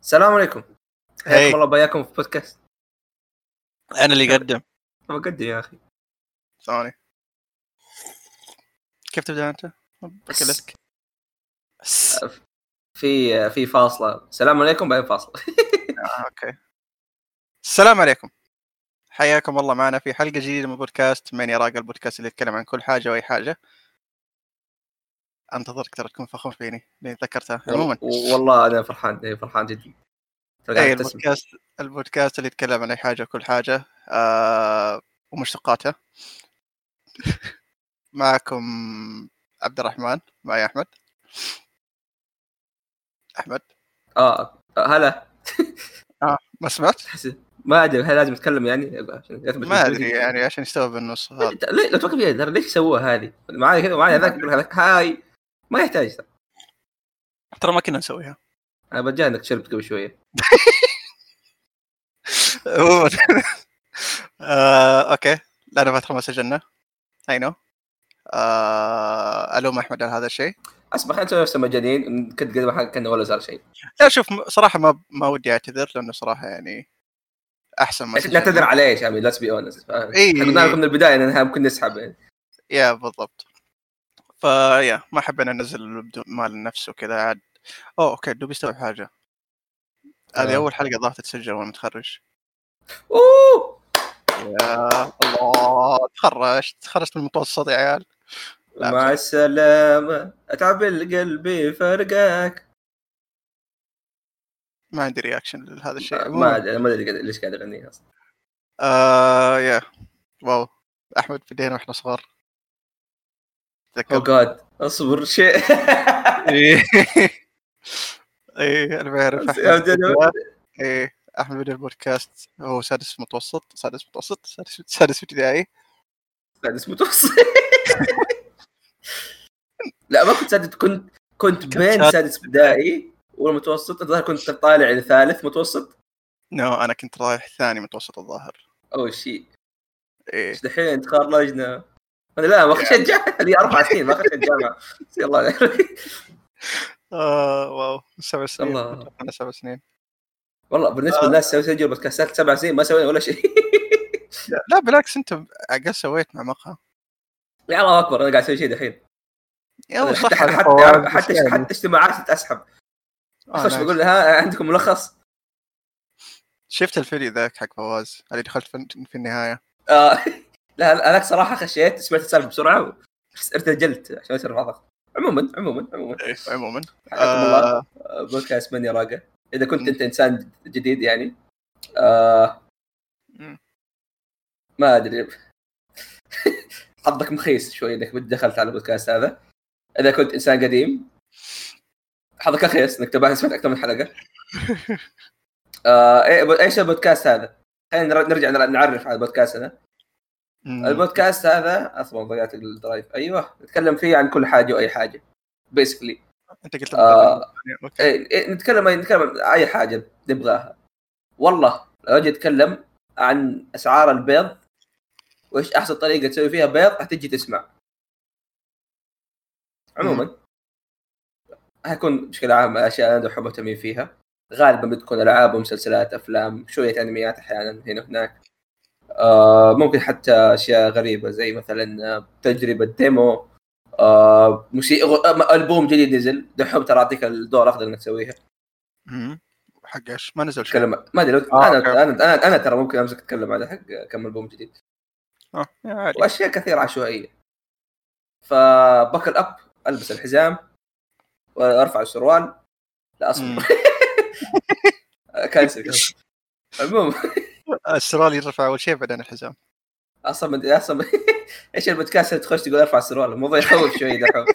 السلام عليكم حياكم الله بياكم في بودكاست انا اللي اقدم بقدم يا اخي ثواني كيف تبدا انت؟ بكلسك أس. في في فاصله السلام عليكم بعدين فاصله آه، اوكي السلام عليكم حياكم الله معنا في حلقه جديده من بودكاست من يراقب البودكاست اللي يتكلم عن كل حاجه واي حاجه انتظرك ترى تكون فخور فيني لاني ذكرتها عموما و- والله انا فرحان إيه، فرحان جدا اي إيه، البودكاست البودكاست اللي يتكلم عن اي حاجه وكل حاجه آه ومشتقاتها معكم عبد الرحمن معي احمد احمد اه هلا اه ما سمعت؟ أحس- ما ادري هل لازم اتكلم يعني عشان أثبت ما نفسي؟ ادري يعني عشان يستوى بالنص هذا أنت- ليه- لو تفكر فيها ترى ليش سووها هذه؟ معي كذا معي هذاك يقول لك هذاك هاي ما يحتاج ترى ترى ما كنا نسويها انا بتجاهل انك شربت قبل شويه عموماً. آه، اوكي لنا فتره ما سجلنا اي نو الوم احمد على هذا الشيء اسمع خلينا نسوي نفسنا مجانين كنت قد ما حد- كنا ولا صار شيء لا شوف م- صراحه ما ما ودي اعتذر لانه صراحه يعني احسن ما سجلنا. نعتذر عليه يا شعبي ليتس بي اونست إي. قلنا لكم من البدايه انها ممكن نسحب يعني يا بالضبط فيا ما حبينا ننزل بدون مال نفس وكذا عاد اوه اوكي دوب يستوعب حاجه هذه آه. اول حلقه ضافت تسجل وانا متخرج اوه يا الله تخرجت تخرجت من المتوسط يا عيال لا، مع السلامه اتعب القلب فرقك ما عندي رياكشن لهذا الشيء ما ادري ما ادري قاعد- ليش قاعد اغني اصلا آه يا واو احمد بدينا واحنا صغار او تذكر جاد اصبر شيء ايه ايه انا بعرف يا جدع. احمد ايه احمد بدا البودكاست هو سادس متوسط سادس متوسط سادس سادس ابتدائي بعد اسمه توصل لا ما كنت سادس كنت كنت بين سادس. سادس ابتدائي والمتوسط الظاهر كنت طالع لثالث متوسط نو انا كنت رايح ثاني متوسط الظاهر اول إيه. شيء ايه ايش دحين تخرجنا انا لا ما خشيت جامعه لي اربع سنين ما خشيت جامعه يلا آه واو سبع سنين الله. الله انا سبع سنين والله بالنسبه آه. للناس سووا سجلوا بودكاستات سبع سنين ما سوينا ولا شيء لا بالعكس انت اقل سويت مع مقهى يا الله اكبر انا قاعد اسوي شيء دحين يلا حتى صح حتى حتى, الحوار، حتى, بس يعني. حتى اجتماعات اسحب آه، اخش نايس. بقول لها عندكم ملخص شفت الفيديو ذاك حق فواز اللي دخلت في- في النهايه آه لا لا، هذاك صراحه خشيت سمعت السالفه بسرعه ارتجلت عشان يصير بعض عموما عموما عموما عموما حياكم الله آه، آه، بودكاست من يراقه اذا كنت انت انسان جديد يعني آه مم. ما ادري حظك مخيس شوي انك دخلت على البودكاست هذا اذا كنت انسان قديم حظك اخيس انك تبعت سمعت اكثر من حلقه آه إيه- ايش البودكاست هذا؟ خلينا نر- نرجع نر- نعرف على البودكاست هذا مم. البودكاست هذا اصلا ضيعت الدرايف ايوه نتكلم فيه عن كل حاجه واي حاجه بيسكلي انت قلت آه. مقهى. اوكي إيه إيه، نتكلم نتكلم عن اي حاجه نبغاها والله لو اجي اتكلم عن اسعار البيض وايش احسن طريقه تسوي فيها بيض هتجي تسمع عموما هيكون بشكل عام اشياء انا احب اهتم فيها غالبا بتكون العاب ومسلسلات افلام شويه انميات احيانا هنا وهناك آه ممكن حتى اشياء غريبه زي مثلا آه، تجربه ديمو آه موسيقى آه، البوم جديد نزل دحوم ترى اعطيك الدور افضل انك تسويها إيه. مم. حق ايش ما نزل شيء اتكلم ما ادري لو- آه، انا أوكي. انا انا, أنا ترى ممكن امسك اتكلم على حق كم البوم جديد آه، يا عادي. واشياء كثيره عشوائيه فبكل اب البس الحزام وارفع السروال لا مم. اصبر كنسل كنسل. المهم السرال يرفع اول شيء بعدين الحزام اصلا ما أدري- اصلا ما- ايش البودكاست اللي تخش تقول ارفع السروال الموضوع يخوف شوي دحوم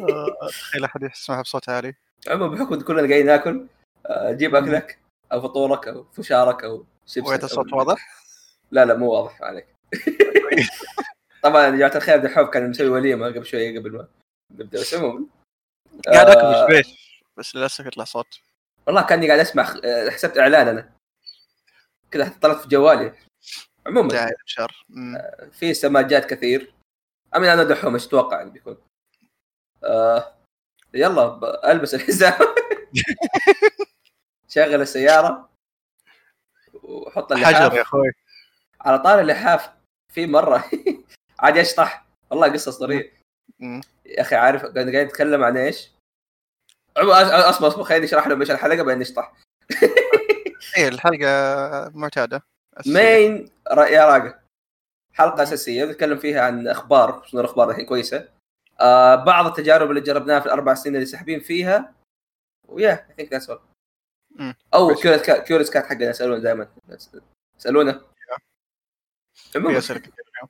آه، تخيل احد يسمعها بصوت عالي عموما بحكم إن كلنا قاعدين ناكل آه، جيب اكلك او فطورك او فشارك او شيبسك ويت أو- الصوت واضح لا لا مو واضح عليك طبعا يا جماعه الخير دحوم كان مسوي وليمه قبل شويه قبل ما نبدا بس آه، عموما قاعد اكل بشبيش بس للاسف يطلع صوت والله كاني قاعد اسمع خ- آه، حسبت اعلان انا كذا طلعت في جوالي عموما داعي الابشار مم. في سماجات كثير امين انا دحوم ايش اتوقع انه بيكون آه يلا ب- البس الحزام شغل السياره وحط حجر يا اللحاف اخوي على طار اللحاف في مره عاد يشطح والله قصه اسطوريه مم. يا اخي عارف كان قاعد يتكلم عن ايش؟ عم- أص- اصبر اصبر خليني اشرح لهم ايش الحلقه بعدين نشطح ايه الحلقه معتاده مين را- يا راقه حلقه اساسيه نتكلم فيها عن اخبار شنو الاخبار الحين كويسه آه بعض التجارب اللي جربناها في الاربع سنين اللي ساحبين فيها ويا اي ثينك ذاتس اول مم. او كويس. كيوريس كات كيوريس كات حقنا يسالونا دائما يسالونا عموماً، ياسر كثير اليوم.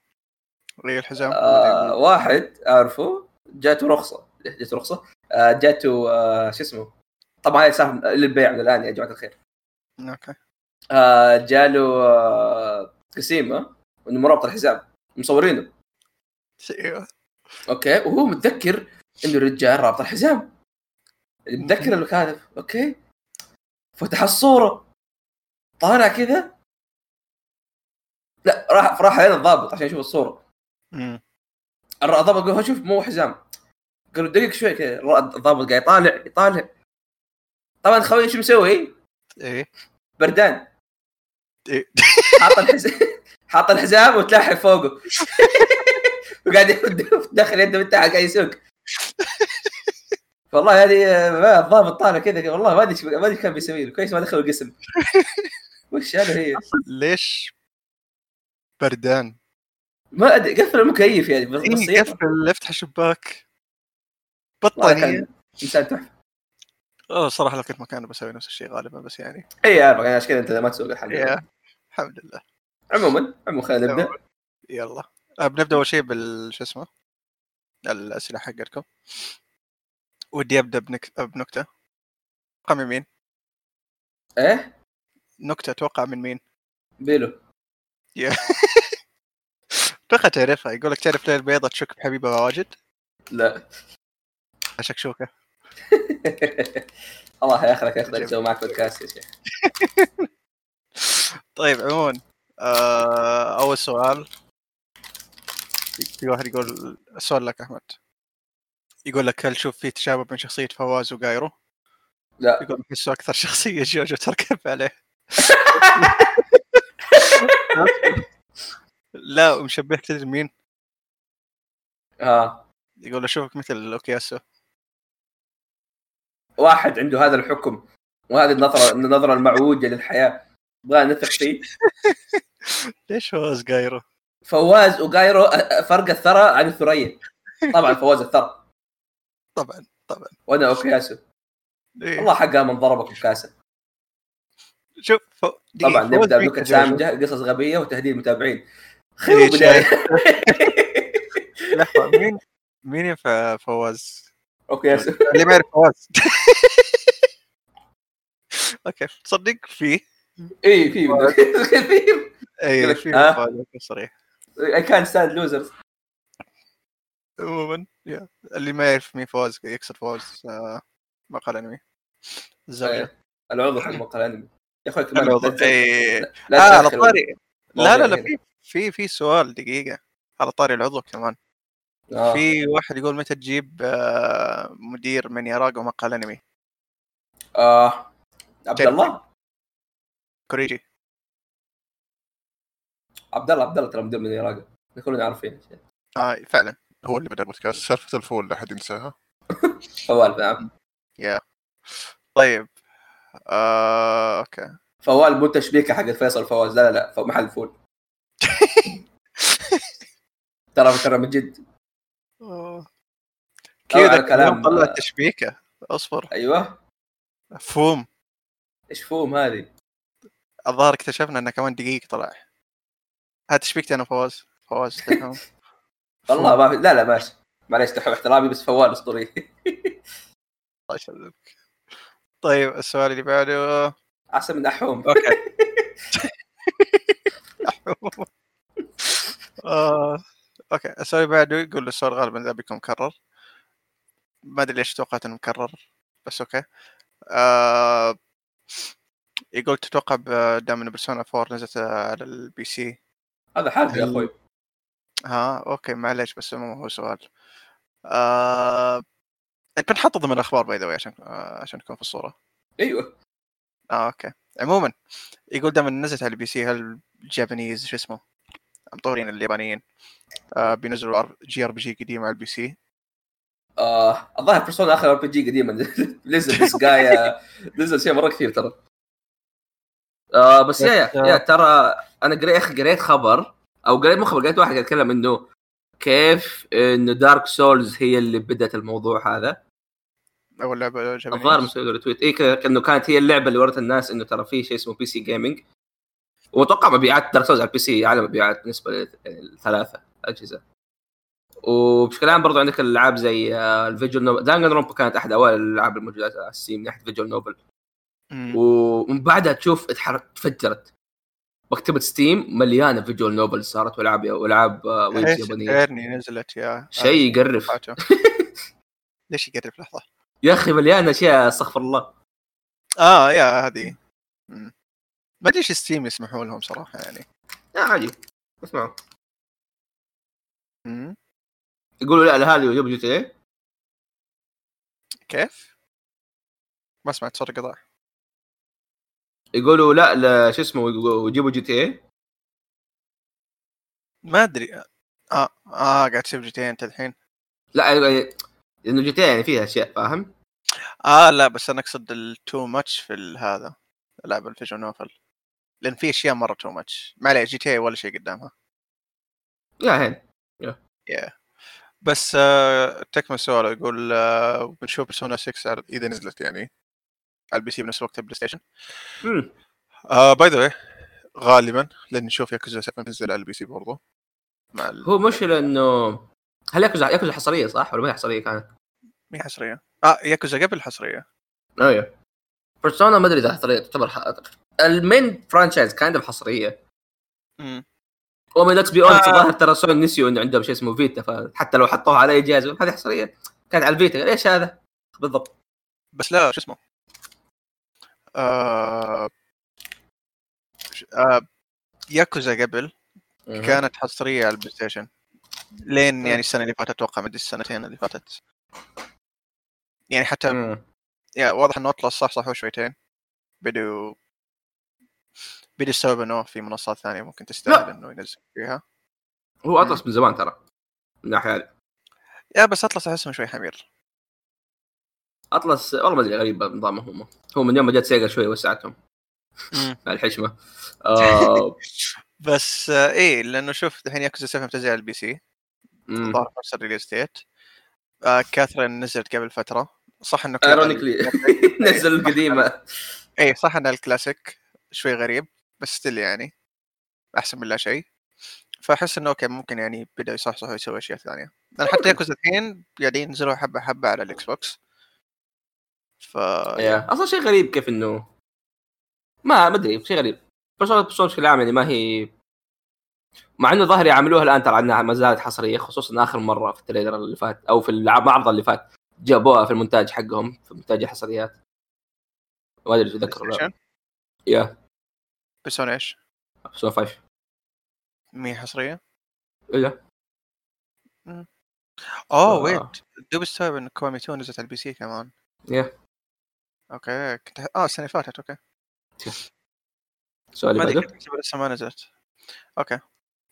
ري الحزام آه واحد اعرفه جاته رخصه جاته رخصه آه جاته آه شو اسمه طبعا هاي سهم للبيع من الان يا جماعه الخير اوكي آه جاله آه قسيمه انه مرابط الحزام مصورينه ايوه اوكي وهو متذكر انه الرجال رابط الحزام متذكر الكاتب اوكي فتح الصوره طالع كذا لا راح راح على الضابط عشان يشوف الصوره أمم. الضابط قال هو شوف مو حزام قالوا دقيق شوي كذا الضابط قاعد يطالع يطالع طبعا خوي شو مسوي؟ ايه بردان إيه. حاط الحزام حاط الحزام وتلحف فوقه وقاعد يرد- داخل يده من تحت قاعد يسوق والله هذه ما- الضابط طالع كذا والله ما ادري إيش- ما ادري إيش كان بيسوي له كويس ما دخل القسم وش هذا هي ليش بردان ما ادري قفل المكيف يعني بس- إيه، بسيط قفل افتح شباك والله بطانيه كان انسان تحفه اه صراحه لو كنت مكانه بسوي نفس الشيء غالبا بس يعني اي أعرفك، أنا إيه، عشان كذا انت ما تسوق الحلقه يا. الحمد لله عموما عموما خلينا إيه. نبدا يلا آه، بنبدا اول شيء بال شو اسمه الاسئله حقتكم ودي ابدا بنك... بنكته اتوقع من مين؟ ايه نكته اتوقع من مين؟ بيلو اتوقع تعرفها يقول لك تعرف ليه البيضه تشك بحبيبها واجد؟ لا شكشوكه الله ياخذك ياخذك اسوي معك بودكاست يا شيخ طيب عموما آه... اول سؤال في واحد يقول سؤال لك احمد يقول لك هل تشوف في تشابه بين شخصيه فواز وغايرو؟ لا. يقول احسه اكثر شخصيه جوجو تركب عليه لا ومشبهك تدري مين؟ اه يقول اشوفك مثل اوكياسو واحد عنده هذا الحكم وهذه النظره النظره المعوجه للحياه نبغى نثق فيه ليش فواز غايرو؟ فواز وغايرو أ- أ- فرق الثرى عن الثريا طبعا فواز الثرى طبعا طبعا وانا اوكياسو إيه. والله حقها من ضربك بكاسه شوف ف... دقيقة، طبعا فوز نبدا فيك بنكت جوجو. سامجه قصص غبيه وتهديد متابعين إيه، خير بدايه لحظة مين مين ينفع فواز؟ اوكياسو اللي ما يعرف فواز اوكي تصدق في اي إيه، في في اي في آه. فواز أوكي، صريح اي كان ستاند لوزرز عموما يا. اللي ما يعرف مين فواز يقصد فواز آه، مقال انمي طيب، الزوجة العضو حق مقال الانمي يا اخوي كمان العضو. إيه. طيب، لا آه، على تدخل طاري لا لا لا الموضوع في في في سؤال دقيقة على طاري العضو كمان هنا. آه. في واحد يقول متى تجيب آه، مدير من يراقب مقال انمي آه. عبد الله كوريجي عبد الله عبد الله ترى مدير من العراق كلنا عارفين اه فعلا هو اللي بدا البودكاست سالفه الفول لا احد ينساها فوال نعم طيب آه، اوكي فوال مو تشبيكه حقت فيصل فواز لا لا لا فو- محل فول ترى ترى من جد أوه. طبعاً كذا الكلام- كلام طلع تشبيكه اصبر ايوه فوم ايش فوم هذه الظاهر اكتشفنا انه كمان دقيقه طلع هات تشبيكتي انا فواز فواز تفهم؟ والله ما في لا لا ماشي معليش تحب احترامي بس فوال اسطوري الله يسلمك طيب السؤال اللي بعده احسن من احوم اوكي آه، اوكي السؤال اللي بعده يقول له السؤال غالبا ذا بيكون مكرر ما ادري ليش توقعت انه مكرر بس اوكي آه، يقول تتوقع ب- دام ان بيرسونا 4 نزلت آه، على البي سي هذا حالفي يا اخوي ها اوكي معليش بس مو هو سؤال آه بنحط ضمن الاخبار باي ذا عشان آه، عشان نكون في الصوره ايوه اه اوكي عموما يقول دائما نزلت على البي سي هل الجابانيز شو اسمه مطورين اليابانيين آه بينزلوا جي ار بي جي قديم على البي سي آه، الظاهر بيرسونا اخر ار بي جي قديما نزل بس جاية نزل شيء مره كثير ترى آه بس يا يا, يا ترى انا قريت يا اخي قريت خبر او قريت مو خبر قريت واحد يتكلم انه كيف انه دارك سولز هي اللي بدات الموضوع هذا اول لعبه جابانيز الظاهر مسوي له تويت اي كذا انه كانت هي اللعبه اللي ورت الناس انه ترى في شيء اسمه بي سي جيمنج واتوقع مبيعات دارك سولز على البي سي اعلى مبيعات بالنسبه للثلاثه اجهزه وبشكل عام برضو عندك الالعاب زي آه، الفيجوال نوبل دانجن رومبا كانت احد اوائل الالعاب الموجودات على السيم من ناحيه فيجوال نوبل مم. ومن بعدها تشوف اتحرك تفجرت مكتبه ستيم مليانه فيجوال نوبل صارت والعاب والعاب آه، ويبز ايش يابانيه ايرني إيه، نزلت يا آه، شيء يقرف فاتو. ليش يقرب لحظه يا اخي مليانه اشياء استغفر الله اه يا هذه مم. ما ادري ايش ستيم يسمحوا لهم صراحه يعني لا عادي اسمعوا مم. يقولوا لا الاهالي يجيبوا جي تي اي كيف؟ ما سمعت صوت قطع يقولوا لا لا شو اسمه ويجيبوا جي تي إيه؟ اي ما ادري اه اه قاعد تسوي جتين انت الحين لا يعني- لانه جي تي يعني فيها اشياء فاهم؟ اه لا بس انا اقصد التو ماتش في ال- هذا لعب الفيجن نوفل لان في اشياء مره تو ماتش ما عليه جي تي إيه ولا شيء قدامها يا هين بس آه تكمل سؤاله يقول آه بنشوف بيرسونا 6 على- اذا نزلت يعني على البي سي بنفس وقت البلاي ستيشن مم. آه باي ذا غالبا لان نشوف ياكوزا 7 تنزل على البي سي برضه مع ال... هو مشكلة انه هل ياكوزا ياكوزا حصرية صح ولا ما هي حصرية كانت؟ مي حصريه اه ياكوزا قبل حصريه ايوه بيرسونا ما ادري اذا حصرية تعتبر ح... المين فرانشايز كايند اوف حصرية Oh امم ومن ليتس بي اونست آه. الظاهر ترى سون نسيوا انه عندهم شيء اسمه فيتا فحتى لو حطوها على اي جهاز هذه حصرية كانت على الفيتا قال، ايش هذا؟ بالضبط بس لا شو اسمه آه... ش- آه... ياكوزا قبل كانت حصريه على البلاي ستيشن لين يعني السنه اللي فاتت اتوقع ما ادري السنتين اللي فاتت يعني حتى مم. يعني واضح انه اطلس صح صح شويتين بدوا بدوا السبب انه في منصات ثانيه ممكن تستاهل لا. انه ينزل فيها هو اطلس من زمان ترى من الناحية هذه يا بس اطلس احسهم شوي حمير اطلس والله ما ادري غريب نظامهم هم هو من يوم ما جت سيجا شوي وسعتهم مع الحشمة آه... بس آه ايه لانه شوف الحين ياكوزا 7 بتنزل على البي سي مم. ظهر نفس الريليز ديت آه كاثرين نزلت قبل فتره صح انه كان- ايرونيكلي نزل القديمه ايه صح ان الكلاسيك شوي غريب بس ستيل يعني احسن من لا شيء فاحس انه اوكي ممكن يعني بدا يصحصح ويسوي اشياء ثانيه لان حتى ياكوزا الحين قاعدين يعني ينزلوا حبه حبه على الاكس بوكس ف يعني يا. اصلا شيء غريب كيف انه ما ما ادري شيء غريب بيرسونا بيرسونا بشكل عام يعني ما هي مع انه ظهر يعاملوها الان ترى انها ما زالت حصريه خصوصا اخر مره في التريلر اللي فات او في المعرض اللي فات جابوها في المونتاج حقهم في مونتاج الحصريات ما ادري تذكر ولا لا. PlayStation. يا بيرسونا ايش؟ بيرسونا 5 مي حصريه؟ الا اوه آه. ويت دوب استوعب ان كوامي 2 نزلت على البي سي كمان يا. اوكي كنت اه السنه اللي فاتت اوكي السؤال اللي ما ادري بعده كنت أحسبها لسه ما نزلت اوكي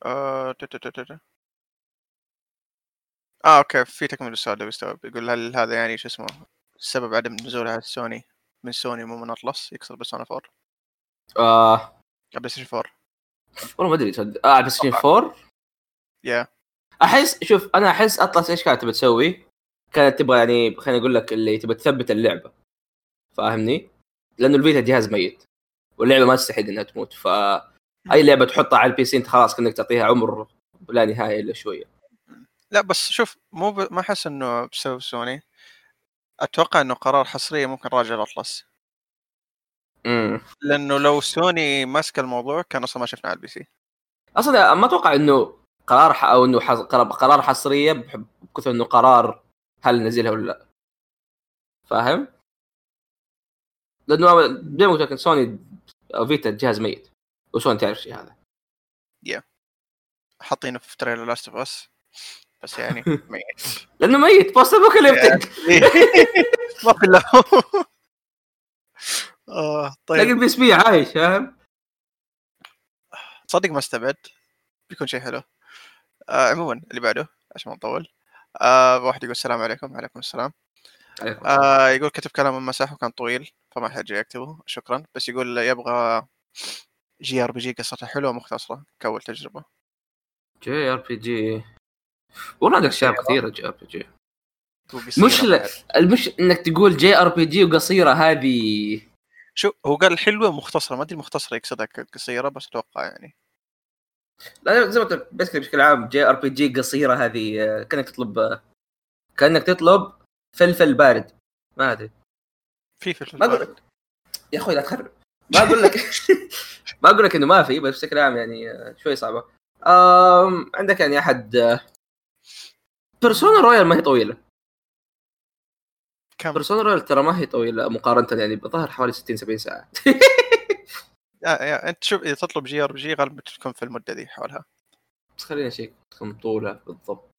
آه... تو- تو- تو- تو- تو. اه اوكي في تكمله السؤال اللي بيستوعب يقول هل هذا يعني شو اسمه سبب عدم نزولها على سوني من سوني مو من اطلس يكسر بسونا 4 آه قبل ستيشن 4 والله ما ادري تصدق اه بس 4 يا احس شوف انا احس اطلس ايش كانت تبي تسوي؟ كانت تبغى يعني خليني اقول لك اللي تبغى تثبت اللعبه فاهمني؟ لانه الفيتا جهاز ميت واللعبه ما تستحق انها تموت فاي لعبه تحطها على البي سي انت خلاص كانك تعطيها عمر لا نهايه الا شويه لا بس شوف مو ب... ما احس انه بسبب سوني اتوقع انه قرار حصريه ممكن راجع لاطلس امم لانه لو سوني ماسك الموضوع كان اصلا ما شفنا على البي سي اصلا ما اتوقع انه قرار ح... او انه حص... قرار- قرار حصريه بح- بكثر انه قرار هل ننزلها ولا لا فاهم؟ لانه زي ما قلت لك سوني أو فيتا جهاز ميت وسوني تعرف الشيء هذا حاطينه في تريلر لاست اوف اس بس يعني ميت لانه ميت بوست ابوكاليبتيك ما في الا هو. آه، تلاقي طيب البي اس بي عايش فاهم تصدق ما استبعد بيكون شيء حلو آه، عموما اللي بعده عشان ما نطول آه، واحد يقول السلام عليكم وعليكم السلام عليكم. آه يقول كتب كلام المساح وكان طويل فما احتاج اكتبه شكرا بس يقول يبغى جي ار بي جي قصتها حلوه ومختصره كأول تجربه جي ار بي جي والله عندك اشياء كثيره جي ار بي جي وقصيرة مش لا- بعد. المش انك تقول جي ار بي جي وقصيره هذه شو هو قال حلوه مختصره ما ادري مختصره يقصدها ك- قصيره بس اتوقع يعني لا زي ما قلت بس بشكل عام جي ار بي جي قصيره هذه آه، كانك تطلب آه، كانك تطلب فلفل بارد ما ادري في في ما اقول لك يا اخوي لا تخرب ما اقول لك ما اقول لك انه ما في بس بشكل عام يعني آه، شوي صعبه أم عندك يعني احد بيرسونا رويال ما هي طويله كم بيرسونا رويال ترى ما هي طويله مقارنه يعني بظهر حوالي 60 70 ساعه آه يا انت شوف اذا تطلب جي ار بي جي غالبا تكون في المده دي حولها بس خلينا نشيك كم طولها بالضبط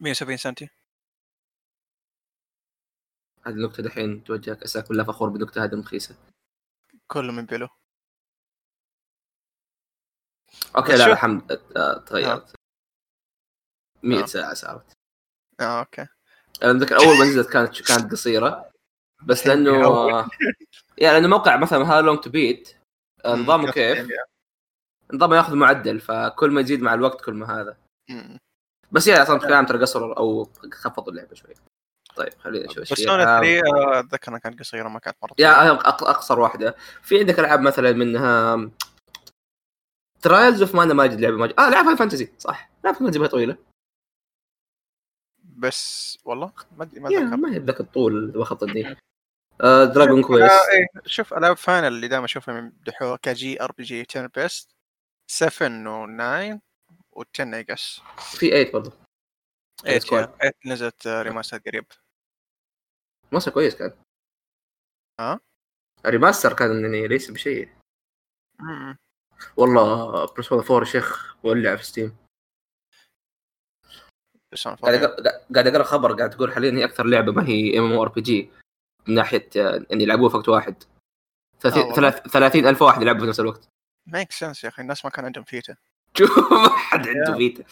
170 سنتي هذه النكته دحين توجهك اساك بالله فخور بالنكته هذه المخيسه كله من بيلو اوكي بس نعم. لا شوف- الحمد آه، تغيرت نعم. 100 ساعه صارت اه اوكي آه، انا اتذكر اول ما نزلت كانت كانت قصيره بس لانه أول. يعني لانه موقع مثلا هاو لونج تو بيت نظامه مم، كيف؟ نظامه ياخذ معدل فكل ما يزيد مع الوقت كل ما هذا مم. بس يعني نعم. اصلا بشكل عام ترى قصروا او خفضوا اللعبه شوي طيب خلينا نشوف بس شيء. سونا آه، 3 آه، اتذكر انها كانت قصيره ما كانت مره يا آه. طويلة. أق- اقصر واحده في عندك العاب مثلا منها ترايلز اوف مانا ماجد لعبه ماجد اه لعبها فانتزي صح لعبها فانتزي ما هي طويله بس والله ما ادري ما يا، اتذكر ما هي بذاك الطول اللي واخذت دي آه دراجون شوف أنا- كويست إيه، شوف العاب فاينل اللي دائما اشوفها يمدحوها كجي ار بي جي 10 بيست 7 و 9 و 10 اي جس في 8 برضه إيه، كويس. نزلت ريماستر قريب مصر كويس كان ها؟ الريماستر كان يعني ليس بشيء والله برسونا 4 يا شيخ مولع في ستيم بس أنا قاعد فاضي. أقرأ- قاعد اقرا خبر قاعد تقول حاليا هي اكثر لعبه ما هي ام ام ار بي جي من ناحيه آه، ان يلعبوها في وقت واحد آه، والله. 30 ألف واحد يلعبوا في نفس الوقت ما يك سنس يا اخي الناس ما كان عندهم فيتا شوف ما حد عنده فيتا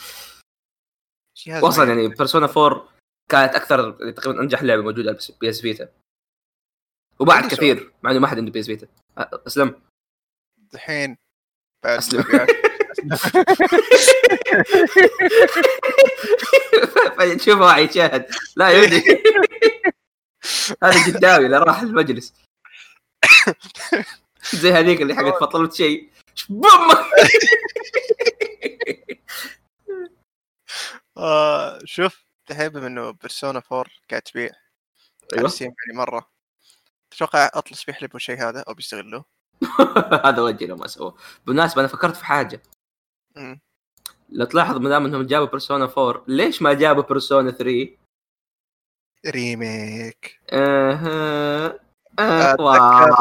جهاز واصلا ما- يعني بيرسونا 4 كانت اكثر تقريبا انجح لعبه موجوده على بي اس فيتا وبعد عندي كثير مع انه ما حد عنده بي اس فيتا أ- اسلم دحين بعد أسلم. مبيعات. تشوف واعي شاهد لا يدري هذا جداوي لا راح المجلس زي هذيك اللي حقت فطلت شيء بوم آه، شوف دحين بما انه بيرسونا 4 قاعد تبيع على ستيم يعني مره تتوقع اطلس بيحلبوا شيء هذا او بيستغلوه؟ هذا وجه لو ما سووه بالمناسبه انا فكرت في حاجه مم. لو تلاحظ ما دام انهم جابوا بيرسونا 4 ليش ما جابوا بيرسونا 3 ريميك اها آه، أتذكر.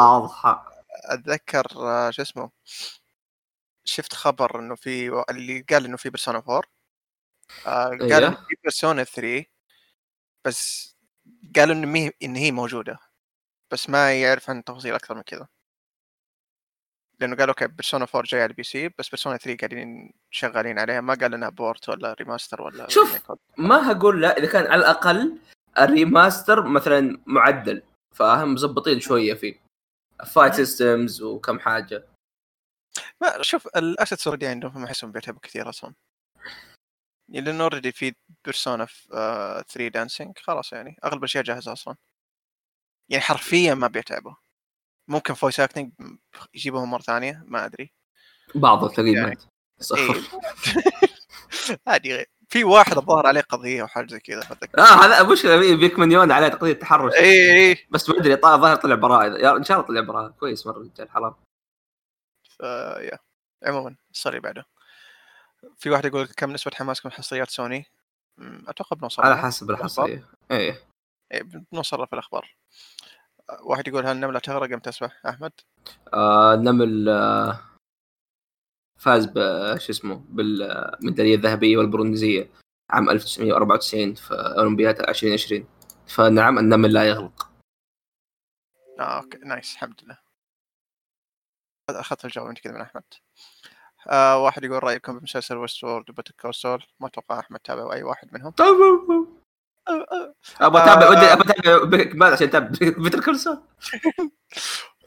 واضحه اتذكر آه، شو اسمه شفت خبر انه في اللي قال انه في بيرسونا 4 آه، قال أيوه. انه في بيرسونا 3 بس قالوا انه مي ان هي موجوده بس ما يعرف عن تفاصيل اكثر من كذا لانه قالوا اوكي بيرسونا 4 جاي على البي سي بس بيرسونا 3 قاعدين شغالين عليها ما قال انها بورت ولا ريماستر ولا شوف. remake ولا- ما هقول لا اذا كان على الاقل الريماستر مثلا معدل فاهم مزبطين شويه فيه فايت سيستمز وكم حاجه ما شوف الاسيتس اوريدي عندهم فما احسهم بيتعبوا كثير اصلا يعني لانه اوريدي في بيرسونا 3 دانسينج خلاص يعني اغلب الاشياء جاهزه اصلا يعني حرفيا ما بيتعبوا ممكن فويس اكتنج يجيبوهم مره ثانيه ما ادري بعض تقريبا يعني. إيه. عادي غير في واحد الظاهر عليه قضيه او حاجه زي كذا اه فتك... هذا مشكله في- فيك مليون عليه تقضيه تحرش اي اي بس ما ادري طا- ظاهر طلع براء يا- ان شاء الله طلع براء كويس مره الرجال حرام ف... آه، يا عموما السؤال اللي بعده في واحد يقول كم نسبه حماسكم لحصريات سوني؟ أمم، اتوقع بنوصل على لها. حسب الحصريه ايه إيه، بنوصل لها في الاخبار واحد يقول هل النمله تغرق ام تسبح احمد؟ آه نمل آه فاز ب شو اسمه بالميداليه الذهبيه والبرونزيه عام 1994 في اولمبياد 2020 فنعم النمل لا يغلق اه اوكي نايس الحمد لله هذا اخذت الجواب انت كذا من احمد آه واحد يقول رايكم بمسلسل ويست وورد وبتر كوسول ما اتوقع احمد تابع اي واحد منهم ابغى اتابع ودي ابغى اتابع بريكنج باد عشان اتابع بيتر كولسون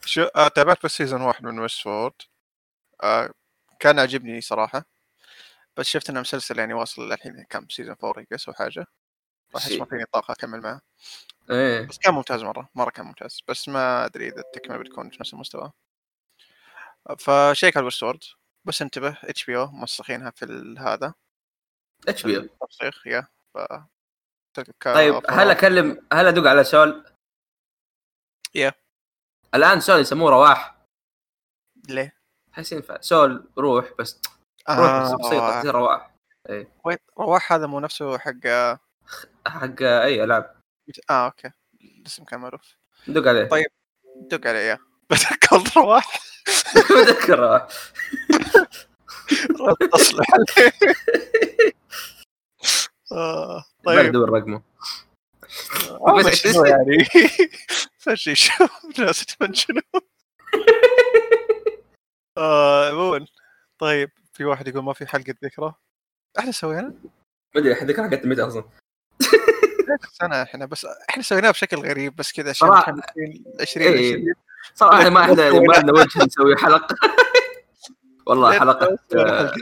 شو آه تابعت بس سيزون واحد من ويست وورد آه كان عاجبني صراحه بس شفت انه مسلسل يعني واصل للحين كم سيزون فور يقص او حاجه احس ما فيني طاقه اكمل معه ايه بس كان ممتاز مره مره كان ممتاز بس ما ادري اذا التكمله بتكون في نفس المستوى فشيك على الوستورد بس انتبه اتش بي او موسخينها في ال- هذا اتش بي آه، او توسيخ يا ف طيب هل اكلم هل ادق على سول؟ Yeah. الان سول يسموه رواح ليه؟ احس ينفع سول روح بس روح بس بسيطه آه. تصير رواح وين رواح هذا مو نفسه حق اه حق اي العاب اوكي الاسم كان معروف دق عليه طيب. دق علي اياه بتذكر رواح بتذكر رواح اصلح عليه آه، طيب طيب دور رقمه آه، بس شنو يعني فشي شو جالس شنو آه، عموما طيب في واحد يقول ما في حلقه ذكرى احنا سوينا ما ادري هذيك حقت متى اصلا سنه احنا بس احنا سويناها بشكل غريب بس كذا صراحة- 20 إيه. 20 صراحه ما احنا ما عندنا وجه نسوي حلقه والله حلقه آه،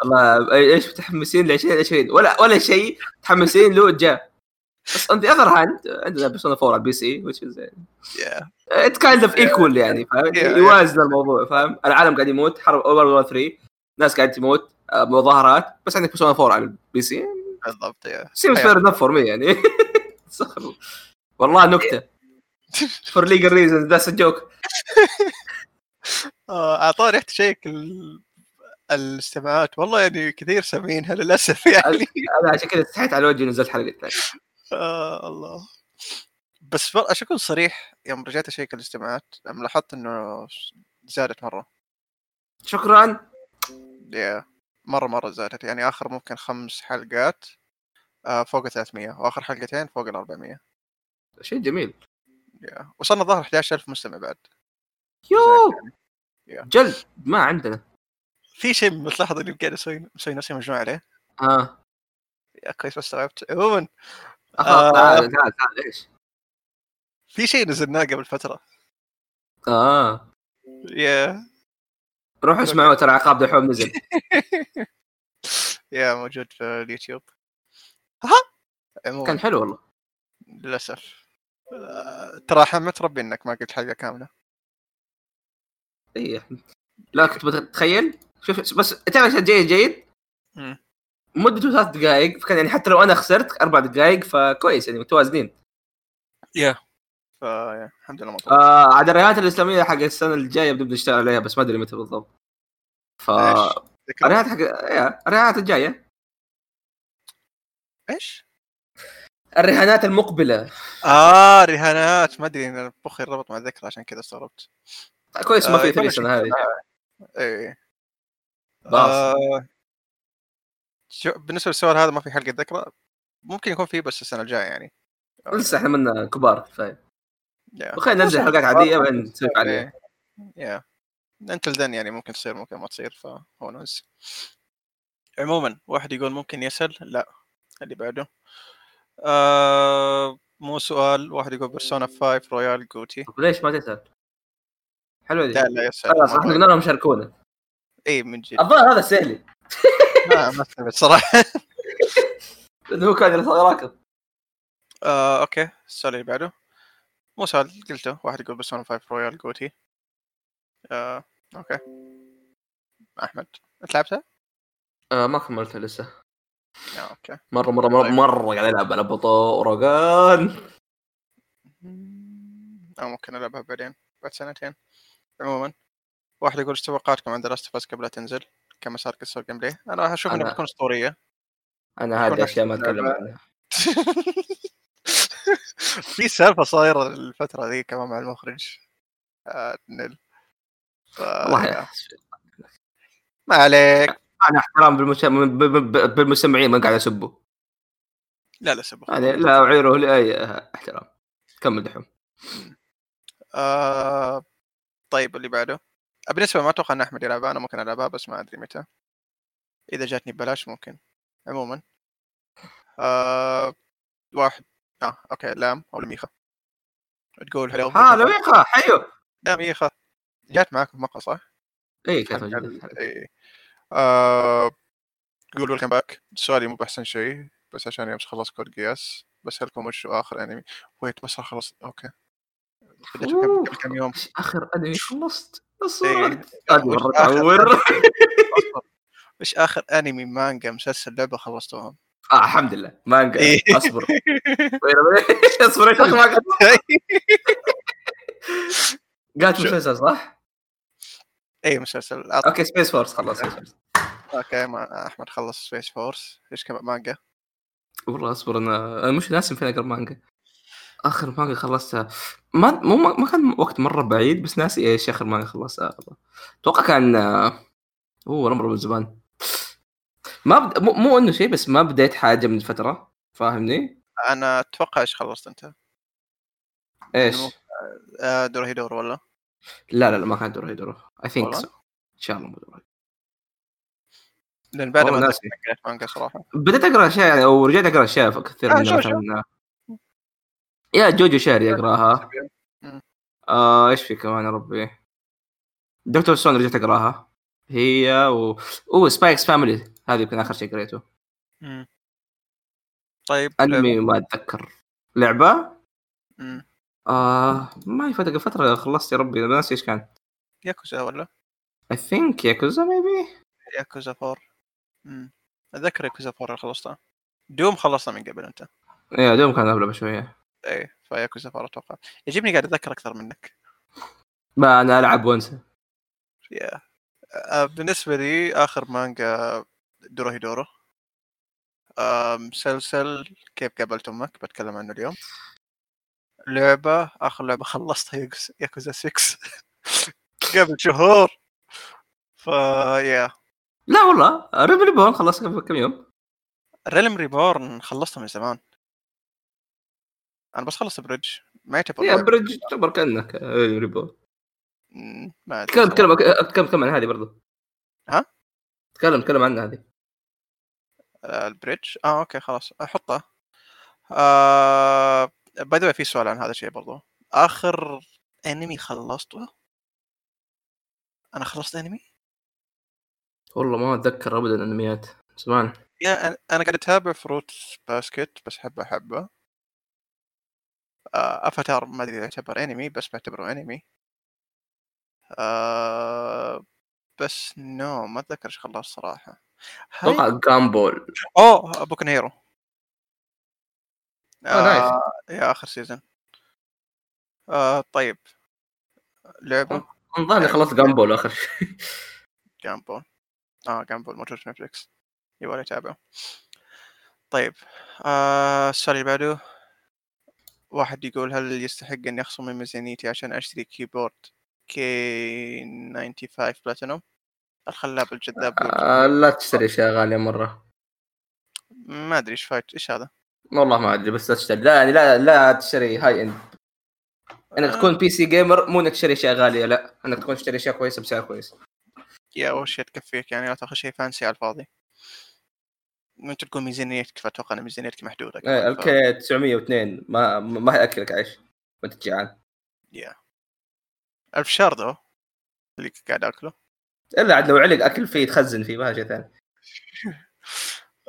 والله ايش متحمسين ل 2020 ولا ولا شيء متحمسين له جاء بس انت اذر هاند عندنا بيرسونا 4 على البي سي which is uh, ات كايند اوف ايكول يعني فاهم Yeah, yeah. يوازن الموضوع فاهم العالم قاعد يموت حرب اول وور 3 ناس قاعد تموت آه، مظاهرات بس عندك بيرسونا 4 على البي سي بالضبط يا سيمز فير انف فور مي يعني استغفر الله. والله نكته فور ليجل ريزنز ذاتس جوك آه، اعطاني ريحه شيك ال- الاستماعات والله يعني كثير سامعينها للاسف يعني انا عشان كذا استحيت على وجهي ونزلت حلقه ثانيه آه الله بس بر- عشان اكون صريح يوم رجعت اشيك الاستماعات أم لاحظت انه زادت مره شكرا يا مره مره زادت يعني اخر ممكن خمس حلقات آه، فوق 300 واخر حلقتين فوق ال 400 شيء جميل يا. وصلنا ظهر 11000 مستمع بعد يو Yeah. جلد ما عندنا في شيء ملاحظ اني قاعد اسوي مسوي نفسي مجنون عليه اه يا كويس ما استوعبت عموما آه. أخلاق، تعال تعال تعال ايش في شيء نزلناه قبل فتره اه يا روحوا اسمعوا ترى عقاب دحوم نزل يا موجود في اليوتيوب ها عموما كان حلو والله للاسف آه، ترى حمت ربي انك ما قلت حلقه كامله اي يا أحمد. لا كنت بتخيل شوف بس تعرف شيء جيد جيد مم. مدته ثلاث دقائق فكان يعني حتى لو انا خسرت اربع دقائق فكويس يعني متوازنين ف يا، الحمد لله مطلوب آه عاد الرياضات الاسلاميه حق السنه الجايه بنبدا نشتغل عليها بس ما ادري متى بالضبط ف إيش؟ ذكرى؟ الرياضات حق إيه، الرياضات الجايه ايش؟ الرهانات المقبله اه رهانات ما ادري ان مخي ربط مع الذكرى عشان كذا استغربت كويس ما آه، في يبغى ثري السنه هذه اي باص. آه، شو بالنسبه للسؤال هذا ما في حلقه ذكرى ممكن يكون في بس السنه الجايه يعني لسه احنا منا كبار طيب. كفايه يا. وخلينا ننزل حلقات عاديه وبعدين نسولف عليها يا انت ذن يعني ممكن تصير ممكن ما تصير فهو نوز عموما واحد يقول ممكن يسأل لا اللي بعده آه مو سؤال واحد يقول بيرسونا 5 رويال جوتي طب ليش ما تسال؟ حلوه دي لا لا يسأل خلاص احنا قلنا لهم شاركونا اي من جد الظاهر هذا سهل ما ما ثبت صراحه لانه هو كان راكض آه اوكي السؤال اللي بعده مو سؤال قلته واحد يقول بيرسونا 5 رويال جوتي آه اوكي احمد انت لعبتها؟ آه ما كملتها لسه آه، اوكي مره مره مره مره قاعد العب على بطء ورقان او ممكن العبها بعدين بعد سنتين عموما واحد يقول ايش توقعاتكم عند لاست اوف قبل لا تنزل كمسار قصه جيم بلاي انا اشوف انها أنا- بتكون اسطوريه انا هذه كنا اشياء ما اتكلم نلعبها. عنها في سالفه صايره الفتره ذي كمان مع المخرج آه، نل ف... والله يا أخي. ما عليك انا احترام بالمسم... ب- ب- ب- بالمستمعين ما قاعد اسبه لا لا سبب يعني لا اعيره لاي احترام كمل دحوم آه... طيب اللي بعده آه، بالنسبه ما اتوقع ان احمد يلعبها انا ممكن العبها بس ما ادري متى اذا جاتني ببلاش ممكن عموما آه... واحد اه اوكي لام او لميخه تقول حلو ها لميخه حيو لميخه جات معك مقهى صح؟ اي كانت حق موجودة. ال- إيه. آه، يقول ويلكم باك سؤالي مو باحسن شيء بس عشان امس خلصت كود قياس بسألكم وش اخر انمي ويت بس خلص اوكي بديت أوه. قبل قبل كم يوم إيش اخر انمي خلصت إيه. الصورة قاعد وش مرة آخر- تعور وش اخر انمي مانجا مسلسل لعبه خلصتوهم؟ آه الحمد لله مانجا إيه. اصبر اصبر يا شيخ ما قاعد قالت مسلسل صح؟ اي إيه، مسلسل أعط- اوكي سبيس فورس خلاص اوكي ما احمد خلص سبيس فورس ايش كمان مانجا؟ والله اصبر انا انا مش ناسي فين اقرا مانجا اخر مانجا خلصتها ما مو ما كان وقت مره بعيد بس ناسي ايش اخر مانجا خلصتها اتوقع كان آه، اوه والله مره من زمان ما بد... مو, مو انه شيء بس ما بديت حاجه من فتره فاهمني؟ انا اتوقع ايش خلصت انت؟ ايش؟ مو- آه، دور هي دور ولا؟ لا لا لا ما كان دور هيدورو اي ثينك والله؟ ان شاء الله مو دور هيدورو. لان بعد والله ما ناسي. تابعت مانجا صراحه بديت اقرا اشياء يعني او رجعت اقرا اشياء كثير آه، منها جوجو. مثلا يا جوجو شاري اقراها مم. آه ايش في كمان يا ربي دكتور سون رجعت اقراها هي و اوه سبايكس فاميلي هذه يمكن اخر شيء قريته مم. طيب لعبة. انمي ما اتذكر لعبه مم. آه ما هي فتره فتره خلصت يا ربي أنا ناسي ايش كان ياكوزا ولا؟ اي ثينك ياكوزا ميبي ياكوزا 4 امم اتذكر ياكوزا 4 اللي خلصتها دوم خلصنا من قبل انت يا دوم إيه، كان اغلب شويه ايه فياكوزا 4 اتوقع يجيبني قاعد اتذكر اكثر منك ما انا العب وانسى يا آه، بالنسبه لي اخر مانجا دورو هيدورو آه، مسلسل كيف قابلت امك بتكلم عنه اليوم لعبه اخر لعبه خلصتها ياكوزا- ياكوزا 6 قبل شهور فا يا لا والله ريبل بون خلصت قبل كم يوم ريلم ريبورن خلصتها من زمان انا بس خلصت بريدج ما يعتبر يا لعبة. برج تعتبر كانك إيه، ريبون مم، ما أدري تكلم صراحة. تكلم تكلم تكلم عن هذه برضه ها؟ تكلم تكلم عنها هذه آه، البريدج اه اوكي خلاص احطه آه... باي ذا في سؤال عن هذا الشيء برضو اخر انمي خلصته انا خلصت انمي والله ما اتذكر ابدا انميات زمان يا أنا- انا قاعد اتابع فروت باسكت بس حبه حبه آه، افاتار ما ادري إذا يعتبر انمي بس بعتبره انمي آه... بس نو ما اتذكر ايش خلصت صراحه هاي- اتوقع جامبول اوه بوكن هيرو نايس. يا اخر سيزون آه طيب لعبه الظاهر خلصت جامبول اخر شيء جامبول اه جامبول موجود في نتفلكس يبغى يتابعه طيب آه السؤال اللي بعده واحد يقول هل يستحق ان يخصم من ميزانيتي عشان اشتري كيبورد كي 95 بلاتينوم الخلاب الجذاب آه، لا تشتري اشياء غاليه مره ما ادري ايش فايت ايش هذا والله ما ادري بس لا تشتري لا يعني لا لا تشتري هاي اند انك تكون بي سي جيمر مو انك تشتري اشياء غاليه لا انك تكون تشتري اشياء كويسه بسعر كويس يا اول شيء تكفيك يعني لا تاخذ شيء فانسي على الفاضي انت تقول ميزانيتك فاتوقع ان ميزانيتك محدوده كمان، إيه، ف- الكي 902 ما ما ما ياكلك عيش وانت جيعان ألف شهر ذو اللي قاعد اكله الا عاد لو علق اكل فيه تخزن فيه ما شيء ثاني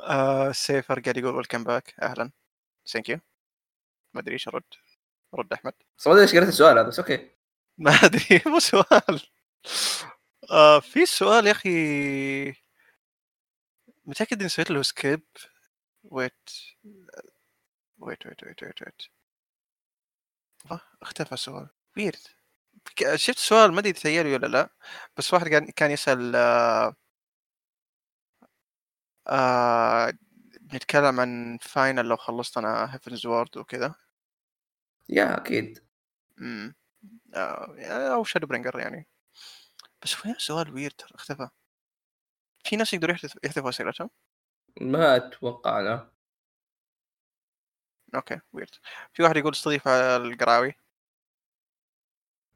آه سيفر قاعد يقول ويلكم باك اهلا ثانك يو ما ادري ايش ارد رد احمد بس ما ادري ايش قريت السؤال هذا بس اوكي ما ادري مو سؤال آه في سؤال يا اخي متاكد اني سويت له سكيب ويت ويت ويت ويت ويت ويت آه، اختفى السؤال ويرد شفت سؤال ما ادري تهيألي ولا لا بس واحد كان كان يسال آه آه نتكلم عن فاينل لو خلصت انا هيفنز وورد وكذا يا اكيد امم يعني. آه او شادو برينجر يعني بس وين سؤال ويرد ترى اختفى في ناس يقدروا يحذف- يحذفوا اسئلتهم ما اتوقع لا اوكي ويرد في واحد يقول استضيف القراوي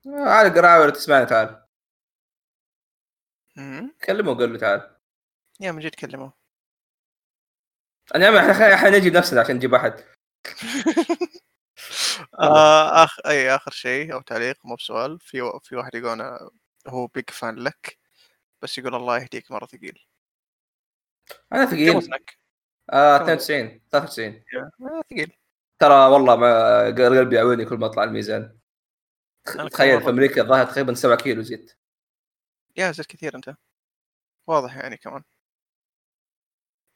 آه، على قراءه ولا تسمعني تعال مم. كلمه وقول له تعال يا من جد كلمه انا عم- احنا احنا نجي نفسنا عشان نجيب احد آه اخ اي اخر شيء او تعليق مو بسؤال في و... في واحد يقول أنا هو بيج فان لك بس يقول الله يهديك مره ثقيل انا كم ثقيل وزنك؟ آه كم؟ 92 93 آه، ثقيل ترى والله ما قلبي يعويني كل ما اطلع الميزان أنا تخيل كمان في امريكا الظاهر تقريبا 7 كيلو زدت يا زر كثير انت واضح يعني كمان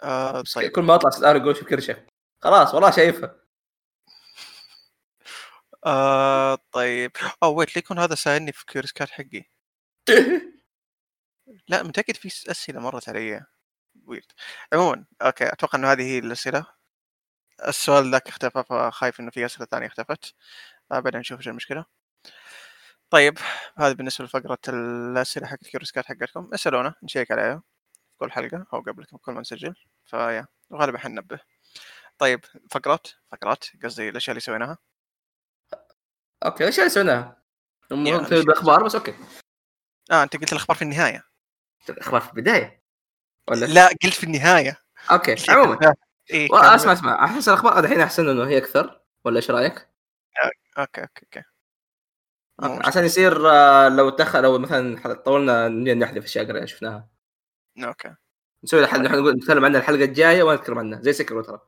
آه طيب كل ما اطلع سدار يقول شوف كرشه خلاص والله شايفها آه طيب او ويت ليكون هذا سالني في كيوريس كات حقي لا متاكد في س- اسئله مرت علي ويرد عموما اوكي اتوقع انه هذه هي الاسئله السؤال ذاك اختفى فخايف انه في اسئله ثانيه اختفت آه، بعدين نشوف ايش المشكله طيب هذا بالنسبه لفقره الاسئله حق الكيوريسكات حقتكم اسالونا نشيك عليها في كل حلقه او قبل كل ما نسجل فيا غالبا حننبه طيب فقرات فقرات قصدي الاشياء اللي سويناها اوكي ايش اللي سويناها؟ يا، المفروض بالاخبار بس اوكي اه انت قلت الاخبار في النهايه الاخبار في البدايه ولا لا قلت في النهايه اوكي عموما إيه، والله كمل. اسمع اسمع احس الاخبار الحين احسن انه هي اكثر ولا ايش رايك؟ اوكي اوكي اوكي مو أوكي. مشكلة. عشان يصير آه، لو تاخر لو مثلا ح- طولنا نجي نحذف اشياء قرينا شفناها اوكي نسوي الحلقه نحن نقول نتكلم عنها الحلقه الجايه ولا نتكلم عنها زي سكرو ترى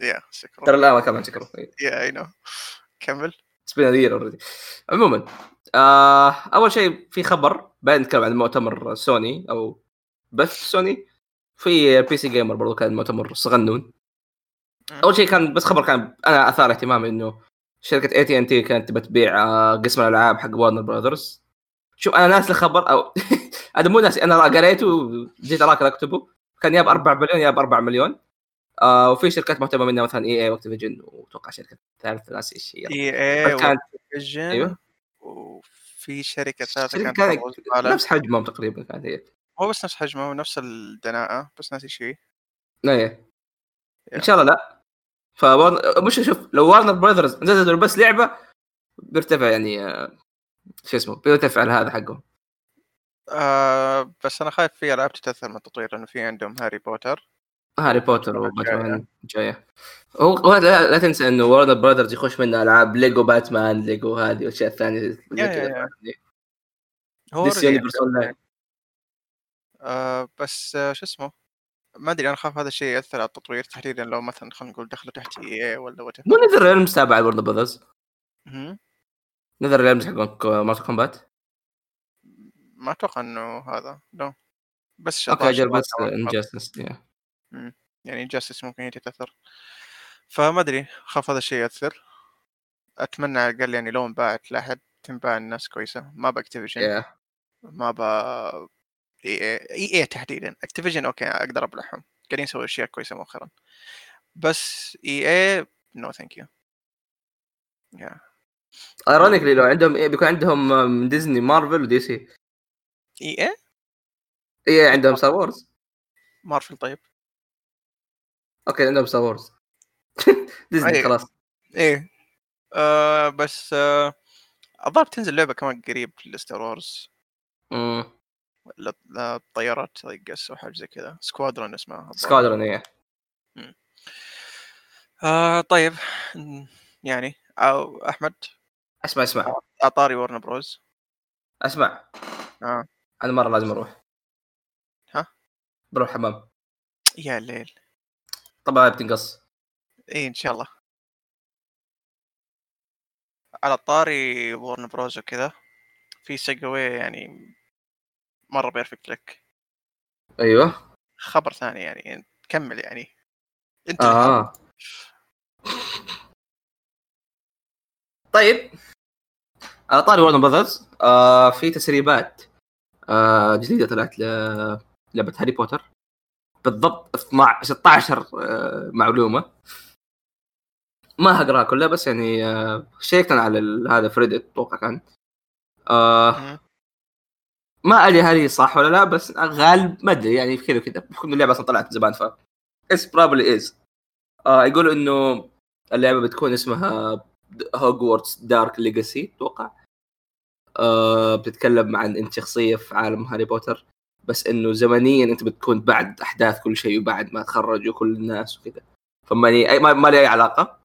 يا شكرا ترى لا ما كان عن سكرو يا اي نو كمل سبين ذير اوريدي عموما آه اول شيء في خبر بعدين نتكلم عن مؤتمر سوني او بث سوني في بي سي جيمر برضو كان مؤتمر صغنون اول شيء كان بس خبر كان انا اثار اهتمامي انه شركه اي تي ان تي كانت بتبيع آه، قسم الالعاب حق وارنر براذرز شوف انا ناس الخبر او انا مو ناسي انا قريته وجيت اراك اكتبه كان يا ب 4 بليون يا ب 4 مليون آه وفي شركات مهتمه منها مثلا اي اي واكتيفيجن واتوقع شركه ثالثه ناسي ايش هي اي بس اي كانت فيجن أيوه. وفي شركه ثالثه شركة كانت كانت تروج على- نفس حجمهم تقريبا كانت هي إيه. هو بس نفس حجمه ونفس الدناءه بس ناسي شيء ايه ان شاء الله لا فورن... مش شوف لو وارنر براذرز نزلوا بس لعبه بيرتفع يعني آه، شو اسمه بيرتفع هذا حقهم آه بس انا خايف في العاب تتاثر من التطوير لانه في عندهم هاري بوتر هاري بوتر جاية. وباتمان جايه هو هو لا, لا تنسى انه وارنر براذرز يخش منه العاب ليجو باتمان ليجو هذه والاشياء الثانيه زي يا- كذا. يا- يعني. هو ديس already يونيفرس عندهم. أونلاين. آه بس آه شو اسمه ما ادري انا خاف هذا الشيء ياثر على التطوير تحديدا لو مثلا خلينا نقول دخلوا تحت اي ولا وات مو نذر ريلمز تابع لورد براذرز نذر ريلمز حق مارتل كومبات ما اتوقع انه هذا لا بس اوكي شطار- اجل شطار بس كمان. انجاستس يعني جاستس ممكن هي تتاثر فما ادري خاف هذا الشيء ياثر اتمنى على الاقل يعني لو انباعت لاحد تنباع الناس كويسه ما باكتيفيجن ما با اي اي اي تحديدا اكتيفيجن اوكي اقدر ابلعهم قاعدين يسووا اشياء كويسه مؤخرا بس اي اي نو ثانك يو ايرونيكلي لو عندهم إيه بيكون عندهم من ديزني مارفل ودي سي اي اي اي إيه، عندهم ستار وورز مارفل طيب اوكي عندهم ستار وورز ديزني أي. خلاص ايه آه بس آه الظاهر تنزل لعبه كمان قريب لستار وورز امم للطيارات اي جس او حاجه زي كذا سكوادرون اسمها الظاهر. سكادرون ايه آه طيب ن- يعني أو احمد اسمع اسمع آه. اعطاري ورن بروز اسمع آه. انا مره لازم اروح ها؟ بروح حمام يا ليل طبعا بتنقص اي ان شاء الله على طاري ورن بروز وكذا في سيجوي يعني مره بيرفكت لك ايوه خبر ثاني يعني كمل يعني انت الحب. اه طيب على طاري ورن براذرز آه في تسريبات آه جديده طلعت للعبه هاري بوتر بالضبط 12 16 آه معلومه ما هقراها كلها بس يعني آه شيكت انا على ال- هذا في ريدت اتوقع كان آه مم. ما ادري هل هي صح ولا لا بس غالب ما ادري يعني كذا وكذا بحكم إن اللعبه اصلا طلعت زمان ف اتس بروبلي از آه، يقولوا انه اللعبه بتكون اسمها هوجورتس دارك ليجاسي اتوقع آه بتتكلم عن انت شخصيه في عالم هاري بوتر بس انه زمنيا انت بتكون بعد احداث كل شيء وبعد ما تخرجوا كل الناس وكذا فماني أي ما, ما لي اي علاقه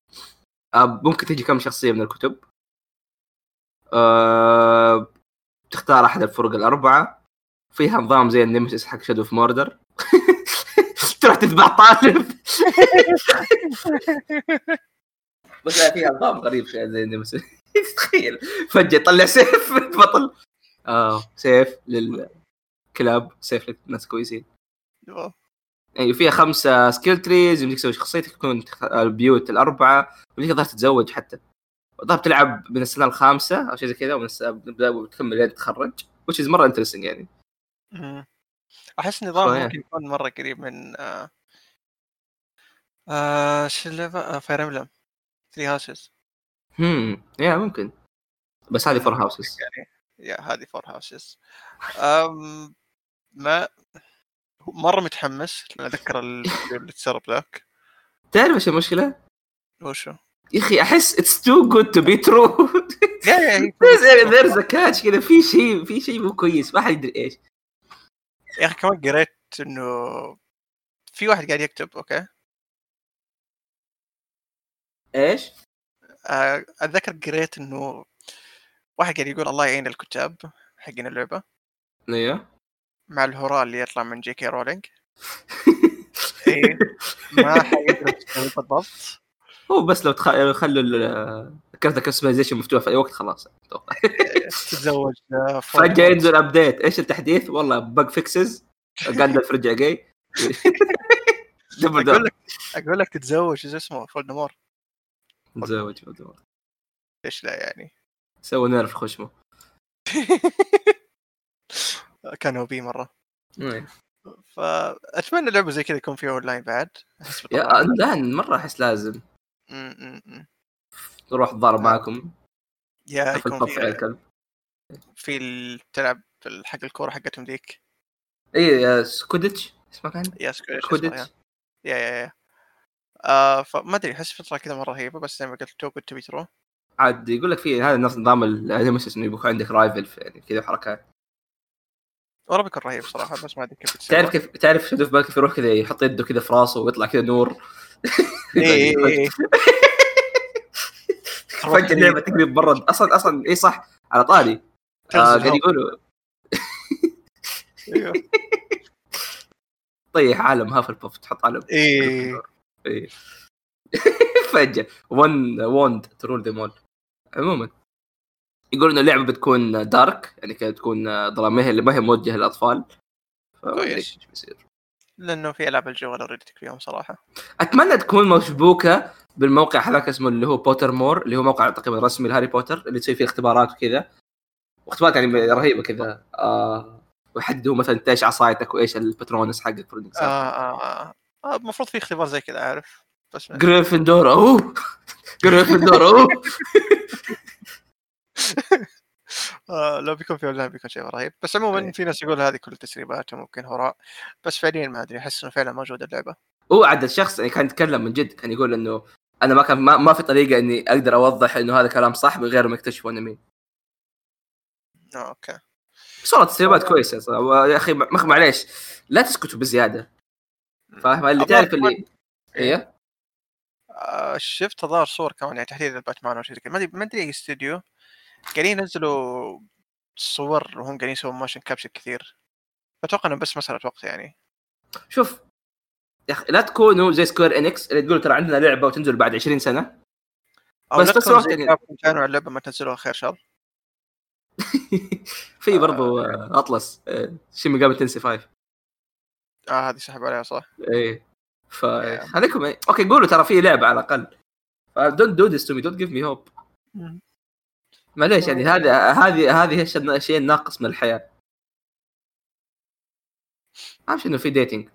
آه ممكن تجي كم شخصيه من الكتب آه تختار احد الفرق الاربعه فيها نظام زي النمسيس حق شادو في موردر تروح تتبع طالب بس لا فيها نظام غريب شيء زي النمسيس تخيل فجاه يطلع سيف بطل اه سيف للكلاب سيف للناس كويسين ايوه فيها خمسه سكيل تريز يمديك تسوي شخصيتك تكون البيوت الاربعه يمديك تقدر تتزوج حتى الظاهر تلعب من السنه الخامسه او شيء زي كذا ومن بتكمل لين تتخرج وش مره انترستنج يعني احس نظام ممكن يكون مره قريب من آه آه شو اللعبه فاير امبلم 3 هاوسز امم يا ممكن بس هذه فور هاوسز يعني يا هذه فور هاوسز ما مره متحمس لان اتذكر الفيديو اللي تسرب ذاك تعرف ايش المشكله؟ وشو؟ يا اخي احس اتس تو جود تو بي ترو ذيرز ا كاتش كذا في شيء في شيء مو كويس ما حد يدري ايش يا اخي كمان قريت انه في واحد قاعد يكتب اوكي ايش؟ آه، اتذكر قريت انه واحد قاعد يقول الله يعين الكتاب حقين اللعبه ايوه مع الهراء اللي يطلع من جي كي رولينج ايه ما حيدرس بالضبط هو بس لو تخ... لو خلوا كرت الكستمايزيشن مفتوح في اي وقت خلاص اتوقع تتزوج آه، فجاه ينزل ابديت ايش التحديث؟ والله بق فيكسز جاندلف رجع جاي دبل اقول لك اقول لك تتزوج شو اسمه فولدمور تزوج فولدمور ليش لا يعني؟ سوى نيرف خشمه كان او بي مره فاتمنى لعبه زي كذا يكون فيها اون لاين بعد يا الان مره احس لازم نروح تضارب معاكم يا يكون في في تلعب حق الكوره حقتهم ذيك اي سكودتش اسمها كان يا سكودتش إيه، يا يا يا آه فما ادري احس فتره كذا مره رهيبه بس زي ما قلت تو كنت تبي تروح عاد يقول لك في هذا نفس نظام النمسيس انه يبقى عندك رايفل يعني كذا حركات والله بيكون رهيب صراحه بس ما ادري كيف تعرف كيف تعرف شادو في بالك يروح كذا يحط يده كذا في راسه ويطلع كذا نور إيه، فجاه اللعبه تقلب برا اصلا اصلا اي صح على طاري قاعد آه يقولوا أيوه. طيح عالم هافل بوف تحط علم إيه. اي فجاه ون وند ترول ذيم اول عموما يقول انه اللعبه بتكون دارك يعني كذا تكون ظلاميه اللي ما هي موجهه للاطفال كويس بيصير لانه في العاب الجوال اوريدي تكفيهم صراحه آه، اتمنى تكون مشبوكه بالموقع هذاك اسمه اللي هو بوتر مور اللي هو موقع تقريبا رسمي لهاري بوتر اللي تسوي فيه اختبارات وكذا واختبارات يعني رهيبه كذا آه ويحددوا مثلا انت ايش عصايتك وايش الباترونس حقك آه, آه, آه, المفروض في اختبار زي كذا عارف بس جريفندور اوه جريفندور اوه آه لو بيكون في اونلاين بيكون شيء رهيب بس إيه. عموما في ناس يقول هذه كل تسريبات وممكن هراء بس فعليا ما ادري احس انه فعلا موجوده اللعبه هو عاد الشخص يعني كان يتكلم من جد كان يقول انه انا ما كان ما, ما في طريقه اني اقدر اوضح انه هذا كلام صح من غير ما يكتشفوا انا مين اوكي صارت تسريبات كويسه صراحة. يا اخي معليش لا تسكتوا بزياده فاهم اللي تعرف اللي ايه شفت ظهر صور كمان يعني تحديد الباتمان وشيء كذا ما ادري اي استوديو قاعدين ينزلوا صور وهم قاعدين يسوون موشن كابشر كثير اتوقع انه بس مساله وقت يعني شوف يا اخي لا تكونوا زي سكوير انكس اللي تقول ترى عندنا لعبه وتنزل بعد 20 سنه أو بس بس وقت يعني كانوا على اللعبه ما تنزلوها خير شر في برضو إيه، اطلس شيمي قابل تنسي فايف اه هذه سحب عليها صح؟ ايه فهذيكم اوكي يعني- قولوا ترى في لعبه على آه، الاقل دونت دو ذس تو مي دونت جيف مي هوب معليش يعني هذا هذه هذه هي الشيء الناقص من الحياه عارف انه في ديتنج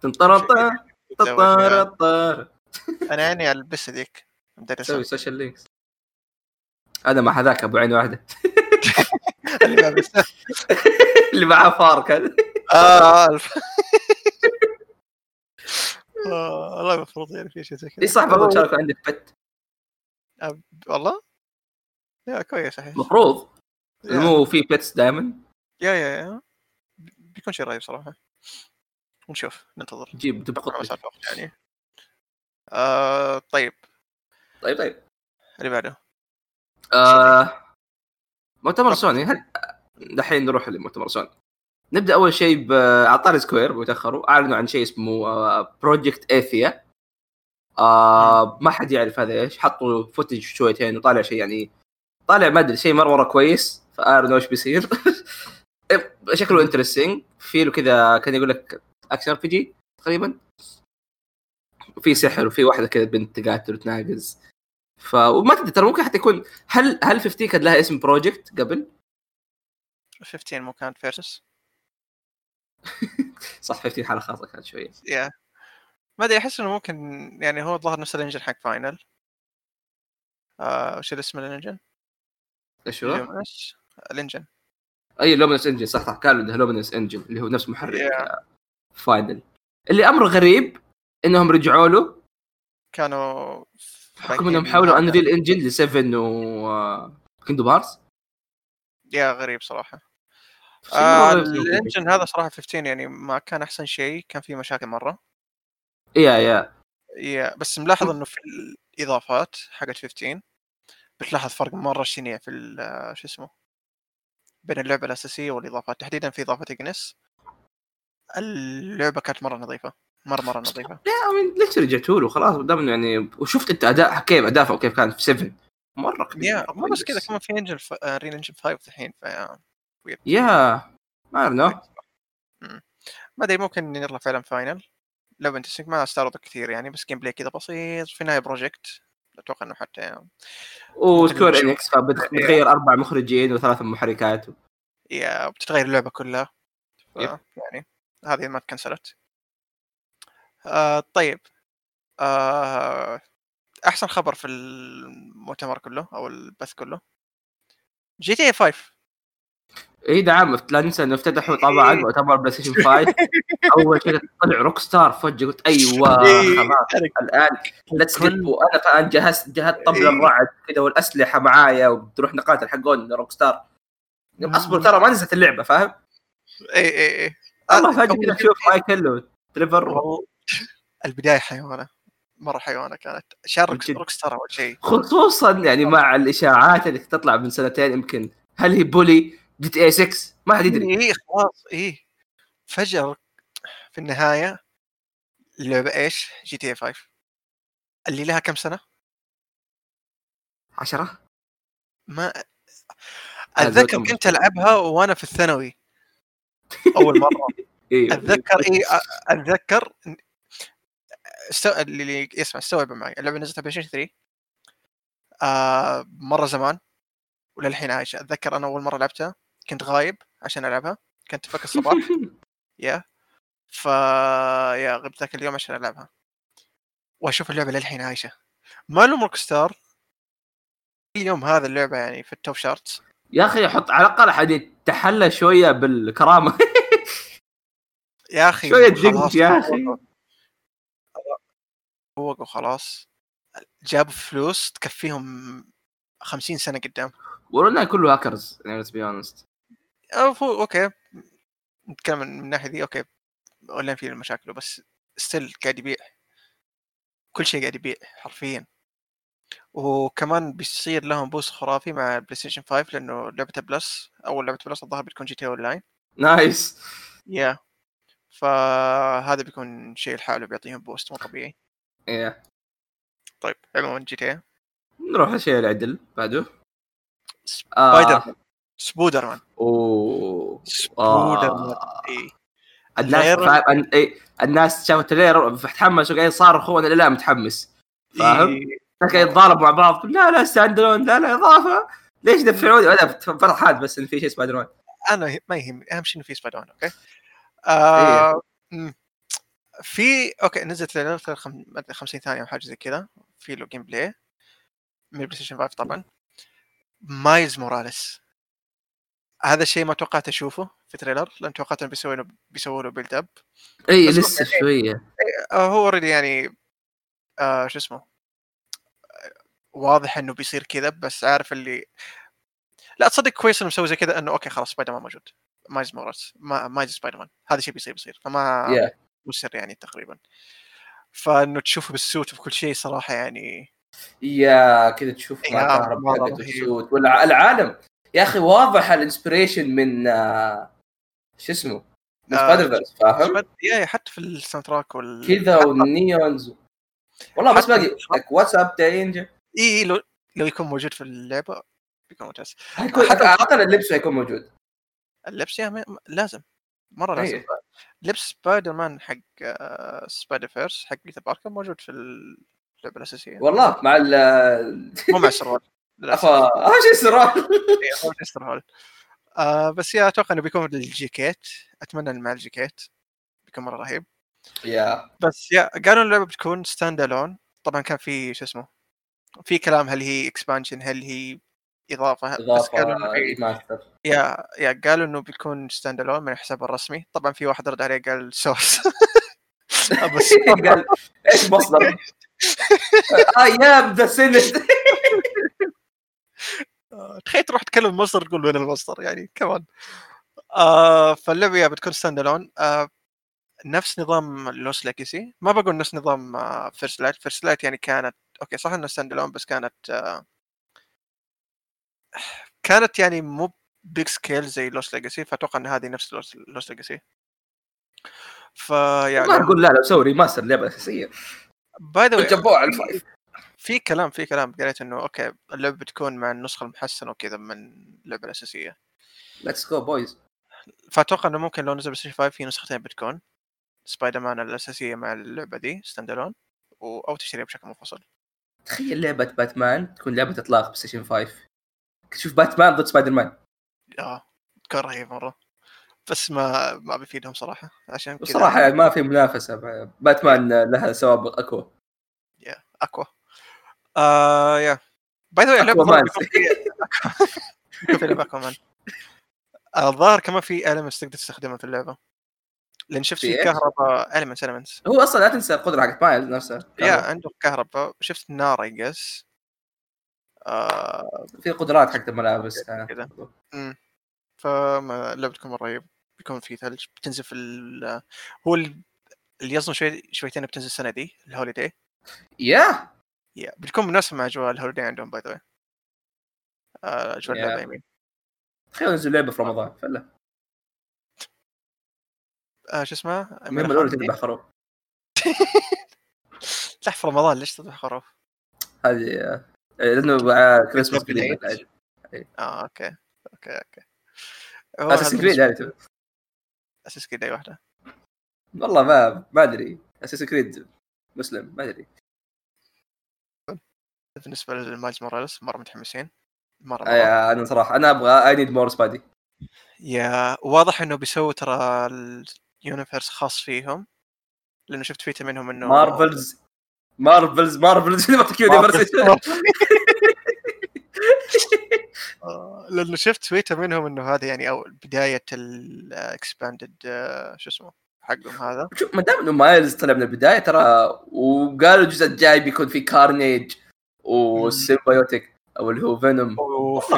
تنطرطر تنطرطر انا يعني البس ذيك سوي سوشيال لينكس انا مع هذاك ابو عين واحده اللي ما بيستاهل. اللي معاه فار كان آه، ألف. آه، والله المفروض يعني في شيء زي اي كذا صح برضه تشارك عندك بت والله يا كويس صحيح مفروض يا- مو في بيتس دائما يا يا يا بيكون شيء رهيب صراحه نشوف ننتظر جيب دب على مسار قطبي الوقت يعني آه طيب طيب طيب اللي بعده آه مؤتمر سوني هل دحين نروح لمؤتمر سوني نبدا اول شيء بعطار سكوير متاخروا اعلنوا عن شيء اسمه بروجكت ايثيا آه ما حد يعرف هذا ايش حطوا فوتج شويتين وطالع شيء يعني طالع ما ادري شيء مره مره كويس فاعلنوا ايش بيصير شكله انترستنج في له كذا كان يقول لك اكشن ار بي جي تقريبا وفي سحر وفي واحده كذا بنت تقاتل وتناقز ف وما تدري ترى ممكن حتى يكون هل هل 50 كان لها اسم بروجكت قبل 15 مو كانت فيرسس صح 50 حاله خاصه كانت شويه يا ما ادري احس انه ممكن يعني هو الظاهر نفس الانجن حق فاينل آه وش اسم الانجن؟ ايش هو؟ Luminous؟ الانجن اي لومينس انجن صح صح كان له لومينس انجن اللي هو نفس محرك Yeah. yeah. فاينل اللي امره غريب انهم رجعوا له كانوا حكم انهم حولوا انريل انجن ل 7 و كيندو بارس آه، يا غريب صراحه آه الانجن هذا صراحه 15 يعني ما كان احسن شيء كان فيه مشاكل مره يا يا يا إيه، بس ملاحظ انه في الاضافات حقت 15 بتلاحظ فرق مره شنيع في ال- شو اسمه بين اللعبه الاساسيه والاضافات تحديدا في اضافه اجنس اللعبه كانت مره نظيفه مره مره نظيفه لا من- ليش رجعتوا له خلاص دام إنه يعني وشفت انت اداء كيف اداءه كيف كان في 7 مره كبير يا مو بس كذا كمان في آه، انجن رين انجن 5 الحين ف آه، weird. إمم. يا ما اعرف ما ادري ممكن يطلع فعلا فاينل لو انت ما استعرض كثير يعني بس جيم بلاي كذا بسيط في نهايه بروجكت اتوقع انه حتى يعني وسكوير نشوف. انكس فبتغير اربع مخرجين وثلاث محركات يا بتتغير اللعبه كلها ف... يب. يعني هذه ما تكنسلت آه طيب آه احسن خبر في المؤتمر كله او البث كله جي تي إيه اي 5 اي نعم لا ننسى انه افتتحوا إيه. طبعا مؤتمر بلاي ستيشن 5 اول كذا طلع روك ستار فجاه قلت ايوه إيه. خلاص الان ليتس كل- وانا الان جهزت جهزت طبل إيه. الرعد كذا والاسلحه معايا وبتروح نقاتل حقون روك ستار اصبر ترى ما نزلت اللعبه فاهم؟ اي اي اي والله فجاه إيه، آه، أول كذا شيء- تشوف مايكل وتريفر والله البدايه حيوانه مره حيوانه كانت من شارك جد. روك ستار اول شيء خصوصا يعني مع الاشاعات اللي تطلع من سنتين يمكن هل هي بولي جي تي اي 6 ما حد يدري اي إيه، خلاص اي فجأة رك- في النهاية اللعبة ايش؟ جي تي اي 5 اللي لها كم سنة؟ 10 ما هذا اتذكر الأمر. كنت العبها وانا في الثانوي اول مرة ايوه اتذكر اي أ- اتذكر إن- استو... اللي اللي يسمع استوعب معي اللعبة نزلتها بلاي ستيشن 3 آه مرة زمان وللحين عايشة اتذكر انا اول مرة لعبتها كنت غايب عشان العبها كنت فك الصباح يا ف يا غبت ذاك اليوم عشان العبها واشوف اللعبه للحين عايشه ما لهم روك ستار اليوم هذا اللعبه يعني في التوب شارتس يا اخي حط على الاقل حد يتحلى شويه بالكرامه يا اخي شوية خلاص دقج يا روقوا. أخي. روقوا خلاص جابوا فلوس تكفيهم خمسين سنه قدام ورونا كله هاكرز يعني ليتس بي اونست أو فو- اوكي نتكلم من من الناحيه دي اوكي اونلاين فيه مشاكله بس ستيل قاعد يبيع كل شيء قاعد يبيع حرفيا وكمان بيصير لهم بوس خرافي مع بلاي ستيشن 5 لانه لعبه بلس اول لعبه بلس الظاهر بتكون جي تي اون لاين نايس يا فهذا بيكون شيء لحاله بيعطيهم بوست مو طبيعي إيه. طيب عموما جي تي نروح للشيء العدل بعده آه، سبايدر مان سبودر مان اوه سبودر مان آه. إيه. الناس غير- فا... أن... إيه. الناس شافت تريلر فتحمسوا قاعدين صارخوا انا لا متحمس فاهم؟ إيه. الناس قاعدين يتضاربوا مع بعض لا لا ستاند الون لا لا اضافه ليش دفعوني انا فرحان بس ان في شيء سبايدر مان انا ما يهم اهم شيء انه في سبايدر مان اوكي إيه. آه مم. في اوكي نزل تريلر في الخم... ما أدري 50 ثانيه او حاجه زي كذا في له جيم بلاي من بلاي ستيشن 5 طبعا مايلز موراليس هذا الشيء ما توقعت اشوفه في تريلر لان توقعت انه بيسوي له بيسوي له بيلد اب اي بس لسه ممكن- شويه آه، هو اوريدي يعني آه شو اسمه آه، واضح انه بيصير كذا بس عارف اللي لا تصدق كويس انه مسوي زي كذا انه اوكي خلاص سبايدر مان موجود مايز مورس ما مايز سبايدر مان هذا الشيء بيصير بيصير فما Yeah. مو سر يعني تقريبا فانه تشوفه بالسوت وبكل شيء صراحه يعني يا كذا تشوف يا ما تعرف إيه، مرة حقت رهيب. السود ولا العالم يا اخي واضح الانسبريشن من آه، شو اسمه من آه، سبايدر فيرس فاهم يا يا حتى في الساوند تراك وال كذا والنيونز والله بس باقي واتساب دينجر اي إي، إيه، لو لو يكون موجود في اللعبه بيكون ممتاز حيكون حتى- على الاقل اللبس حيكون موجود اللبس يا م... لازم مره لازم إيه. لبس سبايدر مان حق آه، سبايدر فيرس حق بيتر باركر موجود في اللعبه الاساسيه والله مع ال مو مع سروال افا اه شو السراب إيه، مو مع سروال آه بس يا اتوقع انه بيكون الجيكيت اتمنى انه مع الجيكيت بيكون مره رهيب يا بس يا قالوا اللعبه بتكون ستاند الون طبعا كان في شو اسمه في كلام هل هي اكسبانشن هل هي اضافه بس قالوا اضافه انه هي- ريماستر يا يا قالوا انه بيكون ستاند الون من حسابه الرسمي طبعا في واحد رد عليه قال سورس بس قال ايش مصدر؟ اي ام ذا سينت تخيل تروح تكلم مصدر تقول وين المصدر يعني كمان آه فاللعبه يا بتكون ستاند الون آه نفس نظام لوس ليجاسي ما بقول نفس نظام آه فيرست لايت فيرست لايت يعني كانت اوكي صح انها ستاند الون بس كانت آه كانت يعني مو بيج سكيل زي لوس ليجاسي فاتوقع ان هذه نفس لوس لوس ليجاسي ما فيعني اقول لا لا سوي ريماستر لعبه اساسيه باي ذا جابوه على الفايف في كلام في كلام قريت انه اوكي اللعبه بتكون مع النسخه المحسنه وكذا من اللعبه الاساسيه ليتس جو بويز فاتوقع انه ممكن لو نزل بلاي 5 في نسختين بتكون سبايدر مان الاساسيه مع اللعبه دي ستاند الون و... او تشتريها بشكل منفصل تخيل لعبه باتمان تكون لعبه اطلاق بلايستيشن 5 تشوف باتمان ضد سبايدر مان اه كان رهيب مره بس ما ما بيفيدهم صراحه عشان كذا بصراحه يعني ما في منافسه باتمان لها سوابق اقوى اقوى آه يا باي ذا أقوى مان. في لعبه كمان آه، الظاهر كمان في المنتس تقدر تستخدمها في اللعبه لان شفت في في إيش؟ كهرباء المنتس المنتس هو اصلا لا تنسى القدره حقت مايلز نفسها يا عنده كهرباء شفت نار يقص آه في قدرات حقت الملابس كذا. فما لعبتكم مرة رهيب بيكون في ثلج بتنزل في ال... هو ال- اللي يظن شوي شويتين بتنزل السنه دي الهوليداي يا يا بتكون مناسبه مع اجواء الهوليداي عندهم باي ذا اجواء Yeah. اللعبه يمين تخيل ننزل لعبه في رمضان فلا آه شو اسمه المهم الاولى تذبح خروف لا في رمضان ليش تذبح خروف؟ هذه آه، لانه آه، كريسماس قبل قريب العيد. إيه. اه اوكي اوكي اوكي اساس كريد يعني اساس كريد اي واحده والله ما ما ادري اساس كريد مسلم ما ادري بالنسبه لمايلز موراليس مره متحمسين مره, مرة. آه، انا صراحه انا ابغى اي نيد مور سبايدي يا واضح انه بيسووا ترى اليونيفرس خاص فيهم لانه شفت تويتر منهم انه مارفلز مارفلز مارفلز سينماتيك يونيفرس مارفلز. آه، لانه شفت تويتر منهم انه هذا يعني او بدايه الاكسباندد آه، شو اسمه حقهم هذا شوف ما دام انه مايلز طلع من البدايه ترى وقالوا الجزء الجاي بيكون في كارنيج والسيمبيوتيك او اللي هو فينوم وفي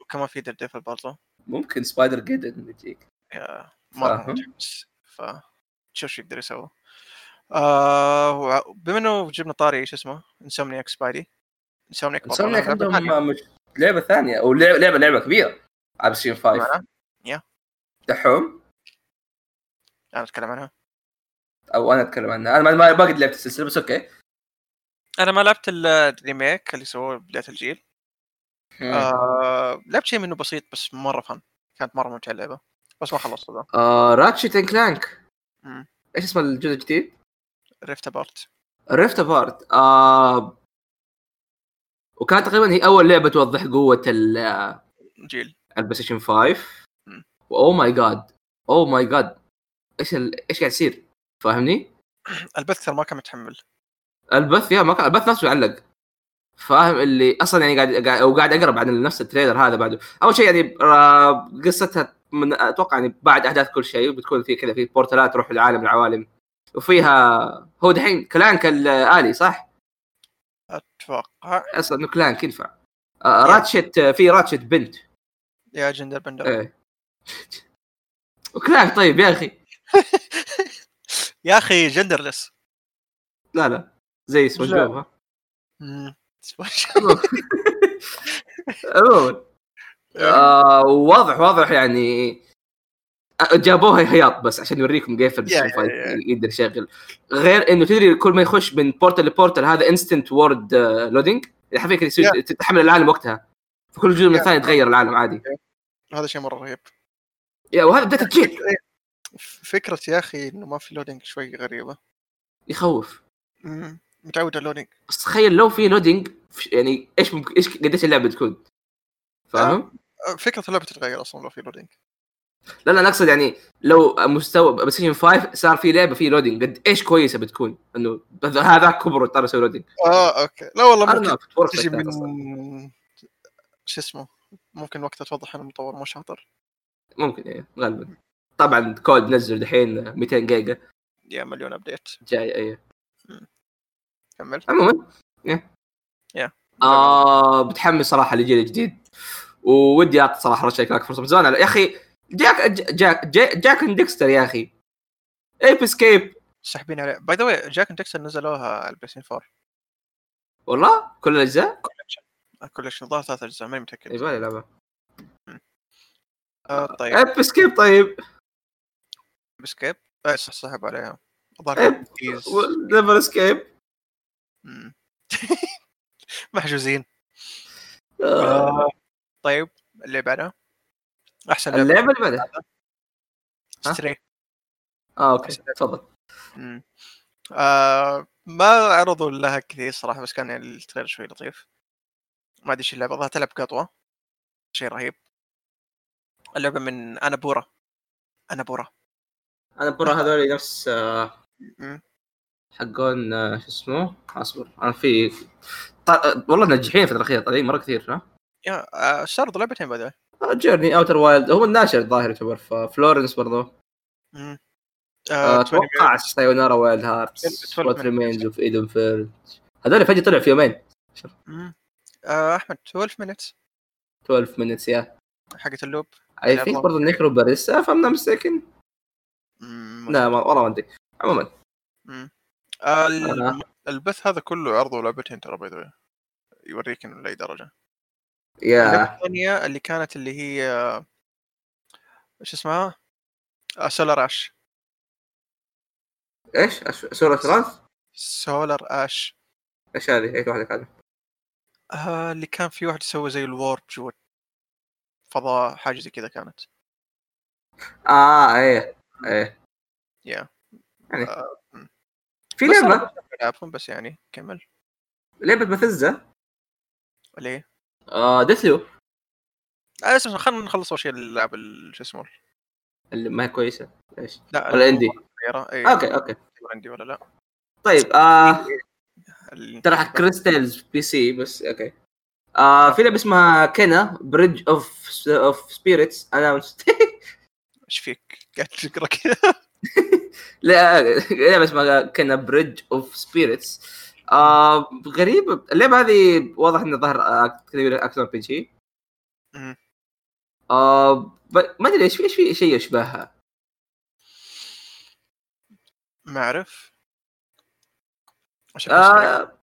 وكمان في دير ديفل برضه ممكن سبايدر جيدن يجيك يا، مره فاهم. متحمس ف شوف شو يقدر يسوي آه وع- بما انه جبنا طاري شو اسمه انسومنياك سبايدي انسومنياك سونيك عندهم مش لعبه ثانيه او لعبه لعبه, لعبة كبيره على بلاي 5 دحوم انا اتكلم عنها او انا اتكلم عنها انا ما- ما ما قد لعبت السلسله بس اوكي انا ما لعبت ال- الريميك اللي سووه بدايه الجيل آه لعبت شيء منه بسيط بس مره فن كانت مره ممتعه اللعبه بس ما خلصت ذا آه راتشيت اند كلانك مم. ايش اسمه الجزء الجديد؟ ريفت ابارت ريفت ابارت آه وكانت تقريبا هي اول لعبه توضح قوه ال جيل البلايستيشن 5 مم. واو ماي جاد او ماي جاد ايش ال... ايش قاعد يصير فاهمني؟ البث ترى ما كان متحمل البث يا ما كان البث نفسه يعلق فاهم اللي اصلا يعني قاعد قاعد وقاعد اقرا بعد نفس التريلر هذا بعده اول شيء يعني آه، قصتها من اتوقع يعني بعد احداث كل شيء بتكون في كذا في بورتالات تروح لعالم العوالم وفيها هو دحين كلانك الالي صح؟ اتوقع اصلا انه كلانك ينفع آه، راتشت في راتشت بنت يا جندر بندر ايه وكلانك طيب يا اخي يا اخي جندرلس لا لا زي سبونج لا. بوب ها؟ مم. عموما آه، واضح واضح يعني آه، جابوها هياط بس عشان يوريكم كيف البلاي ستيشن يا- 5 يقدر يشغل غير انه تدري كل ما يخش من بورتال لبورتال هذا آه، انستنت وورد لودينج حرفيا كده يصير تتحمل العالم وقتها فكل جزء من يا. الثاني يتغير العالم عادي هذا شيء مره رهيب يا وهذا بدايه الجيل فكرة يا اخي انه ما في لودينج شوي غريبة يخوف مم. متعود على اللودينج بس تخيل لو في لودينج يعني ايش ممكن ايش قديش اللعبه تكون فاهم؟ أه، فكرة اللعبة تتغير اصلا لو في لودينج لا لا انا اقصد يعني لو مستوى بلاي ستيشن 5 صار في لعبه في لودينج قد ايش كويسه بتكون انه بذ- هذاك كبر وطار يسوي لودينج اه اوكي لا والله ممكن ارنب تورك تجي من أصلاً. شو اسمه ممكن وقتها توضح ان المطور مو شاطر ممكن ايه غالبا طبعا كود نزل دحين 200 جيجا يا مليون ابديت جاي ايه كمل عموما إيه. يا. آه بتحمس صراحه للجيل الجديد وودي اعطي صراحه رشا كلاك فرصه من زمان يا اخي جاك جاك جاك, جاك إن ديكستر يا اخي ايب سكيب ساحبين عليه باي ذا واي جاك اند ديكسون نزلوها على البلاي ستيشن 4 والله كل إيه، الاجزاء كل شيء الظاهر ثلاث اجزاء ماني متاكد يبغى لي لعبه آه طيب ايب سكيب طيب بسكيب آه صح سحب عليها الظاهر إيه. كان تيز. نيفر اسكيب مم. محجوزين آه، طيب اللي بعدها احسن اللعبه اللي بعدها ها؟ ستري اه اوكي تفضل مم. آه ما عرضوا لها كثير صراحه بس كان يعني التريلر شوي لطيف ما ادري ايش اللعبه ظهرت تلعب قطوه شيء رهيب اللعبه من انابورا انابورا انا برا هذول نفس آه، مم. حقون آه، شو اسمه اصبر انا في ط- آه، والله ناجحين الفتره الاخيره طالعين مره كثير ها آه، يا آه استعرضوا لعبتين بعد جيرني اوتر وايلد هم الناشر الظاهر يعتبر فلورنس برضو آه آه، 20 اتوقع سايونارا وايلد هارتس 12 وات من- ريمينز اوف ايدن فيرد هذول فجاه طلعوا في يومين مم. آه احمد 12 مينتس 12 مينتس يا حقت اللوب اي ثينك برضه نيكرو باريسا فامنا مستيكن مم. لا ما- والله ما ادري عموما آه أنا- ال- البث هذا كله عرضوا لعبتين ترى باي ذا واي. يوريك انه لاي درجه اللعبه يا الثانيه اللي كانت اللي هي آه، ايش اسمها؟ آه، سولار اش ايش أش- سوره راس سولار اش ايش هذه؟ ايش واحده كذا آه، اللي كان في واحد يسوي زي الورب جوا فضاء حاجه زي كذا كانت اه ايه ايه يا يعني. آه، في بس لعبه أنا العبهم بس يعني كمل لعبه بثزة ليه؟ آه ديث لوب آه اسمع خلينا نخلص اول شيء الالعاب ال- شو اسمه اللي ما هي كويسه ايش لا ولا عندي الصغيرة. إيه، اوكي اوكي عندي ولا لا طيب آه ال- ترى حق كريستالز بي سي بس اوكي آه في لعبه اسمها كنا بريدج اوف اوف سبيريتس اناونس ايش فيك؟ قاعد تقرا كذا لا لعبه اسمها كنا بريدج اوف سبيريتس آه غريب اللعبه هذه واضح انه ظهر آه، تقريبا اكشن بي جي مم. آه ب- ما ادري ايش في ايش في شيء يشبهها ما اعرف عشان أسرع. آه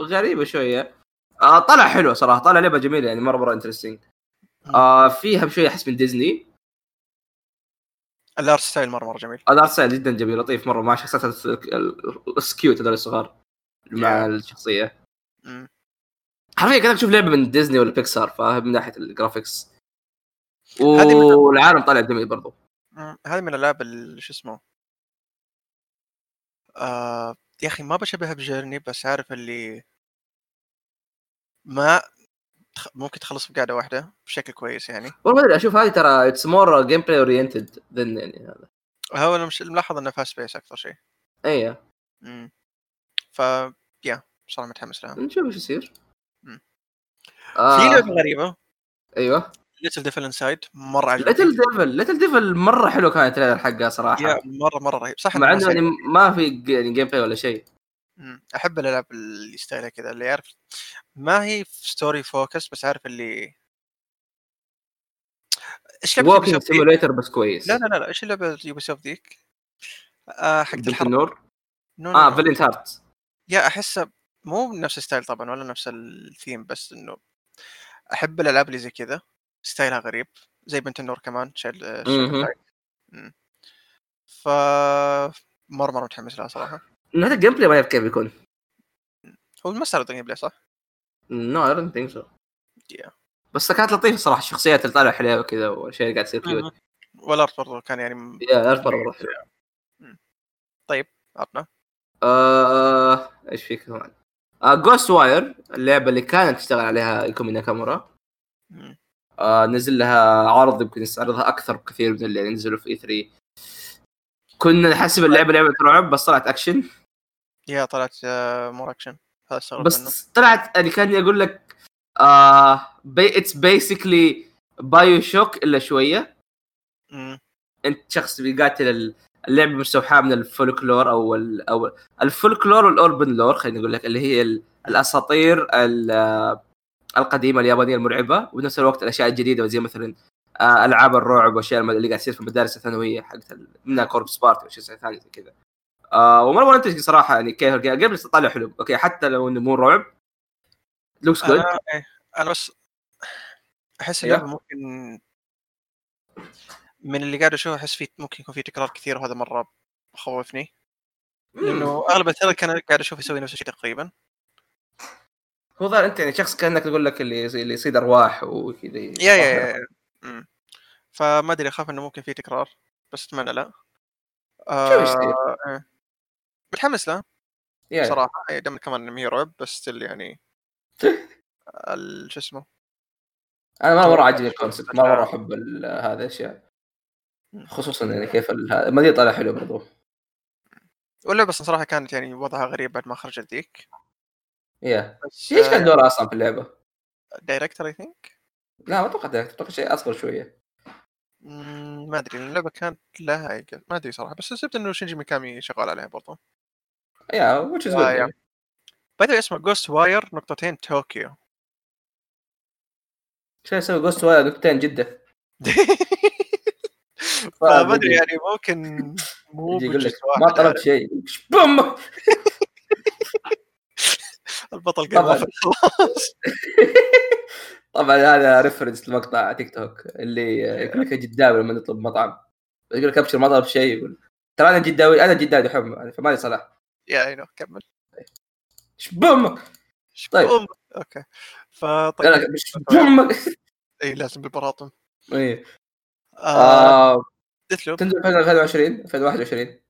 غريبه شويه آه طلع حلو صراحه طلع لعبه جميله يعني مره مره انترستنج آه فيها شويه احس من ديزني الارت ستايل مره مره جميل الارت ستايل جدا جميل لطيف مره مع شخصيات ال- ال- السكيوت هذول الصغار مع Yeah. الشخصيه مم. حرفيا كانك تشوف لعبه من ديزني ولا بيكسار فاهم من ناحيه الجرافيكس هذه من- والعالم طالع جميل برضو مم. هذه من الالعاب ال- شو اسمه آه يا اخي ما بشبهها بجيرني بس عارف اللي ما تخ- ممكن تخلص بقعده واحده بشكل كويس يعني والله ما ادري اشوف هذه ترى اتس مور جيم بلاي اورينتد ذن يعني هذا هو انا مش ملاحظ انه فاست بيس اكثر شيء ايه مم. ف يا صراحه متحمس لها نشوف ايش يصير في آه لعبه غريبه ايوه ليتل ديفل انسايد مره عجبتني ليتل ديفل ليتل ديفل مره حلو كان التريلر حقها صراحه يا مره مره رهيب صح مع انه إنه يعني ما في ج- يعني جيم بلاي ولا شيء مم. احب الالعاب اللي ستايلها كذا اللي يعرف ما هي ستوري فوكس بس عارف اللي ايش لعبه ووكينج Ubisoft ذيك؟ سيموليتر بس كويس لا لا لا لا ايش لعبه يوبي سوفت ذيك؟ آه حقت بنت الحرب النور نو نو اه نو. فالنت هارت يا احسه مو نفس الستايل طبعا ولا نفس الثيم بس انه احب الالعاب اللي زي كذا ستايلها غريب زي بنت النور كمان آه، شال مهم. ف مره مره متحمس لها صراحه حتى الجيم بلاي ما يعرف كيف بيكون هو المسار الدنيا بلاي صح؟ نو اي دونت ثينك سو Yeah. بس كانت لطيفه صراحه الشخصيات اللي طالعه حلوه وكذا والاشياء اللي قاعد تصير كيوت والارت برضه كان يعني م- يا عارف مره مره حلوة. عطنا آه، ايش في كمان؟ جوست واير اللعبه اللي كانت تشتغل عليها ايكومي ناكامورا مم. آه، نزل لها عرض يمكن عرضها اكثر بكثير من اللي نزلوا في اي 3 كنا نحسب اللعبه لعبه رعب بس طلعت اكشن يا طلعت آه، مور اكشن هذا استغرب منه بس طلعت يعني كان اقول لك آه بي اتس بيسكلي بايو شوك الا شويه مم. انت شخص بيقاتل ال- اللعبه مستوحاه من الفولكلور او ال او الفولكلور والاوربن لور خلينا نقول لك اللي هي ال- الاساطير ال- آه، القديمه اليابانيه المرعبه وبنفس الوقت الاشياء الجديده زي مثلا آه، العاب الرعب والاشياء الم- اللي قاعد تصير في المدارس الثانويه حقت ال- منها كوربس بارتي واشياء ثانيه زي كذا آه ومره مره انتج صراحه يعني كيف قبل طالع حلو اوكي حتى لو انه مو رعب لوكس جود انا إيه، انا بس احس أيوة. اللعبه ممكن من اللي قاعد اشوفه احس فيه ممكن يكون في تكرار كثير وهذا مره خوفني لانه اغلب الترى كان قاعد اشوف يسوي نفس الشيء تقريبا هو ظاهر انت يعني شخص كانك تقول لك اللي اللي يصيد ارواح وكذا يا يا يا يا. مم. فما ادري اخاف انه ممكن في تكرار بس اتمنى لا شو يصير؟ آه إيه. متحمس له يا يا. صراحه إيه، دام كمان إنه هي رعب بس still يعني ال- شو اسمه انا ما مره عاجبني الكونسبت ما مره احب ال- هذا الاشياء خصوصا يعني كيف ال- هذا ما ادري طالع حلو برضو واللعبه أصلاً صراحه كانت يعني وضعها غريب بعد ما خرجت ذيك يا بس آه، ايش كان دوره اصلا في اللعبه؟ دايركتور اي ثينك لا ما اتوقع ذاك اتوقع شيء اصغر شويه ما ادري اللعبه كانت لها هيكل. ما ادري صراحه بس سبت انه شينجي ميكامي شغال عليها برضه يا وتش از آه، يا. جود باي ذا اسمه جوست واير نقطتين طوكيو شو يسوي جوست واير نقطتين جده فما ادري يعني ممكن مو يجي يقول لك بجزء ما واحد طلبت شيء بوم البطل طبعاً. قال خلاص طبعا هذا ريفرنس لمقطع تيك توك اللي يقول لك يا جداوي لما نطلب مطعم يقول لك ابشر ما طلب شيء يقول ترى انا جداوي انا جداوي حمى فمالي صلاح يا اينو كمل ايش بامك؟ طيب. أم. اوكي قال فطيب لك ايش بامك؟ اي لازم بالبراطم إيه. آه آه، ديث لوب تنزل في 2020 2021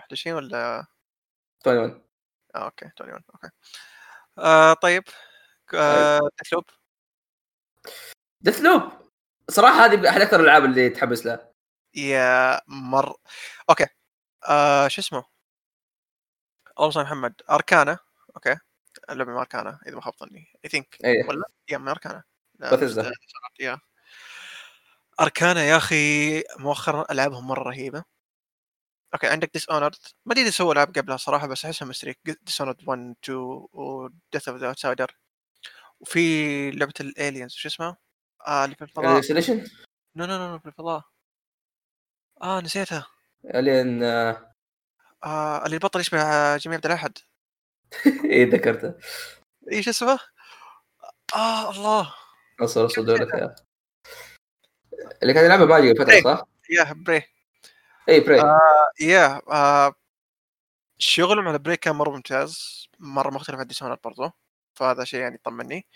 21 ولا 21 آه اوكي 21 اوكي آه طيب آه ديث لوب ديث لوب صراحه هذه احد اكثر الالعاب اللي تحبس لها يا مر اوكي آه شو اسمه اللهم صل على محمد اركانا اوكي اللعبه من اركانا اذا ما خاب ظني اي ثينك ايه ولا يا من اركانا لا، Bethesda. مش- يا اركانا يا اخي مؤخرا العابهم مره رهيبه اوكي عندك ديس اونرد ما ادري اذا سووا العاب قبلها صراحه بس احسها مستريك ديس اونرد 1 2 وديث اوف ذا اوتسايدر وفي لعبه الالينز شو اسمها؟ آه اللي في الفضاء سيليشن نو نو نو نو، في الفضاء اه نسيتها لين آه، آه اللي البطل يشبه آه، جميع عبد الاحد ايه ذكرته ايش اسمه؟ اه الله نصر صدورك يا أخي. اللي كان يلعبها ماجي الفتره إيه. صح؟ إيه، يا بري اي بري يا آه شغلهم على بريك كان مره ممتاز مره مختلف عن ديسونر برضو فهذا شيء يعني يطمني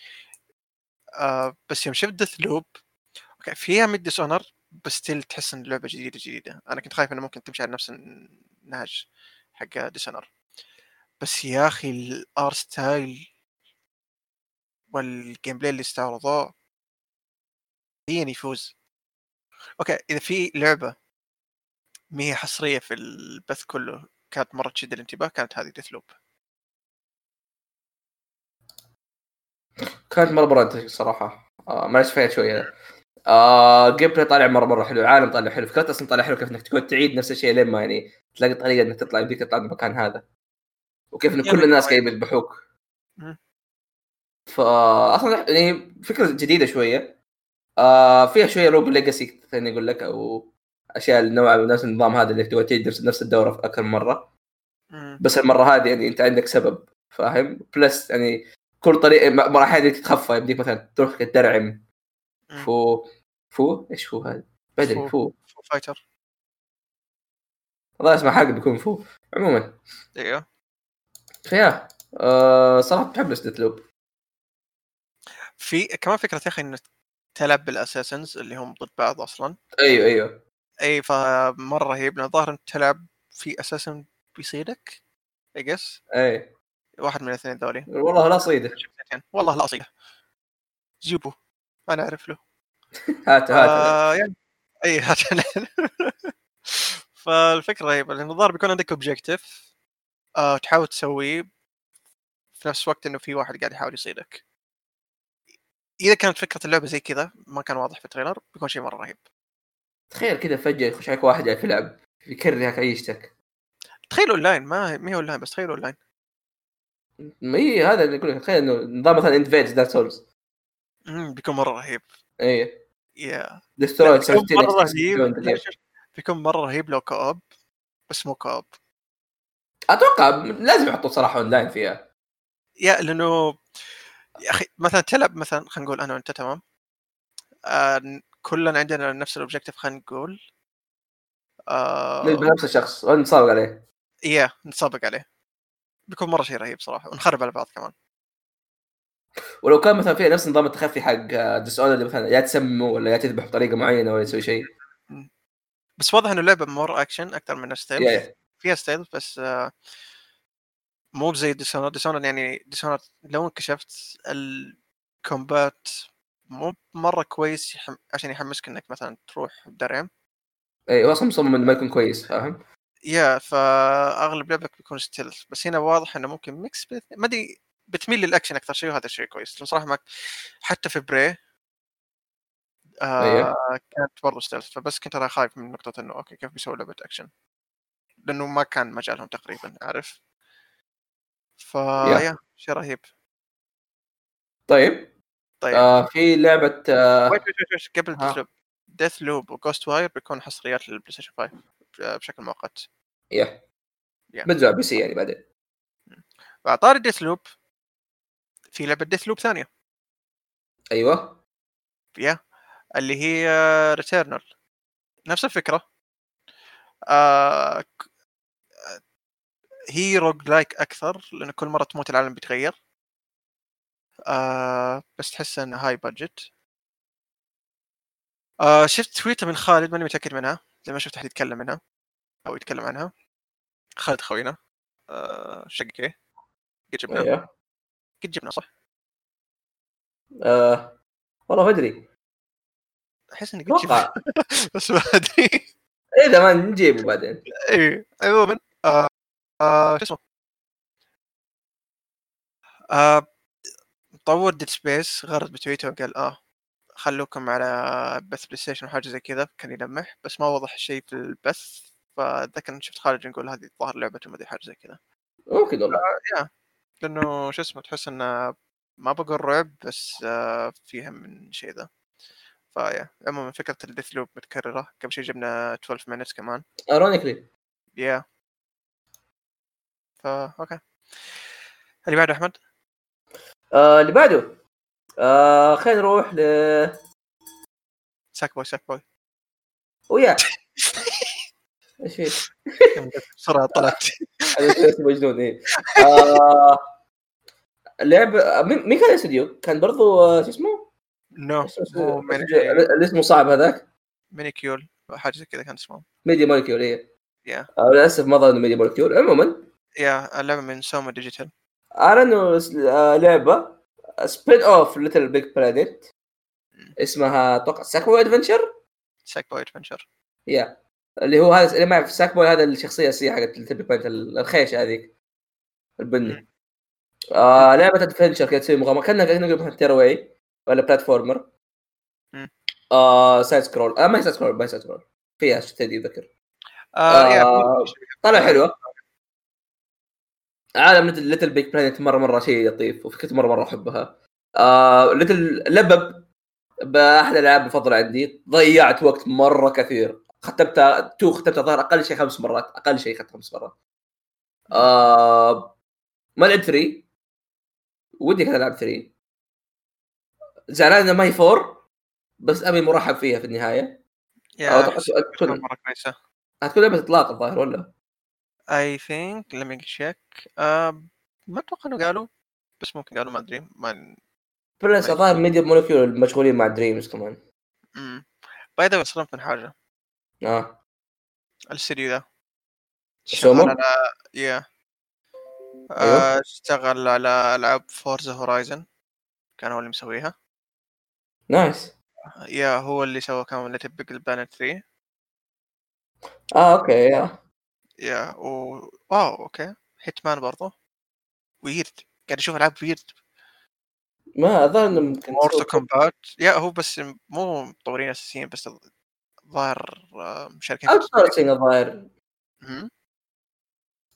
آه بس يوم شفت ديث لوب اوكي فيها ميد ديسونر بس تل تحس ان اللعبه جديده جديده انا كنت خايف انه ممكن تمشي على نفس النهج حق ديسونر بس يا اخي الار ستايل والجيم بلاي اللي استعرضوه فين يفوز اوكي اذا في لعبه ما هي حصريه في البث كله كانت مره تشد الانتباه كانت هذه ديث لوب كانت مره مره انتشر صراحه آه ما فيها شويه آه جيم بلاي طالع مره مره حلو عالم طالع حلو فكرة اصلا طالع حلو كيف انك تكون تعيد نفس الشيء لين ما يعني تلاقي طريقه انك تطلع يمديك تطلع من المكان هذا وكيف ان كل يعني الناس قاعدين يذبحوك مم. فاصلا يعني فكره جديده شويه آه فيها شويه روب ليجاسي خليني اقول لك او اشياء نوع من نفس النظام هذا اللي تبغى تعيد نفس- نفس الدوره في اكثر من مره مم. بس المره هذه يعني انت عندك سبب فاهم بلس يعني كل طريقه م- مراحل اللي تتخفى يمديك مثلا تروح تدرعم مم. فو فو ايش فو هذا؟ بدري فو. فو فو فايتر الله يسمع حق بيكون فو عموما ايوه فيا آه صراحه متحمس ديت لوب في كمان فكره يا اخي انه تلعب بالاساسنز اللي هم ضد بعض اصلا ايوه ايوه اي فمره رهيب لان الظاهر انت تلعب في اساسن بيصيدك اي جس اي واحد من الاثنين ذولي والله لا صيده شخصيتين. والله لا اصيله جيبوه انا اعرف له هاته هاته آه، يعني اي عشان فالفكره رهيبه لان الظاهر بيكون عندك اوبجيكتيف آه، تحاول تسويه في نفس الوقت انه في واحد قاعد يحاول يصيدك اذا كانت فكره اللعبه زي كذا ما كان واضح في التريلر بيكون شيء مره رهيب تخيل كذا فجاه يخش عليك واحد يعرف يلعب يكرهك عيشتك تخيل اونلاين ما ما هي اونلاين بس تخيل اونلاين ما هي هذا اللي يقول لك تخيل انه نظام مثلا انفيدز دارك سولز مم، بيكون مره رهيب اي يا دستروي بيكون مره رهيب لا، شوف، بيكون مره رهيب لو كوب بس مو كوب اتوقع لازم يحطوا صراحه اونلاين فيها يا لانه يا اخي مثلا تلعب مثلا خلينا نقول انا وانت تمام آه ن- كلنا عندنا نفس الاوبجيكتيف خلينا نقول آه بنفس الشخص نصابق عليه يا نتسابق عليه بيكون مره شيء رهيب صراحه ونخرب على بعض كمان ولو كان مثلا فيها نفس نظام التخفي حق ديس اونر اللي مثلا يا تسمه ولا يا تذبح بطريقه معينه ولا تسوي شيء بس واضح انه اللعبه مور اكشن اكثر من ستيلز يا- يا. فيها ستيلز بس آه مو زي ديسونر ديسونر يعني ديسونر لو انكشفت الكومبات مو مره كويس يحم... عشان يحمسك انك مثلا تروح درعم اي إيه، هو اصلا مصمم انه ما يكون كويس فاهم؟ يا فاغلب لعبك بيكون ستيلز بس هنا واضح انه ممكن ميكس بيث... ما ادري بتميل للاكشن اكثر شيء وهذا شيء كويس لأن صراحه معك حتى في بري آه أيوه. كانت برضه ستيلز فبس كنت انا خايف من نقطه انه اوكي كيف بيسوي لعبه اكشن لانه ما كان مجالهم تقريبا عارف ف يا. يا شيء رهيب طيب طيب آه. آه في لعبه آه ويت ويت ويت- ويت قبل ها. ديث لوب ديث لوب وجوست واير بيكون حصريات للبلاي ستيشن 5 آه، بشكل مؤقت يا يا. بتزعل بي سي يعني بعدين فطار ديث لوب في لعبه ديث لوب ثانيه ايوه يا اللي هي ريتيرنال نفس الفكره آه ك- آه، هي روج لايك اكثر لان كل مره تموت العالم بيتغير آه بس تحس انها هاي بادجت آه شفت تويته من خالد ماني متاكد منها لما شفت احد يتكلم منها او يتكلم عنها خالد خوينا آه شقي قد جبنا ايوه قد جبنا صح؟ آه والله ما ادري احس اني قد جبنا اتوقع بس ما ادري اذا إيه، ما نجيبه بعدين ايه عموما آه، آه، شو اسمه آه، مطور ديد سبيس غرد بتويتر وقال اه خلوكم على بث بلاي ستيشن وحاجه زي كذا كان يلمح بس ما وضح شيء في البث فذكر إن شفت خالد نقول هذه الظاهر لعبته ما ادري حاجه زي كذا ممكن والله لانه شو اسمه تحس انه ما بقول رعب بس آه، فيها من شيء ذا فيا عموما فكره الديث لوب متكرره قبل شيء جبنا 12 مينتس كمان ايرونيكلي يا فا اوكي اللي بعده احمد آه اللي بعده آه خلينا نروح ل ساك بوي ساك بوي ويا ايش فيه؟ بسرعه طلعت انا شفت مجنون ايه آه، لعبة مين مين كان الاستوديو؟ كان برضو آه، شو اسمه؟ نو مو اسمه- اللي اسمه صعب هذاك مينيكيول حاجه زي كذا كان اسمه ميديا مولكيول ايه Yeah. آه، للاسف ما ظهر إنه ميديا مولكيول عموما يا اللعبه من سوما ديجيتال اعلنوا س- آه، لعبة سبين اوف ليتل بيج بلانيت اسمها اتوقع ساك بوي ادفنشر ساك بوي ادفنشر يا اللي هو هذا اللي ما يعرف ساك بوي هذا الشخصية الأساسية حقت ليتل بيج بلانيت الخيشة هذيك البني آه لعبه ادفنشر كذا تسوي مغامره كانها كانها نقول مثلا تير واي ولا بلاتفورمر مم. آه سايد سكرول آه ما هي سايد سكرول ما هي سايد سكرول فيها تدي ذكر آه، يا، آه، طلع حلوه عالم ليتل بيج بلانيت مره مره شيء لطيف وفكرته مره مره احبها آه ليتل لبب باحد الالعاب المفضله عندي ضيعت وقت مره كثير ختمتها تو ختمتها ظهر اقل شيء خمس مرات اقل شيء ختمت خمس مرات آه ما لعبت 3 ودي كان العب 3 زعلان انها ما هي 4 بس ابي مرحب فيها في النهايه يا، آه، تكون- مره كويسه هتكون لعبه اطلاق الظاهر ولا اي ثينك لما تشيك Um، ما اتوقع انه قالوا بس ممكن قالوا ما ادري ما بلس الظاهر ميديا مولكيول مشغولين مع دريمز كمان mm. باي ذا صرمت من حاجه اه الاستديو ذا سومو؟ شغال على يا أيوه. آه، اشتغل على العاب فورزا هورايزن كان هو اللي مسويها نايس يا هو اللي سوى كمان ليتل بيج بلانت 3 اه اوكي يا يا و واو اوكي هيتمان برضه ويرد قاعد اشوف العاب ويرد ما الظاهر انه ممكن مورتو كومبات يا هو بس مو مطورين اساسيين بس ظاهر آه، شركه اوت سورسنج الظاهر مم.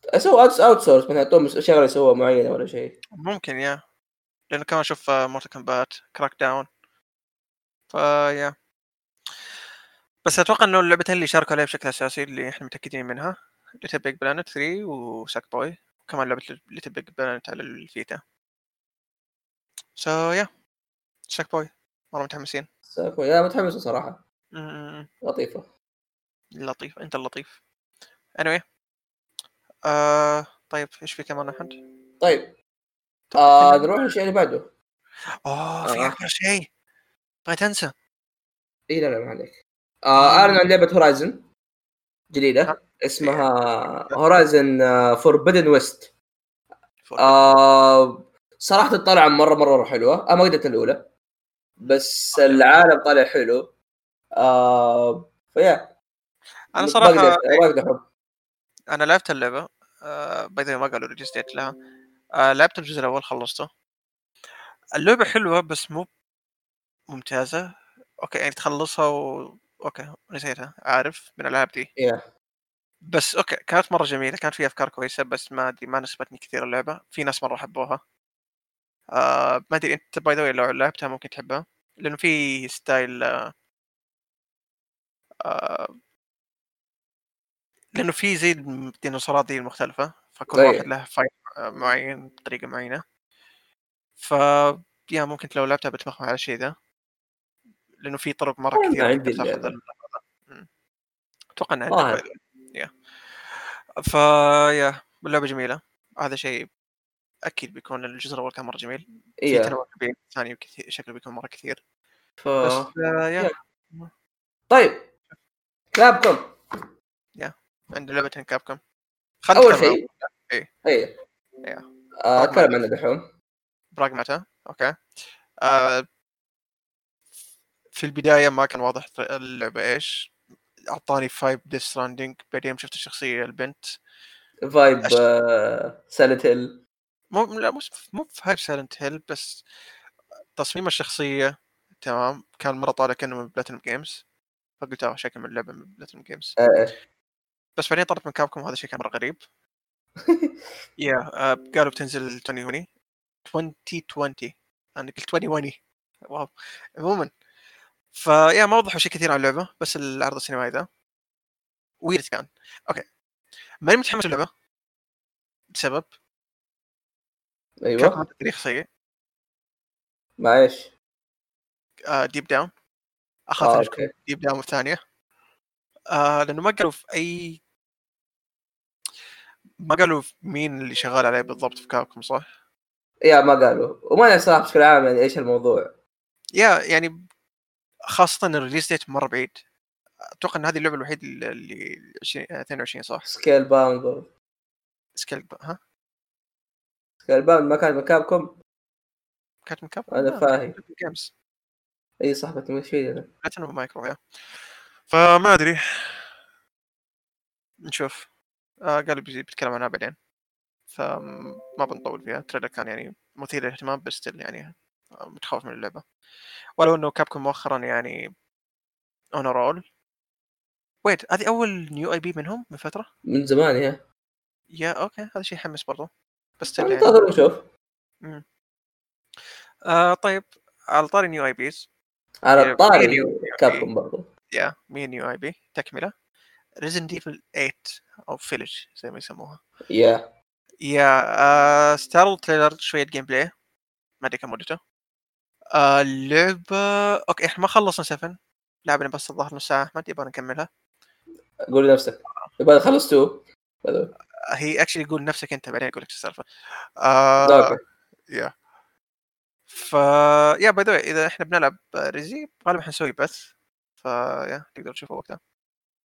اسوي اوت اوت سورس مثلا يعطوهم شغله يسووها معينه ولا شيء ممكن يا لانه كمان آه، شوف مورتو كومبات كراك داون فا يا بس اتوقع انه اللعبتين اللي شاركوا عليها بشكل اساسي اللي احنا متاكدين منها ليتل بيج بلانت 3 وساك بوي وكمان لعبه ليتل بيج بلانت على الفيتا سو يا ساك بوي مره متحمسين بس أكون- لا متحمس صراحه مم. لطيفه لطيف انت اللطيف anyway آه طيب ايش في كمان احد؟ طيب آه نروح للشيء اللي بعده اوه في آه. اكبر شيء طيب، بغيت انسى اي لا لا ما عليك آه اعلن عن لعبه هورايزن جديده اسمها هورايزن فوربدن ويست آه صراحة الطلعة مرة مرة حلوة، أنا ما قدرت الأولى بس العالم طالع حلو. آه فيا انا ما صراحه قدرت- ما أقدر أحب. انا إيه، لعبت اللعبه آه باي ذا ما قالوا ريليز ديت لها آه لعبت الجزء الاول خلصته اللعبه حلوه بس مو ممتازه اوكي يعني تخلصها و... اوكي نسيتها عارف من الالعاب دي يا. بس اوكي كانت مره جميله كانت فيها افكار كويسه بس ما ادري ما نسبتني كثير اللعبه في ناس مره حبوها آه ما ادري انت باي ذا لو لعبتها ممكن تحبها لانه في ستايل آه آه لانه في زي الديناصورات دي المختلفه فكل طيب. واحد له فايت معين بطريقه معينه ف يا ممكن لو لعبتها بتمخمخ على الشيء ذا لانه في طرق مره أنا ما كثيره عندي تقدر تاخذ اللعبة. ال- مم. اتوقع انها ظاهر. عندك by the way. يا ف يا اللعبه جميله هذا شيء اكيد بيكون الجزء الاول كان مره جميل في إيه. تنوع كبير الثاني كثير- شكله بيكون مره كثير ف... بس آه، يا يلا. طيب كلاب كوم عند لعبه كابكم أول شيء إيه. إيه إيه. آه، أتكلم عنه دحوم براغماتا اوكي آه في البدايه ما كان واضح ط- اللعبه ايش اعطاني فايب ديث ستراندنج بعدين شفت الشخصيه البنت فايب أش- سالت هيل مو لا مو مو فايب سايلنت هيل بس تصميم الشخصيه تمام كان مره طالع كانه من بلاتينوم جيمز فقلت اه شكل من اللعبه من بلاتينوم جيمز آه، بس بعدين طلعت من كابكم وهذا الشيء كان مره غريب يا آه، قالوا بتنزل 2020 2020 انا قلت 2020 واو عموما فيا ما وضحوا شيء كثير عن اللعبه بس العرض السينمائي ذا ويرد كان اوكي ماني متحمس اللعبه بسبب كان أيوه تاريخ سيء معليش ديب داون آه، اخاف أوكي ديب داون الثانيه آه لانه ما قالوا في اي ما قالوا في مين اللي شغال عليه بالضبط في كابكم صح؟ يا ما قالوا وما أنا صراحة بشكل عام يعني إيش الموضوع يا يعني خاصة ان الريليز ديت مرة بعيد اتوقع ان هذه اللعبة الوحيدة اللي- اللي 20 22 صح؟ سكيل باوند سكيل ها؟ سكيل باوند ما كان من كاب كوم كانت من كابكم؟ أنا فاهم جيمز اي صاحبك مش فيه انا بلاتينوم مايكرو يا فما ادري Ah, نشوف آه قالوا بيجي- بيتكلم عنها بعدين فما بنطول فيها التريلر كان يعني مثير للاهتمام بس still يعني متخوف من اللعبه ولو انه كابكم مؤخرا يعني اون رول ويت هذه اول نيو اي بي منهم من فتره من زمان يعني. يا يا اوكي هذا شيء يحمس برضو بس still يعني انتظر ونشوف آه طيب على طاري نيو اي بيز على طاري Eh, كابكم برضو يا مين نيو اي بي تكمله ريزن ديفل 8 او فيلج زي ما يسموها يا يا ستار تريلر شويه جيم بلاي ما ادري كم مدته آه، اللعبه اوكي احنا ما خلصنا 7 لعبنا بس الظاهر نص ساعه احمد يبغى نكملها قول لنفسك يبقى خلصتوا آه، هي اكشلي يقول نفسك انت بعدين اقول لك إيش السالفه لا، آه أوكي. يا ف يا باي ذا اذا احنا بنلعب ريزي غالبا حنسوي بث ف يا تقدر تشوفه وقتها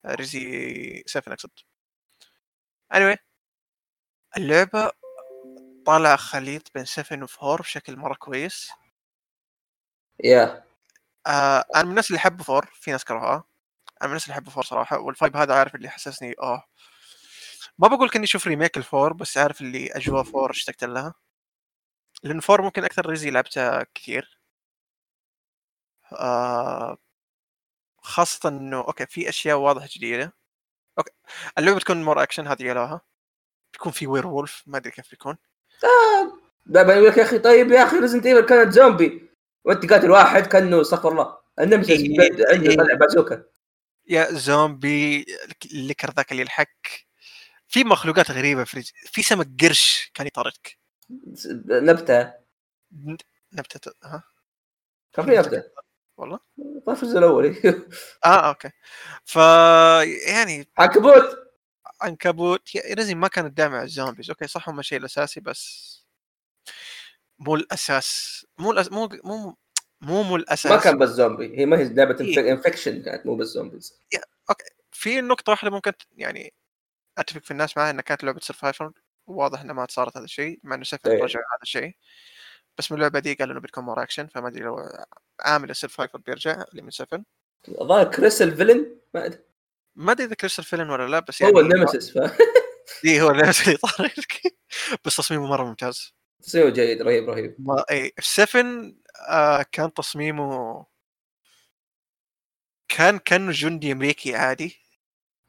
ريزي 7 اقصد anyway اللعبه طالعه خليط بين 7 و 4 بشكل مره كويس يا آه انا من الناس اللي حبوا فور في ناس كرهها انا من الناس اللي حبوا فور صراحه والفايب هذا عارف اللي حسسني اه ما بقول كاني اشوف ريميك الفور بس عارف اللي اجواء فور اشتقت لها لان فور ممكن اكثر ريزي لعبتها كثير آه خاصة انه اوكي في اشياء واضحة جديدة اوكي اللعبة بتكون مور اكشن هذه لها بيكون في وير وولف ما ادري كيف بيكون دائما آه، يقول لك يا اخي طيب يا اخي ريزنت ايفل كانت زومبي وانت قاتل واحد كانه استغفر الله النمسيس إيه. بيد- عنده إيه. طلع بازوكا يا زومبي الليكر ذاك اللي يلحق في مخلوقات غريبة في ريز- في سمك قرش كان يطاردك نبته ن- نبتة ها كان في نبته والله طيب في الجزء الاول اه اوكي ف يعني عنكبوت عنكبوت يا- ريزي ما كانت دامعة الزومبيز اوكي صح هم الشيء الاساسي بس مو الاساس مو الأس... مو مو مو مو الاساس ما كان بس زومبي هي ما هي لعبه إيه. انفكشن كانت مو بس زومبيز في نقطة واحدة ممكن ت- يعني اتفق في الناس معها انها كانت لعبة سرفايفر واضح انها ما صارت هذا الشيء مع انه سفن إيه. رجع هذا الشيء بس من اللعبة دي قالوا انه بتكون مور اكشن فما ادري لو عامل السرفايفر بيرجع اللي من سفن الظاهر كريس الفيلن ما أدري. ما ادري اذا كريستال فيلن ولا لا بس يعني هو النمسيس ف اي هو اللعبة اللي طاردك بس تصميمه مره ممتاز تصميمه جيد رهيب رهيب ما اي سفن آه كان تصميمه كان كانه جندي امريكي عادي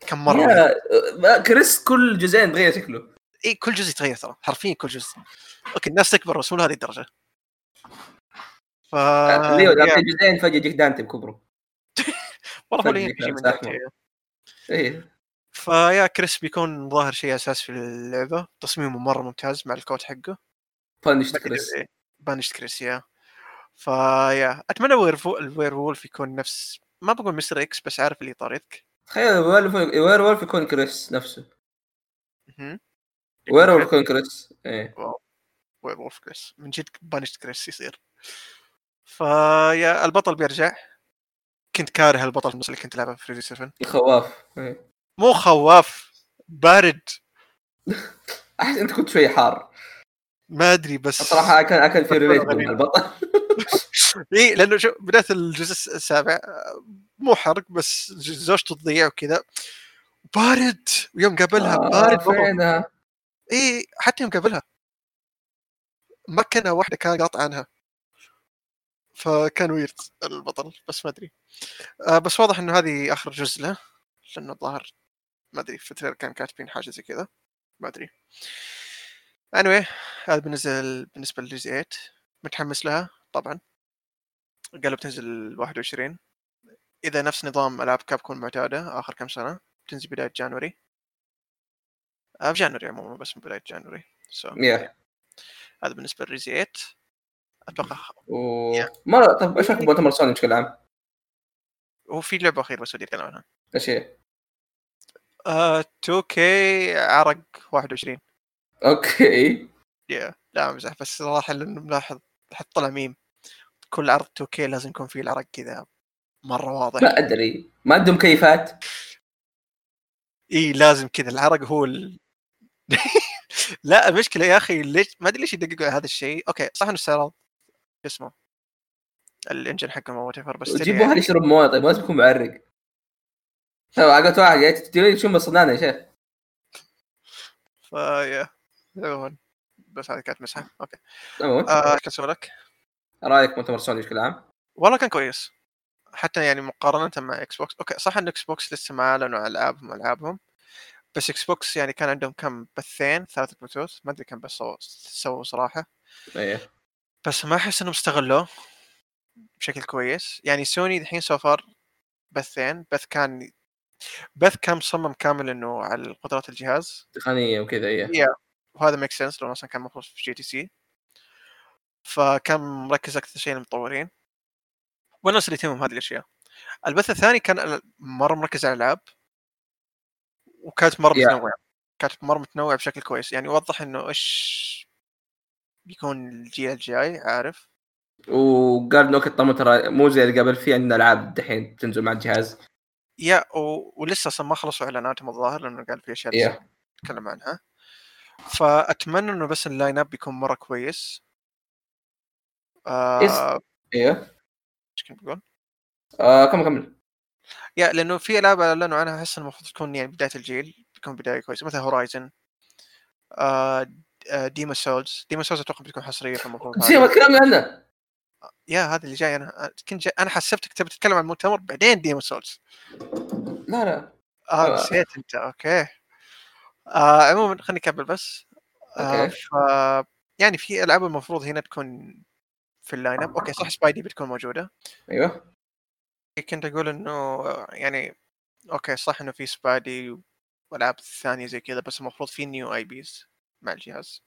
كان مره رهيب. يا ما- كريس كل جزئين تغير شكله اي إيه، كل جزء يتغير ترى حرفيا كل جزء اوكي الناس تكبر بس مو لهذه الدرجه ف ليو يا، يعطيه جزئين فجاه يجيك دانتي بكبره والله هو اللي فجأة يجي من كان ذاك زحمة. الشيء. ايه فيا كريس بيكون ظاهر شيء اساس في اللعبه تصميمه مره ممتاز مع الكوت حقه بانش كريس بانش كريس يا فيا اتمنى ويرفو الوير وولف يكون نفس ما بقول مستر اكس بس عارف اللي طاردك تخيل وير وولف- وير وولف يكون كريس نفسه مهم. وير وولف يكون كريس ايه وير وولف كريس من جد بانش كريس يصير فيا البطل بيرجع كنت كاره البطل النص اللي كنت لعبه في فريزي 7 الخواف إيه. مو خواف بارد احس انت كنت شوي حار ما ادري بس الصراحه كان كان في ريليت مع البطل اي لانه شو بدايه الجزء الس- السابع آه، مو حرق بس ج- زوجته تضيع وكذا بارد ويوم قابلها آه، بارد بابا فينها اي حتى يوم قابلها مكنها واحده كان قاطع عنها فكان ويرد البطل بس ما ادري آه بس واضح انه هذه اخر جزء له لانه الظاهر ما ادري في التريلر كان كاتبين حاجه زي كذا ما ادري anyway هذا بنزل بالنسبه للجزء 8 متحمس لها طبعا قالوا بتنزل 21 اذا نفس نظام العاب كابكون المعتاده اخر كم سنه بتنزل بدايه جانوري آه بجانوري عموما بس من بدايه جانوري so, يا هذا بالنسبه للريزي 8 اتوقع و- مره طب ايش رايكم بمؤتمر سوني بشكل عام؟ هو في لعبه اخيره بس ودي اتكلم عنها ايش هي؟ آه 2K عرق 21 طيب. اوكي يا لا امزح بس صراحه لانه ملاحظ حط طلع ميم كل عرض 2K لازم يكون فيه العرق كذا مره واضح ما ادري ما عندهم كيفات اي لازم كذا العرق هو ال... لا المشكله يا اخي ليش ما ادري ليش يدققوا على هذا الشيء اوكي صح انه سعره شو اسمه الانجن حقهم او whatever، بس يعني. جيبوا واحد يشرب مويه طيب لازم يكون معرق طيب عقلت واحد جاي تدري شو مصنعنا يا شيخ فيا عموما بس هذه كانت مسحه اوكي عموما آه، ايش كنت أسوي لك؟ رايك مؤتمر سوني بشكل عام؟ والله كان كويس حتى يعني مقارنة مع اكس بوكس اوكي صح ان اكس بوكس لسه ما اعلنوا عن العابهم العابهم بس اكس بوكس يعني كان عندهم كم بثين ثلاثة بثوث ما ادري كم بس سووا سووا صراحة ايه بس ما احس انهم استغلوه بشكل كويس يعني سوني الحين سوفر بثين بث كان بث كان مصمم كامل انه على قدرات الجهاز تقنيه وكذا ايه وهذا ميك سنس لو مثلا كان مفروض في جي تي سي فكان مركز اكثر شيء المطورين والناس اللي تهمهم هذه الاشياء البث الثاني كان ال- مره مركز على الالعاب وكانت مره Yeah. متنوعه كانت مره متنوعه بشكل كويس يعني يوضح انه ايش بيكون الجيل الجاي عارف وقال انه اوكي الطمو ترى مو زي اللي قبل في عندنا العاب دحين تنزل مع الجهاز يا و... ولسه اصلا ما خلصوا اعلاناتهم الظاهر لانه قال في اشياء يا. لسه نتكلم عنها فاتمنى انه بس اللاين اب بيكون مره كويس آه... ايوه ايش كنت بقول؟ آه كمل كمل يا لانه في العاب اعلنوا عنها احس إنه المفروض تكون يعني بدايه الجيل بتكون بدايه كويسه مثل هورايزن آه... ديما سولز ديما سولز اتوقع بتكون حصريه في المفروض نسينا ما تكلمنا عنه يا هذا اللي جاي انا كنت جاي... انا حسبتك تبي تتكلم عن المؤتمر بعدين ديما سولز لا لا آه. اه نسيت انت اوكي آه عموما خليني اكمل بس آه أوكي. ف يعني في العاب المفروض هنا تكون في اللاين اب اوكي صح سبايدي بتكون موجوده ايوه كنت اقول انه يعني اوكي صح انه في سبايدي والعاب ثانيه زي كذا بس المفروض في نيو اي بيز مع الجهاز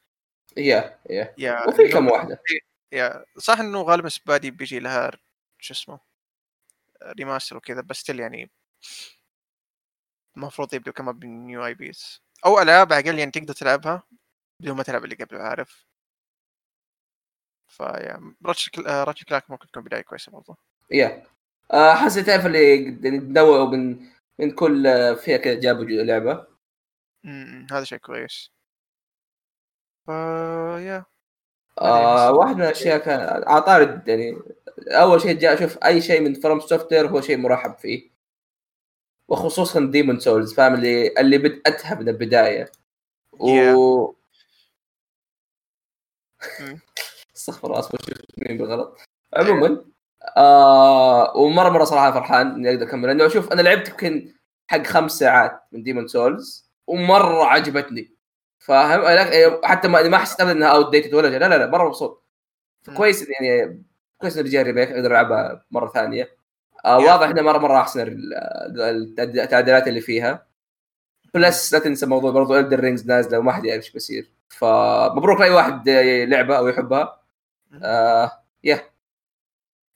يا يا يا إيه. وفي إنه- كم واحده يا صح انه غالبا سبايدي بيجي لها شو اسمه ريماستر وكذا بس تل يعني المفروض يبدو كمان بالنيو اي بيز او العاب على الاقل يعني تقدر تلعبها بدون ما تلعب اللي قبله عارف فيا راتش كل- آه، راتش كلاك ممكن تكون بدايه كويسه برضه يا آه حسيت تعرف اللي قد- نوعوا من من كل آه، فئه كذا جابوا جو- لعبه أمم، هذا شيء كويس فا يا آه واحد من الاشياء كان عطارد يعني اول شيء جاء اشوف اي شيء من فروم سوفت هو شيء مرحب فيه وخصوصا ديمون سولز فاهم اللي اللي بداتها من البدايه و مم. استغفر الله اصبر شوف مين بالغلط عموما آه ومره مره صراحه فرحان اني اقدر اكمل لانه اشوف انا لعبت يمكن حق خمس ساعات من ديمون سولز ومره عجبتني فاهم أنا- يعني حتى ما ما حسيت ابدا انها اوت ديتد ولا شيء لا لا لا مره مبسوط فكويس إن يعني كويس انه رجال ريميك اقدر العبها مره ثانيه آه Yeah. واضح انه مره مره احسن ال- ال- التعديلات اللي فيها بلس لا تنسى موضوع برضو الدر رينجز نازله وما حد يعرف ايش بيصير فمبروك لاي واحد لعبه او يحبها آه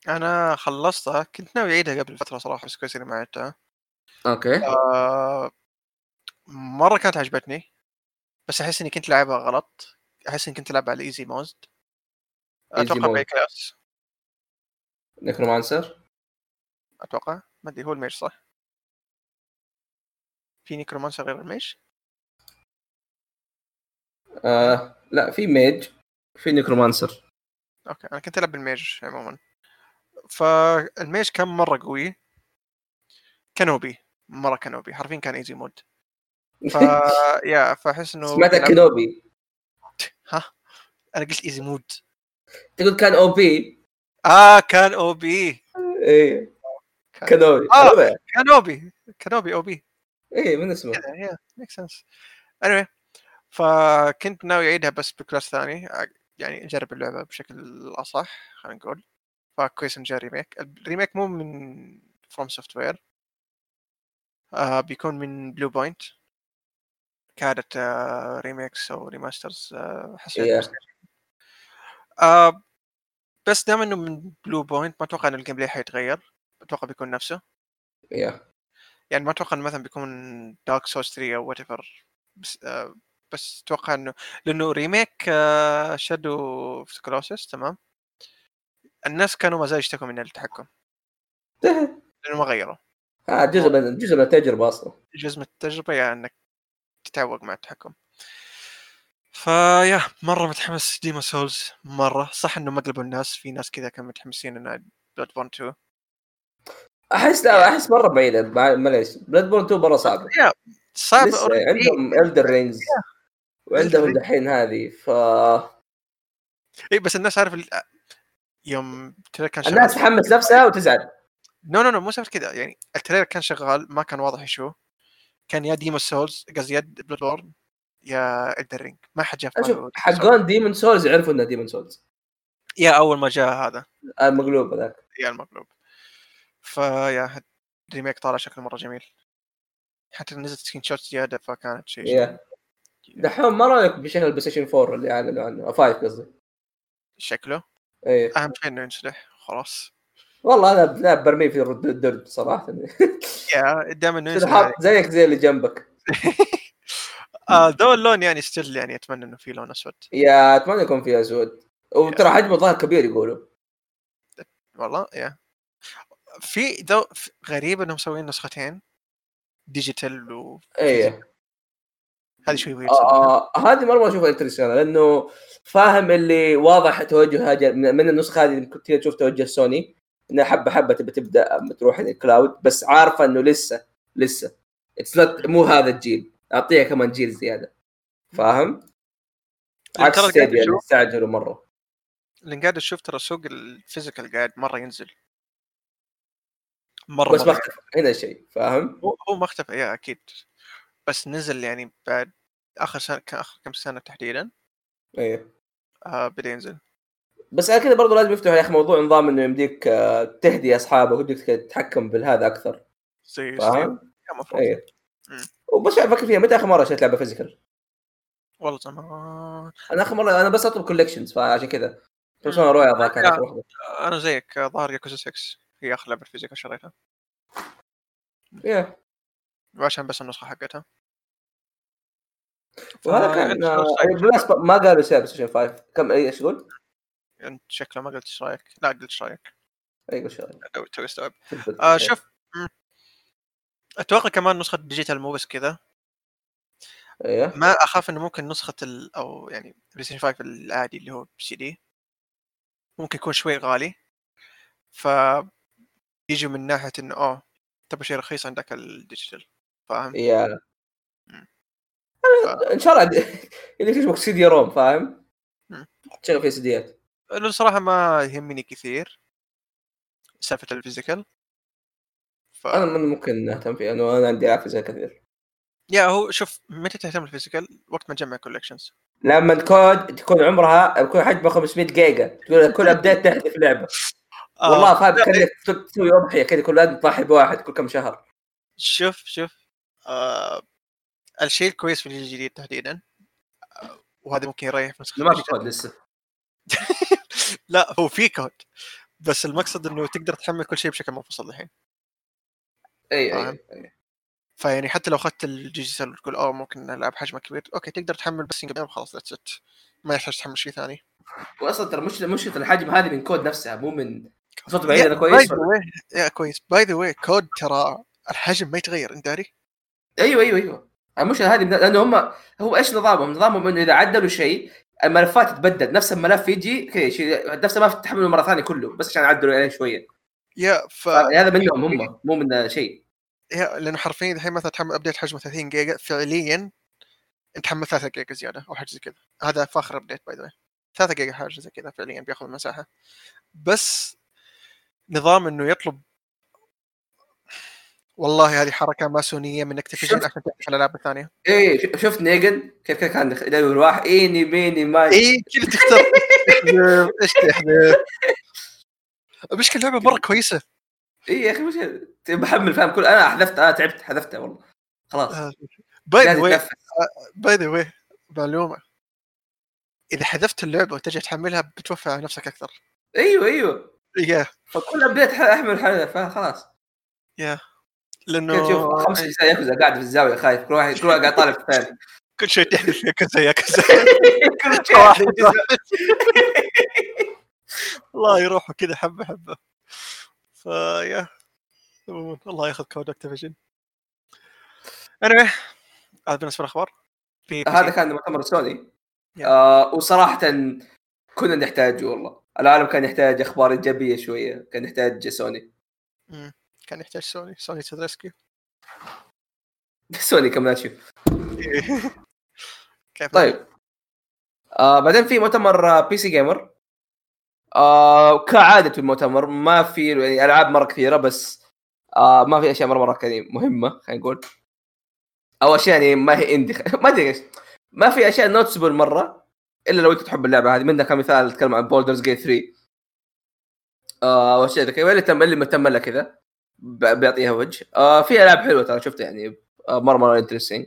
انا خلصتها كنت ناوي اعيدها قبل فتره صراحه بس كويس اني ما عدتها اوكي آه، مره كانت عجبتني بس احس اني كنت لعبها غلط احس اني كنت لعبها على ايزي مود اتوقع mode. باي كلاس نكرومانسر اتوقع ما ادري هو الميج صح في نيكرومانسر غير الميج آه لا في ميج في نكرومانسر اوكي انا كنت العب بالميج عموما فالميج كان مره قوي كانوبي مره كانوبي حرفيا كان ايزي مود ف يا فاحس انه سمعتها لعب- كينوبي ها انا قلت ايزي مود تقول كان او بي اه كان او بي ايه كانوبي آه. كانوبي كانوبي او بي ايه من اسمه يا ميك سنس anyway فكنت ناوي اعيدها بس بكلاس ثاني أ- يعني اجرب اللعبه بشكل اصح خلينا نقول فكويس ان جاء ريميك الريميك مو من فروم سوفت وير آه بيكون من بلو بوينت كانت آه ريميكس او ريماسترز آه حصريه Yeah. آه بس دام انه من بلو بوينت ما اتوقع ان الجيم بلاي حيتغير اتوقع بيكون نفسه يا يعني ما اتوقع انه مثلا بيكون دارك سورس 3 او وات ايفر بس آه بس اتوقع انه لانه ريميك شادو اوف كلوسس تمام الناس كانوا ما زالوا يشتكوا من التحكم لانه ما غيروا آه جزء من جزء من التجربه اصلا جزء من التجربه يا انك تتعوق مع التحكم فيا مره متحمس ديما سولز مره صح انه ما قلبوا الناس في ناس كذا كانوا متحمسين انها بلاد بون 2 احس لا احس مره بعيده مع- معليش بلاد بورن 2 مره صعبه يا صعب لسه عندهم الدر رينجز وعندهم دحين هذه ف اي إيه، بس الناس عارف ال- آه، يوم التريلر كان شغال الناس تحمس نفسها وتزعل نو نو نو مو سالفه كذا يعني التريلر كان شغال ما كان واضح شو كان يا ديمون سولز قصدي يا بلاد بورن يا الدرينج ما حد جاء في باله اشوف حقون ديمون سولز عرفوا انه ديمون سولز يا اول ما جاء هذا المقلوب آه، هذاك يا المقلوب فيا الريميك طالع شكله مره جميل حتى نزلت سكين شوت زياده فكانت شيء يا. دحوم ما رايك بشكل البلاي ستيشن 4 اللي اعلنوا عنه 5 قصدي شكله ايه اهم شيء انه ينسلح خلاص والله انا ب- لا برميه في الرد- الدرج صراحه يا دائما انه يصير ينسلح حاط زيك زي اللي جنبك آه، ذو اللون يعني ستيل يعني اتمنى انه في لون اسود يا اتمنى يكون فيها اسود وترى حجمه ظاهر كبير يقولوا والله يا في ذو ف- غريب انهم مسويين نسختين ديجيتال وهذه ايه شوي ويرد آه، آه، هذه مره اشوفها انترستيشن لانه فاهم اللي واضح توجه هاجر- من من النسخه هذه كنت تشوف توجه سوني انها حبه حبه تبي تبدا تروح للكلاود بس عارفه انه لسه لسه اتس نوت مو هذا الجيل اعطيها كمان جيل زياده فاهم؟ عكس إيه، يعني. ترى قاعد ستيديا اللي أشوف- استعجلوا مره لان قاعد اشوف ترى سوق الفيزيكال قاعد مره ينزل مره بس مرة ما اختفى هنا شيء فاهم؟ هو هو ما اختفى ايه اكيد بس نزل يعني بعد اخر سنه كان اخر كم سنه تحديدا ايه آه بدا ينزل بس على كذا برضه لازم يفتحوا يا اخي موضوع نظام انه يمديك آه، تهدي اصحابك ويمديك تتحكم بالهذا اكثر زي ستيل. فاهم؟ كان المفروض ايه مم. وبس افكر فيها متى اخر مره شريت لعبه فيزيكال؟ والله زمان انا اخر مره انا بس اطلب كولكشنز فعشان كذا بيرسونا رويا ذا كانت آه. واحده آه، انا زيك آه، ظهر ياكوزا 6 هي اخر لعبه فيزيكال شريتها Yeah. وعشان بس النسخه حقتها وهذا آه، كان إنت آه، شو رأيك؟ بالمناسبه ما قالوا سعر بلاي ستيشن 5 كم إيه، اي ايش تقول؟ انت شكله ما قلت ايش رايك لا قلت ايش رايك اي قول شغله تو- توي استوعب آه شوف مم. اتوقع كمان نسخه ديجيتال مو بس كذا ايوه ما اخاف انه ممكن نسخه ال... او يعني بلاي ستيشن 5 العادي اللي هو سي دي ممكن يكون شوي غالي ف يجي من ناحيه انه اوه تبغى شيء رخيص عندك الديجيتال فاهم؟ يا مم. أنا ان شاء الله اللي تشبك سي دي روم فاهم؟ مم. تشغل فيها سيديات لانه صراحه ما يهمني كثير سالفه الفيزيكال ف... انا من ممكن اهتم فيها انه انا عندي العاب فيزيكال كثير يا هو شوف متى تهتم الفيزيكال وقت ما تجمع كولكشنز لما تكون تكون عمرها يكون حجمها 500 جيجا تقول كل ابديت تحذف لعبه آه. والله فاهم كانك تسوي اضحيه كذا كل لازم تضحي بواحد كل كم شهر شوف شوف آه... الشيء الكويس في الجيل الجديد تحديدا آه، وهذا ممكن يريح في نسخة الجديد. لسه لا هو في كود بس المقصد انه تقدر تحمل كل شيء بشكل منفصل الحين اي فاهم. اي أي. فيعني حتى لو اخذت الديجيتال وتقول اوه ممكن العب حجمه كبير اوكي تقدر تحمل بس single game وخلاص ذاتس ات ما يحتاج تحمل شيء ثاني واصلا ترى مش مشكله الحجم هذه من كود نفسها مو من صوت بعيد يا طيب. انا طيب، كويس ولا- باي يا كويس باي ذا واي كود ترى الحجم ما يتغير انت داري؟ ايوه ايوه ايوه المشكله هذه من- لانه هم هو ايش نظامهم؟ نظامهم انه اذا عدلوا شيء الملفات تتبدل نفس الملف يجي كذا شيء- نفس الملف تحمله مره ثانيه كله بس عشان عدلوا عليه شويه يا ف هذا منهم هم مو من شيء يا لانه حرفيا الحين مثلا تحمل ابديت حجمه 30 جيجا فعليا انت تحمل 3 جيجا زياده او حاجه زي كذا هذا فاخر ابديت باي ذا واي 3 جيجا حاجه زي كذا فعليا بياخذ مساحه بس نظام انه يطلب والله هذه حركه ماسونيه من اكتيفيجن شفت- عشان تفتح الالعاب الثانيه ايه ش- شفت نيجن كيف كيف كان يدور واحد ايني ميني ماي اي كذا تختار إيه، تحذف، ايش تحذف المشكله اللعبه مره كويسه اي إيه يا اخي مش يعني بحمل فاهم كل انا حذفت انا تعبت حذفتها والله خلاص آه، باي ذا لازم واي تنفذ. باي ذا واي معلومه اذا حذفت اللعبه وتجي تحملها بتوفى على نفسك اكثر ايوه ايوه يا فكل ابديت ح- احمل حذف آه، خلاص كنت لانه تشوف خمس اجزاء ياكوزا قاعد في الزاويه خايف كل واحد كل واحد قاعد طالع في الثاني كل شيء تحذف يا كذا يا كذا كل شيء يعني واحد جزء. الله يروحوا كذا حبه حبه فيا عموماً، الله ياخذ كود اكتيفيجن anyway هذا بالنسبه للاخبار في آه، هذا كان مؤتمر سوني Yeah. آه وصراحه كنا نحتاجه والله العالم كان يحتاج اخبار ايجابيه شويه كان يحتاج سوني كان يحتاج سوني سوني تدريسكي سوني كم لا تشوف كيف إيه. طيب آه بعدين في مؤتمر آه، بي سي جيمر آه كعادة في المؤتمر ما في يعني العاب مرة كثيرة بس آه ما في اشياء مرة مرة كثيرة مهمة خلينا نقول او اشياء يعني ما هي اندي ما ادري ايش ما في اشياء نوتسبل مرة الا لو انت تحب اللعبة هذه منها كمثال اتكلم عن بولدرز جيت 3 آه واشياء ذي كذا اللي تم اللي مهتم لها كذا ب- بيعطيها وجه آه في العاب حلوه ترى شفتها يعني آه مره مره انترستنج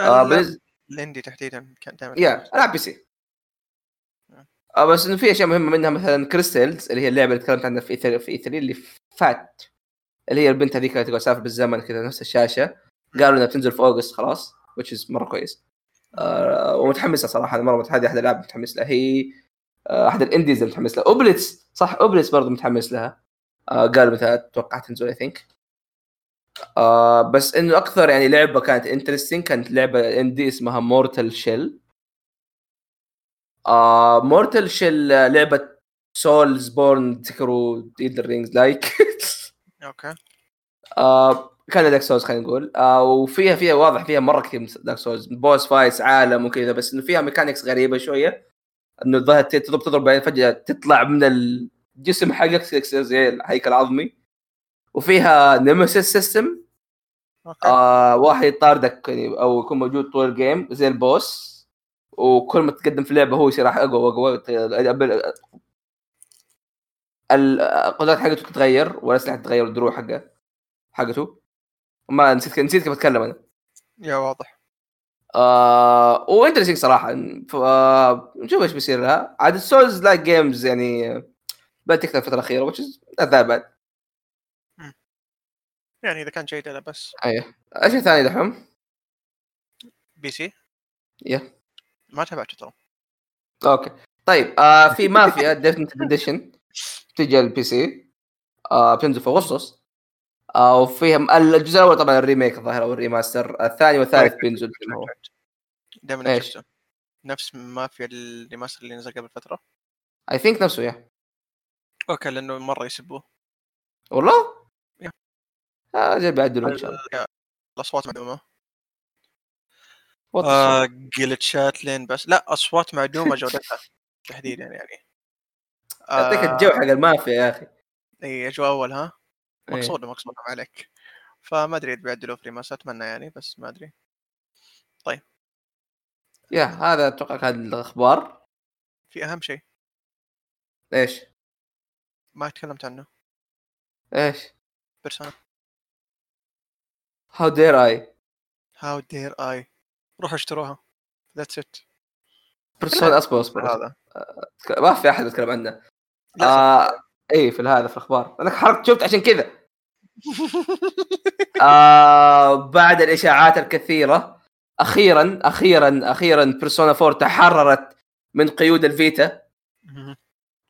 آه ال- بس الاندي تحديدا كان دائما يا العاب بي سي آه بس انه في اشياء مهمه منها مثلا كريستلز اللي هي اللعبه اللي تكلمت عنها في E3 في 3 اللي فات اللي هي البنت هذيك اللي تقعد تسافر بالزمن كذا نفس الشاشه قالوا انها بتنزل في اوغست خلاص which is مره كويس آه ومتحمسه صراحه أنا مره متحمس هذه احد الالعاب متحمس لها هي آه احد الانديز اللي متحمس لها اوبليتس صح اوبليتس برضه متحمس لها آه قالوا متى اتوقع تنزل اي ثينك آه بس انه اكثر يعني لعبه كانت انترستنج كانت لعبه اندي اسمها مورتال شيل آه مورتال شيل لعبه سولز بورن تذكروا ديد رينجز لايك اوكي آه كان دارك سولز خلينا نقول آه وفيها فيها واضح فيها مره كثير من دارك سولز بوس فايتس عالم وكذا بس انه فيها ميكانكس غريبه شويه انه الظاهر ت- تضرب تضرب بعدين فجاه تطلع من الجسم حقك تصير زي الهيكل عظمي وفيها نيمسيس سيستم اوكي آه واحد يطاردك يعني او يكون موجود طول الجيم زي البوس وكل ما تتقدم في اللعبه هو يصير اقوى واقوى ت- الأب- القدرات حقته تتغير والاسلحه تتغير والدروع حقه حقته ما نسيت نسيت كيف اتكلم انا يا واضح آه وانترستنج صراحه ف- آه، نشوف ايش بيصير لها عاد السولز لايك جيمز يعني آه، بدات تكثر الفتره الاخيره which is not that bad يعني اذا كان جيد لا بس اشياء ثانيه دحوم بي سي يا. ما تابعته ترى اوكي طيب آه في مافيا ديفنت اديشن تجي على البي سي آه بتنزل في اغسطس آه وفيها الجزء الاول طبعا الريميك الظاهر او الريماستر الثاني والثالث بينزل كما هو دائما إيش؟ شفته نفس ما في الريماستر اللي نزل قبل فتره اي ثينك نفسه يا اوكي لانه مره يسبوه والله؟ يا. اه زي بيعدلوا ان شاء الله يا، الاصوات معدومه What the آه جلتشات لين بس لا اصوات معدومه جودتها تحديدا يعني fuck؟ آه، يعطيك الجو حق المافيا يا اخي اي اجواء اول ها إيه. مقصود مقصود ما عليك فما ادري اذا بيعدلوا في ريماس اتمنى يعني بس ما ادري يا إيه. هذا اتوقع كان الاخبار في اهم شيء ايش؟ ما تكلمت عنه ايش؟ بيرسونا هاو دير اي هاو دير اي روحوا اشتروها ذاتس ات بيرسونا اصبر اصبر أصبر. هذا ما في احد يتكلم عنه لا، آه اي في هذا في الاخبار انا حركت شفت عشان كذا آه بعد الاشاعات الكثيره اخيرا اخيرا اخيرا بيرسونا 4 تحررت من قيود الفيتا مهم.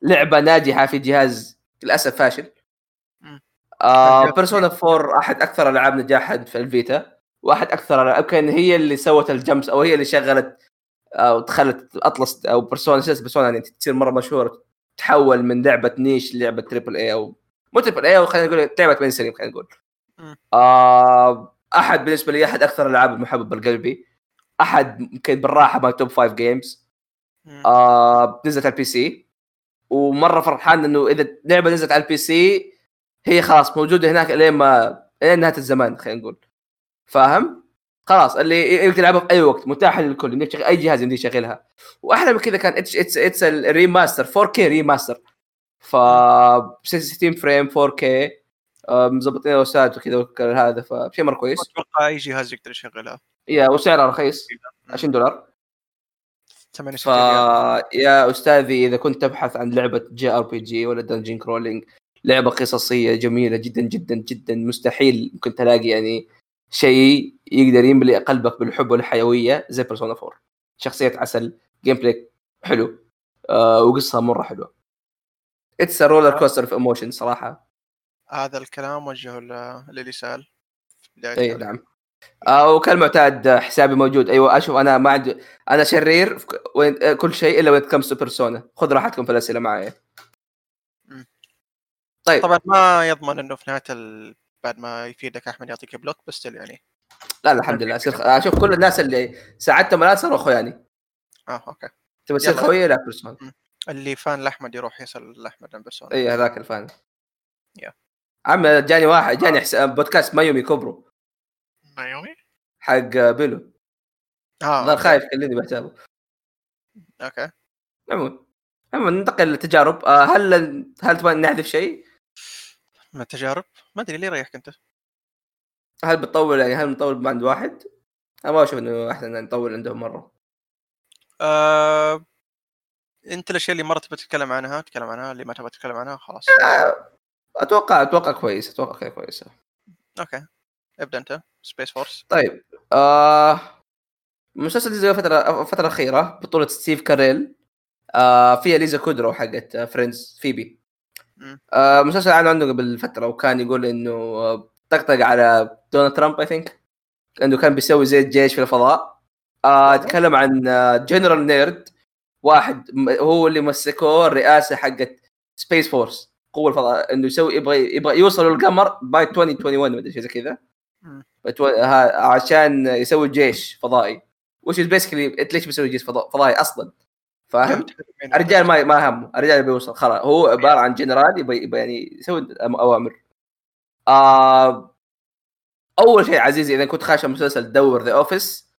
لعبه ناجحه في جهاز للاسف فاشل مم. آه نجاح. بيرسونا 4 احد اكثر العاب نجاحا في الفيتا واحد اكثر العاب كان هي اللي سوت الجمس او هي اللي شغلت او دخلت اطلس او بيرسونا سلسله بيرسونا يعني تصير مره مشهوره تحول من لعبه نيش للعبه تريبل اي او مو تريبل اي او خلينا نقول لعبه بين سليم خلينا نقول مم. آه احد بالنسبه لي احد اكثر الالعاب المحببه لقلبي احد يمكن بالراحه مال توب 5 جيمز مم. آه نزلت على البي سي ومره فرحان انه اذا لعبه نزلت على البي سي هي خلاص موجوده هناك لين ما لين نهايه الزمان خلينا نقول فاهم؟ خلاص اللي يقدر يلعبها في اي وقت متاحه للكل انك تشغل- اي جهاز يمديك يشغلها واحلى من كذا كان اتش اتس اتس الريماستر 4K ريماستر ف 60 فريم 4K آه، مظبطين الاوسات وكذا وكل هذا فشيء مره كويس اتوقع اي جهاز يقدر يشغلها يا وسعرها رخيص 20 دولار 68 ف ريال. يا استاذي اذا كنت تبحث عن لعبه جي ار بي جي ولا دنجن كرولينج لعبه قصصيه جميله جدا جدا جدا مستحيل ممكن تلاقي يعني شيء يقدر يملي قلبك بالحب والحيويه زي بيرسونا 4 شخصيه عسل جيم بلاي حلو آه وقصه مره حلوه اتس رولر كوستر اوف ايموشن صراحه هذا الكلام وجهه ل- للي سال في بداية اي هذا. نعم آه وكالمعتاد آه، حسابي موجود ايوه اشوف انا ما عندي انا شرير في ك- وين- آه، كل شيء الا وين كمس بيرسونا خذ راحتكم في الاسئله معي مم. طيب طبعا ما يضمن انه في نهايه ال... بعد ما يفيدك احمد يعطيك بلوك بس still يعني لا لا الحمد لله سير آه، شوف كل الناس اللي ساعدتهم الان صاروا اخواني اه اوكي يعني. تبي تصير يلا. خويه لا بيرسون اللي فان لاحمد يروح يسال لاحمد عن بيرسونا اي إيه، هذاك الفان يا. عم جاني واحد جاني حس... بودكاست مايومي كوبرو نايومي حق بيلو اه ظل خايف كلمني بحسابه اوكي عموما عموما ننتقل للتجارب آه، هل هل تبغى نحذف شيء؟ من التجارب ما ادري ليه ريحك انت هل بتطول يعني هل نطول عند واحد؟ انا ما اشوف انه احسن إن نطول عندهم مره آه... انت الاشياء اللي مره تبي تتكلم عنها تتكلم عنها اللي ما تبغى تتكلم عنها خلاص آه، اتوقع اتوقع كويس اتوقع كذا كويسه اوكي ابدا انت سبيس فورس طيب آه مسلسل ديزني فترة فترة أخيرة بطولة ستيف كاريل آه فيها ليزا كودرو حقت آه، فريندز فيبي مم. آه مسلسل عن عنده قبل فترة وكان يقول إنه آه، طقطق على دونالد ترامب أي ثينك إنه كان بيسوي زي الجيش في الفضاء آه تكلم عن آه، جنرال نيرد واحد م- هو اللي مسكوه الرئاسة حقت سبيس فورس قوة الفضاء إنه يسوي يبغى يبغى يوصلوا للقمر باي 2021 مدري شيء زي كذا بتو... ها... عشان يسوي جيش فضائي وش بيسكلي انت ليش بيسوي جيش فضا- فضائي اصلا فاهم؟ الرجال ما ما همه الرجال بيوصل خلاص هو عباره عن جنرال يبي, يبي يعني يسوي أم- اوامر آه... اول شيء عزيزي اذا كنت خاشع مسلسل دور ذا اوفيس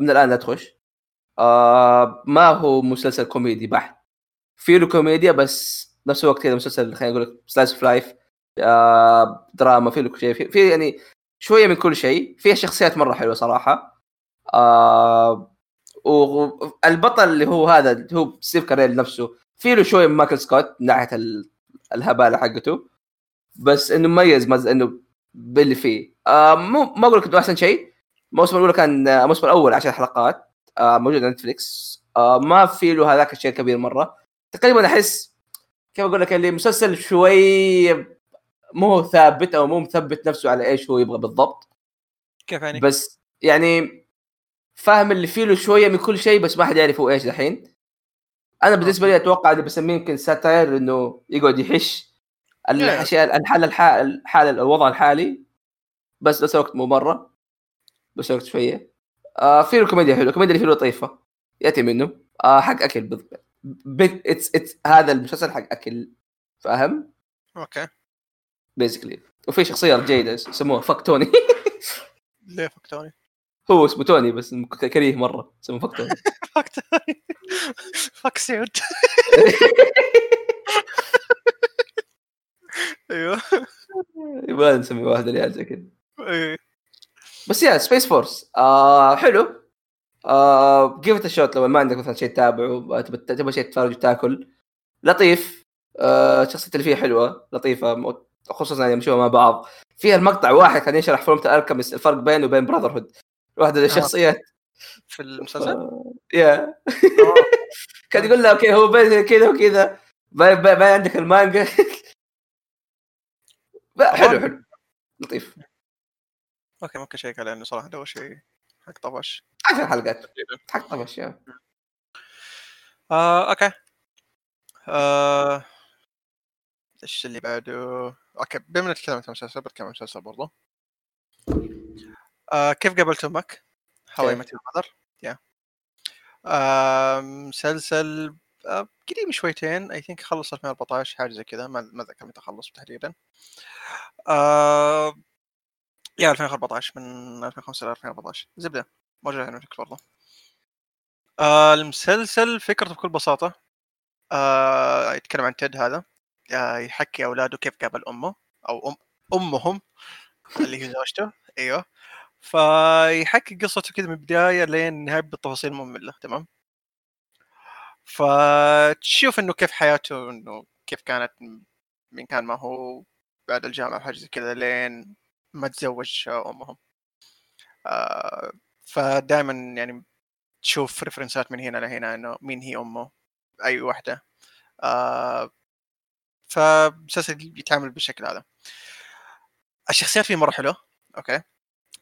من الان لا تخش آه... ما هو مسلسل كوميدي بحت في له كوميديا بس نفس الوقت كذا مسلسل خلينا نقول لك سلايس اوف لايف آه... دراما في له شيء في... في يعني شويه من كل شيء فيها شخصيات مره حلوه صراحه آه والبطل اللي هو هذا اللي هو ستيف كاريل نفسه في له شويه من مايكل سكوت من ناحيه ال- الهباله حقته بس انه مميز مز... انه باللي فيه آه مو ما اقول لك إنه احسن شيء الموسم الاول كان آه، الموسم الاول عشر حلقات آه موجود على نتفلكس آه ما في له هذاك الشيء الكبير مره تقريبا احس كيف اقول لك اللي مسلسل شوي مو هو ثابت او مو مثبت نفسه على ايش هو يبغى بالضبط كيف يعني؟ بس يعني فاهم اللي فيه له شويه من كل شيء بس ما حد يعرف هو ايش الحين انا بالنسبه لي اتوقع اللي بسميه يمكن ساتاير انه يقعد يحش الاشياء الحال الحال الحال الوضع الحالي بس نفس الوقت مو مره بس الوقت شويه آه في له كوميديا حلوه الكوميديا اللي فيه لطيفه ياتي منه آه حق اكل بالضبط بيج اتس اتس هذا المسلسل حق اكل فاهم اوكي بيزكلي وفي شخصيه جيده يسموها فك توني ليه فكتوني؟ هو اسمه توني بس ك- كريه مره اسمه فك توني فكتوني فك سعود ايوه يبغى نسمي واحد العيال زي كذا إيه. بس يا سبيس فورس آه حلو آه جيف ات شوت لو ما عندك مثلا شيء تتابعه تبى تبى شيء تتفرج وتاكل لطيف آه الشخصيات اللي فيه حلوه لطيفه م- خصوصا يعني مشوها مع بعض فيها المقطع واحد كان يشرح فورمة الالكمس الفرق بينه وبين براذر هود واحده من الشخصيات في المسلسل؟ آه، يا كان يقول له اوكي هو بين كذا وكذا باين باين باين عندك المانجا لا، حلو حلو لطيف اوكي ممكن شيء لانه صراحه ده هو شيء حق طفش عشر حلقات حق طفش يا آه، اوكي آه، ايش اللي بعده؟ اوكي بما نتكلم عن مسلسل بتكلم عن مسلسل برضه آه، كيف قابلت امك؟ هواي كيف؟ متى ماذر يا آه، مسلسل آه، قديم شويتين اي ثينك خلص 2014 حاجه زي كذا ما ما اتذكر متى خلص تحديدا آه، يا 2014 من 2005 ل 2014 زبده موجود على نتفلكس برضه آه، المسلسل فكرته بكل بساطه آه، يتكلم عن تيد هذا آه، يحكي اولاده كيف قابل امه او ام امهم اللي هي زوجته ايوه فيحكي قصته كذا من البدايه لين نهايه بالتفاصيل الممله تمام فتشوف انه كيف حياته انه كيف كانت من كان ما هو بعد الجامعه وحاجه زي كذا لين ما تزوج آه، امهم آه، فدائما يعني تشوف ريفرنسات من هنا لهنا انه مين هي امه اي واحده آه فمسلسل يتعامل بالشكل هذا الشخصيات فيه مره حلوه اوكي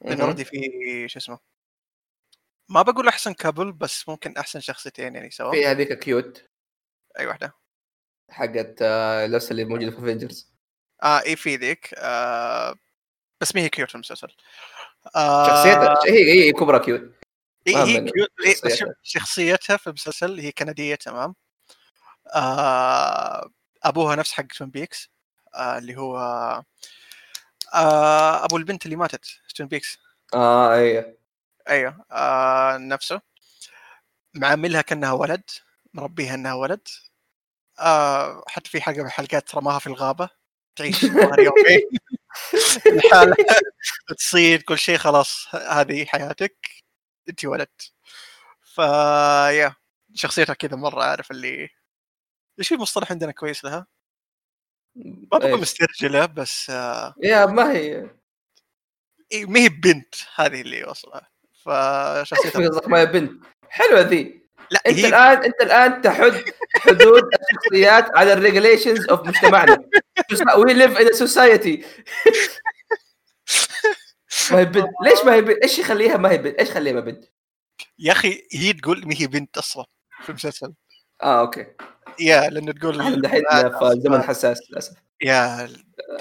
لان مهم. اوريدي فيه شو اسمه ما بقول احسن كابل بس ممكن احسن شخصيتين يعني سوا في هذيك كيوت اي واحده حقت آه، نفس اللي موجوده في افنجرز اه اي في ذيك إيه، آه بس ما هي كيوت في المسلسل آه. شخصيتها هي هي كبرى كيوت هي, ما هي من- كيوت إيه، بس شخصيتها. شوف، شخصيتها في المسلسل هي كنديه تمام آه ابوها نفس حق توين بيكس آه اللي هو آه ابو البنت اللي ماتت توين بيكس اه ايوه ايوه آه نفسه معاملها كانها ولد مربيها انها ولد آه حتى في حلقه من الحلقات رماها في الغابه تعيش نهار يومين الحالة تصير كل شيء خلاص ه- هذه حياتك انت ولد فا يا شخصيتها كذا مره عارف اللي ايش في مصطلح عندنا كويس لها؟ ما بقول إيش؟ مسترجله بس آه يا ما هي إيه، ما هي بنت هذه اللي وصلها فشخصيتها قصدك ما هي بنت حلوه ذي لا انت هي الان انت الان تحد حدود الشخصيات على الريجليشنز اوف مجتمعنا وي ليف ان سوسايتي ما هي بنت ليش ما هي بنت ايش يخليها ما هي بنت ايش يخليها ما بنت يا اخي هي تقول ما هي بنت اصلا في المسلسل اه اوكي يا لانه تقول آه، احنا دحين في زمن حساس للاسف يا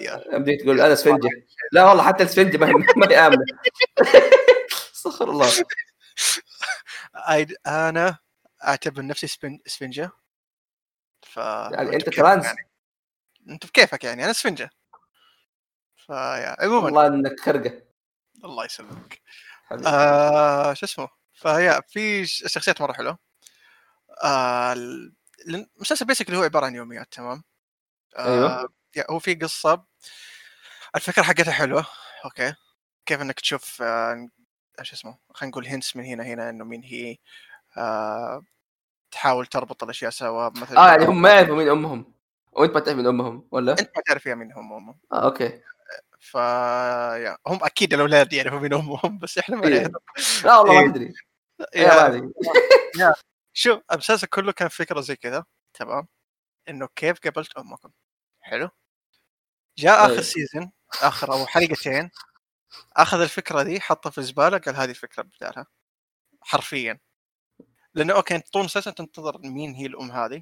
يا بدي تقول انا سفنجه لا والله حتى السفنجه ما هي ما هي امنه استغفر الله أيد- انا اعتبر نفسي سبن... سفنجه ف يعني انت بكيفك ترانس يعني. انت بكيفك يعني انا سفنجه فيا عموما الله, والله انك خرقه الله يسلمك حبيبي. آه شو اسمه فيا في ش- شخصيات مره حلوه آه ال- لأن المسلسل بيسكلي هو عباره عن يوميات تمام أيوة. يا- هو في قصه الفكره حقتها حلوه اوكي كيف انك تشوف آه، شو اسمه خلينا نقول هنس من هنا هنا انه مين هي آه تحاول تربط الاشياء سوا مثلا اه يعني هم ما يعرفوا مين امهم وانت ما تعرف مين امهم ولا؟ انت ما تعرف يا مين هم امهم اه اوكي ف يا هم اكيد الاولاد يعرفوا مين امهم بس احنا ما إيه. نعرف لا والله إيه. ما ادري إيه، يا- ما أدري. شوف المسلسل كله كان فكره زي كذا تمام انه كيف قابلت امكم حلو جاء أيوة. اخر سيزون اخر او حلقتين اخذ الفكره دي حطها في زباله قال هذه الفكره بدالها حرفيا لانه اوكي انت طول المسلسل تنتظر مين هي الام هذه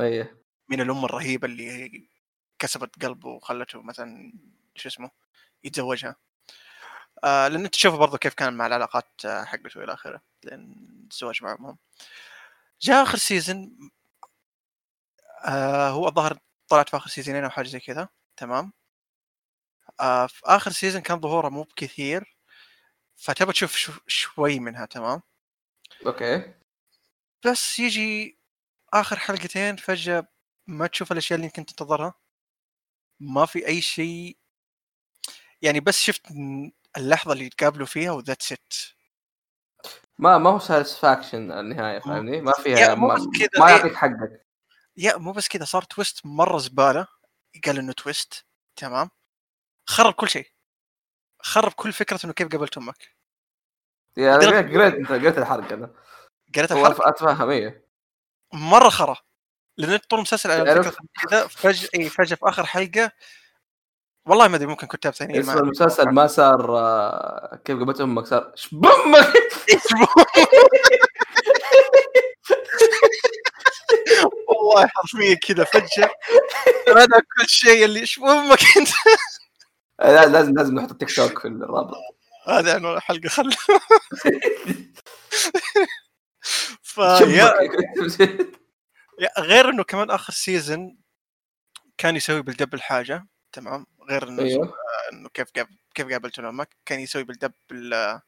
ايه مين الام الرهيبه اللي كسبت قلبه وخلته مثلا شو اسمه يتزوجها آه لان تشوف برضو كيف كان مع العلاقات آه، حقته الى اخره لان الزواج معهم جاء اخر سيزون آه هو الظاهر طلعت في اخر سيزونين او حاجه زي كذا تمام آه في اخر سيزون كان ظهوره مو بكثير فتبى تشوف شو- شوي منها تمام اوكي بس يجي اخر حلقتين فجاه ما تشوف الاشياء اللي كنت تنتظرها ما في اي شيء يعني بس شفت ن- اللحظه اللي يتقابلوا فيها وذاتس ات ما ما هو ساتسفاكشن النهايه فاهمني؟ ما فيها يا، مو ما, بس كذا، ما إيه. يعطيك حقك يا مو بس كذا صار تويست مره زباله قال انه تويست تمام خرب كل شيء خرب كل فكره انه كيف قابلت امك يا درجة- أنا قريت قريت انت قريت الحرق انا قالت هو الحرق أتف- اتفهم ايه مره خرا لان طول المسلسل على تعرف- فكره كذا فجاه إيه، فجاه في اخر حلقه والله ما ادري ممكن كتاب ثانيين ما اسم عندي. المسلسل ما صار آه، كيف قبلت امك صار شبمك والله حرفيا كذا فجاه انا كل شيء اللي شو امك انت لا- لازم لازم نحط التيك توك في الرابط هذا انا الحلقه خل فيا شبمك يا- غير انه كمان اخر سيزن كان يسوي بالدب الحاجه تمام غير انه ايوه انه كيف قاب- كيف قابلت امك كان يسوي بالدب ال-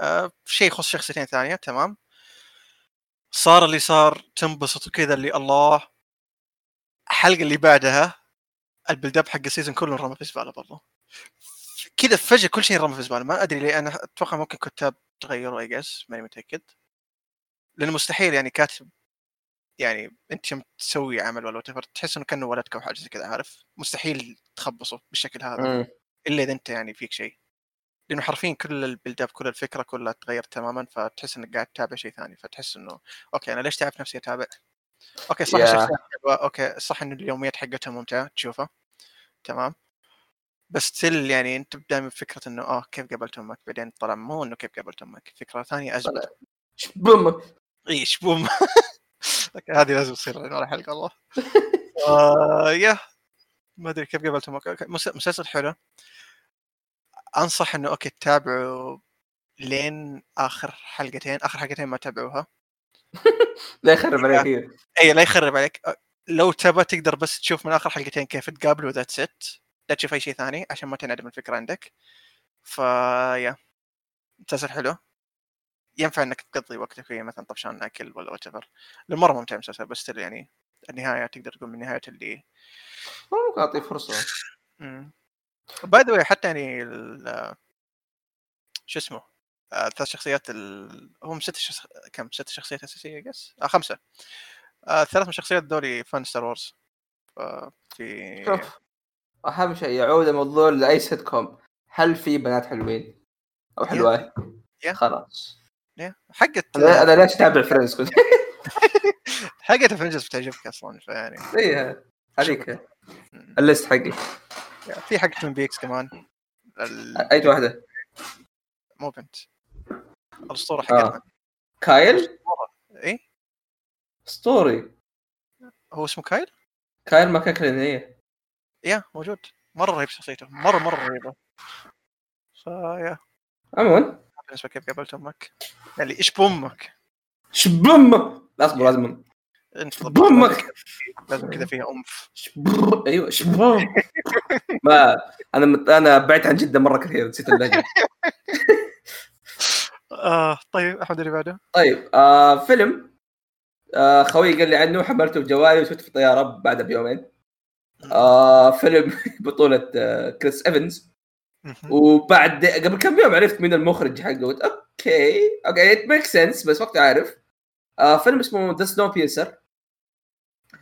آه، شيء يخص شخصيتين ثانيه تمام صار اللي صار تنبسط وكذا اللي الله الحلقه اللي بعدها البلداب حق السيزون كله رمى في زباله برضه كذا فجاه كل شيء رمى في زباله ما ادري ليه انا اتوقع ممكن كتاب تغيروا اي جس ماني متاكد لانه مستحيل يعني كاتب يعني انت يوم تسوي عمل ولا whatever، تحس انه كانه ولدك او حاجه زي كذا عارف مستحيل تخبصه بالشكل هذا أمم. الا اذا انت يعني فيك شيء لانه حرفيا كل البيلد اب كل الفكره كلها تغير تماما فتحس انك قاعد تتابع شيء ثاني فتحس انه اوكي انا ليش تعب نفسي اتابع؟ اوكي صح يا. الشخصيات حلوه اوكي صح ان اليوميات حقتها ممتعه تشوفها تمام بس تل يعني انت دائما بفكره انه اه كيف قابلت امك بعدين طلع مو انه كيف قابلت امك فكره ثانيه ازبل شبمك ايش بوم اوكي هذه لازم تصير على حلقه والله آه يا ما ادري كيف قابلت امك أوكي، مس- مسلسل حلو انصح انه اوكي تتابعوا لين اخر حلقتين اخر حلقتين ما تتابعوها لا يخرب عليك اي لا يخرب عليك أه، لو تبى تقدر بس تشوف من اخر حلقتين كيف تقابلوا ذاتس ات لا تشوف اي شيء ثاني عشان ما تنعدم الفكره عندك فيا مسلسل حلو ينفع انك تقضي وقتك فيه مثلا طفشان اكل ولا وات ايفر مره ممتع المسلسل بس still يعني النهايه تقدر تقول من نهايه اللي ممكن اعطيه فرصه باي ذا حتى يعني ال- شو اسمه آه، ثلاث شخصيات ال... هم ست شخص... كم ست شخصيات اساسيه قس آه خمسه آه الثلاث من الشخصيات دولي فان ستار وورز آه، في شوف اهم شيء يعود الموضوع لاي سيت كوم هل في بنات حلوين او حلوات يا. خلاص إيه، حقت انا انا ليش اتابع فريندز كنت حقت افنجرز بتعجبك اصلا فيعني إيه، هذيك الليست حقي في حق توين بيكس كمان ال- اي واحده مو بنت الاسطوره آه. حقتنا كايل اي اسطوري هو اسمه كايل؟ كايل إيه. ما كان كلين هي يا موجود مره رهيب شخصيته مره مره رهيبه فيا عموما بالنسبه كيف قابلت امك يعني ايش بامك؟ شبم اصبر لازم انت بامك لازم كذا فيها انف شبر ايوه شبر ما انا مت... انا بعدت عن جده مره كثير نسيت اللهجه آه طيب احمد اللي بعده طيب آه فيلم آه خوي قال لي عنه حملته بجوالي وشفته في الطياره بعدها بيومين آه فيلم بطوله آه كريس ايفنز مهم. وبعد قبل كم يوم عرفت مين المخرج حقه قلت اوكي اوكي ات ميك سنس بس وقتها عارف آه فيلم اسمه ذا سنو بيسر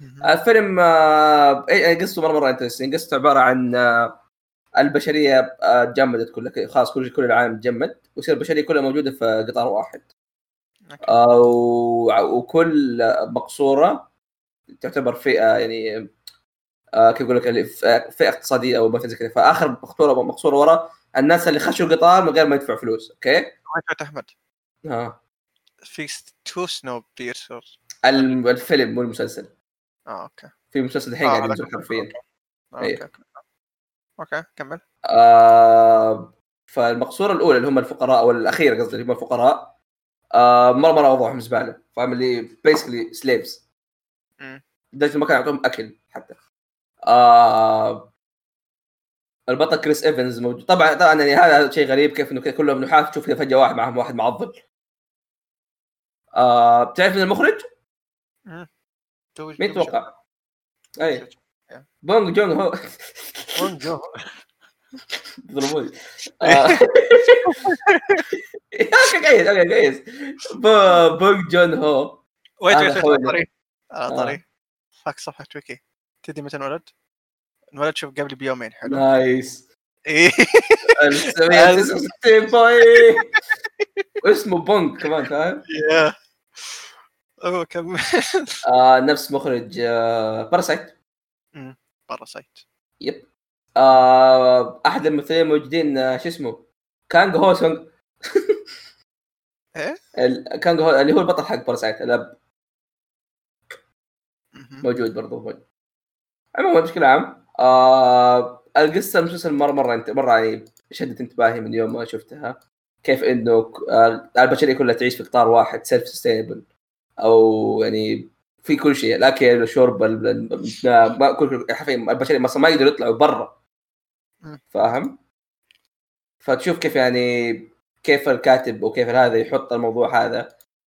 مهم. الفيلم آه، إيه، قصته مره مره انترستنج قصته عباره عن آه، البشريه آه، تجمدت كلها خلاص كل كل العالم تجمد ويصير البشريه كلها موجوده في قطار واحد أوكي. آه، و- وكل مقصوره تعتبر فئه يعني آه، كيف اقول لك اللي فئه فئة اقتصاديه او مثلا زي كذا فاخر مقصوره مقصوره ورا الناس اللي خشوا القطار من غير ما يدفعوا فلوس اوكي؟ ما شفت احمد ها في س- تو سنو بيرسر الم- الفيلم مو المسلسل اه اوكي في مسلسل الحين آه، قاعد هذا ينزل كان- حرفيا آه، إيه. اوكي اوكي اوكي كمل آه، فالمقصوره الاولى اللي هم الفقراء او الاخير قصدي اللي هم الفقراء آه، مره مره وضعهم زباله فاهم اللي بيسكلي سليفز مم. لدرجه إنه ما كان يعطوهم اكل حتى آه، البطل كريس ايفنز موجود طبعا طبعا يعني هذا شيء غريب كيف انه كده كلهم نحاف تشوف كده فجاه واحد معهم واحد معضل آه، بتعرف من المخرج؟ تو- مين تو- تتوقع؟ اي بونج جونج هو بونجو يضربوني آه. يا اخي كويس اوكي كويس ب- بونج جون هو ويت هذا ويت ويت خوينا. على طريق على آه. طري فاك صفحة ويكي تدري متى انولد؟ انولد شوف قبل بيومين حلو نايس إيه. 1969 باي واسمه بونج كمان فاهم يا. اوه كم آه نفس مخرج آه باراسايت مرة سايت آه احد الممثلين الموجودين آه شو اسمه كانغ هو سونغ إيه؟ ال- كانغ هو اللي هو البطل حق باراسايت الاب مهم. موجود برضو موجود. عموما بشكل عام آه القصه المسلسل مره مره انت مره يعني شدت انتباهي من يوم ما شفتها كيف انه ك- آه، البشريه كلها تعيش في قطار واحد سيلف سستينبل او يعني في كل شيء الاكل الشرب ال- ال- ما كل كل- حرفيا البشريه اصلا ما يقدروا يطلعوا برا مم. فاهم؟ فتشوف كيف يعني كيف الكاتب وكيف هذا يحط الموضوع هذا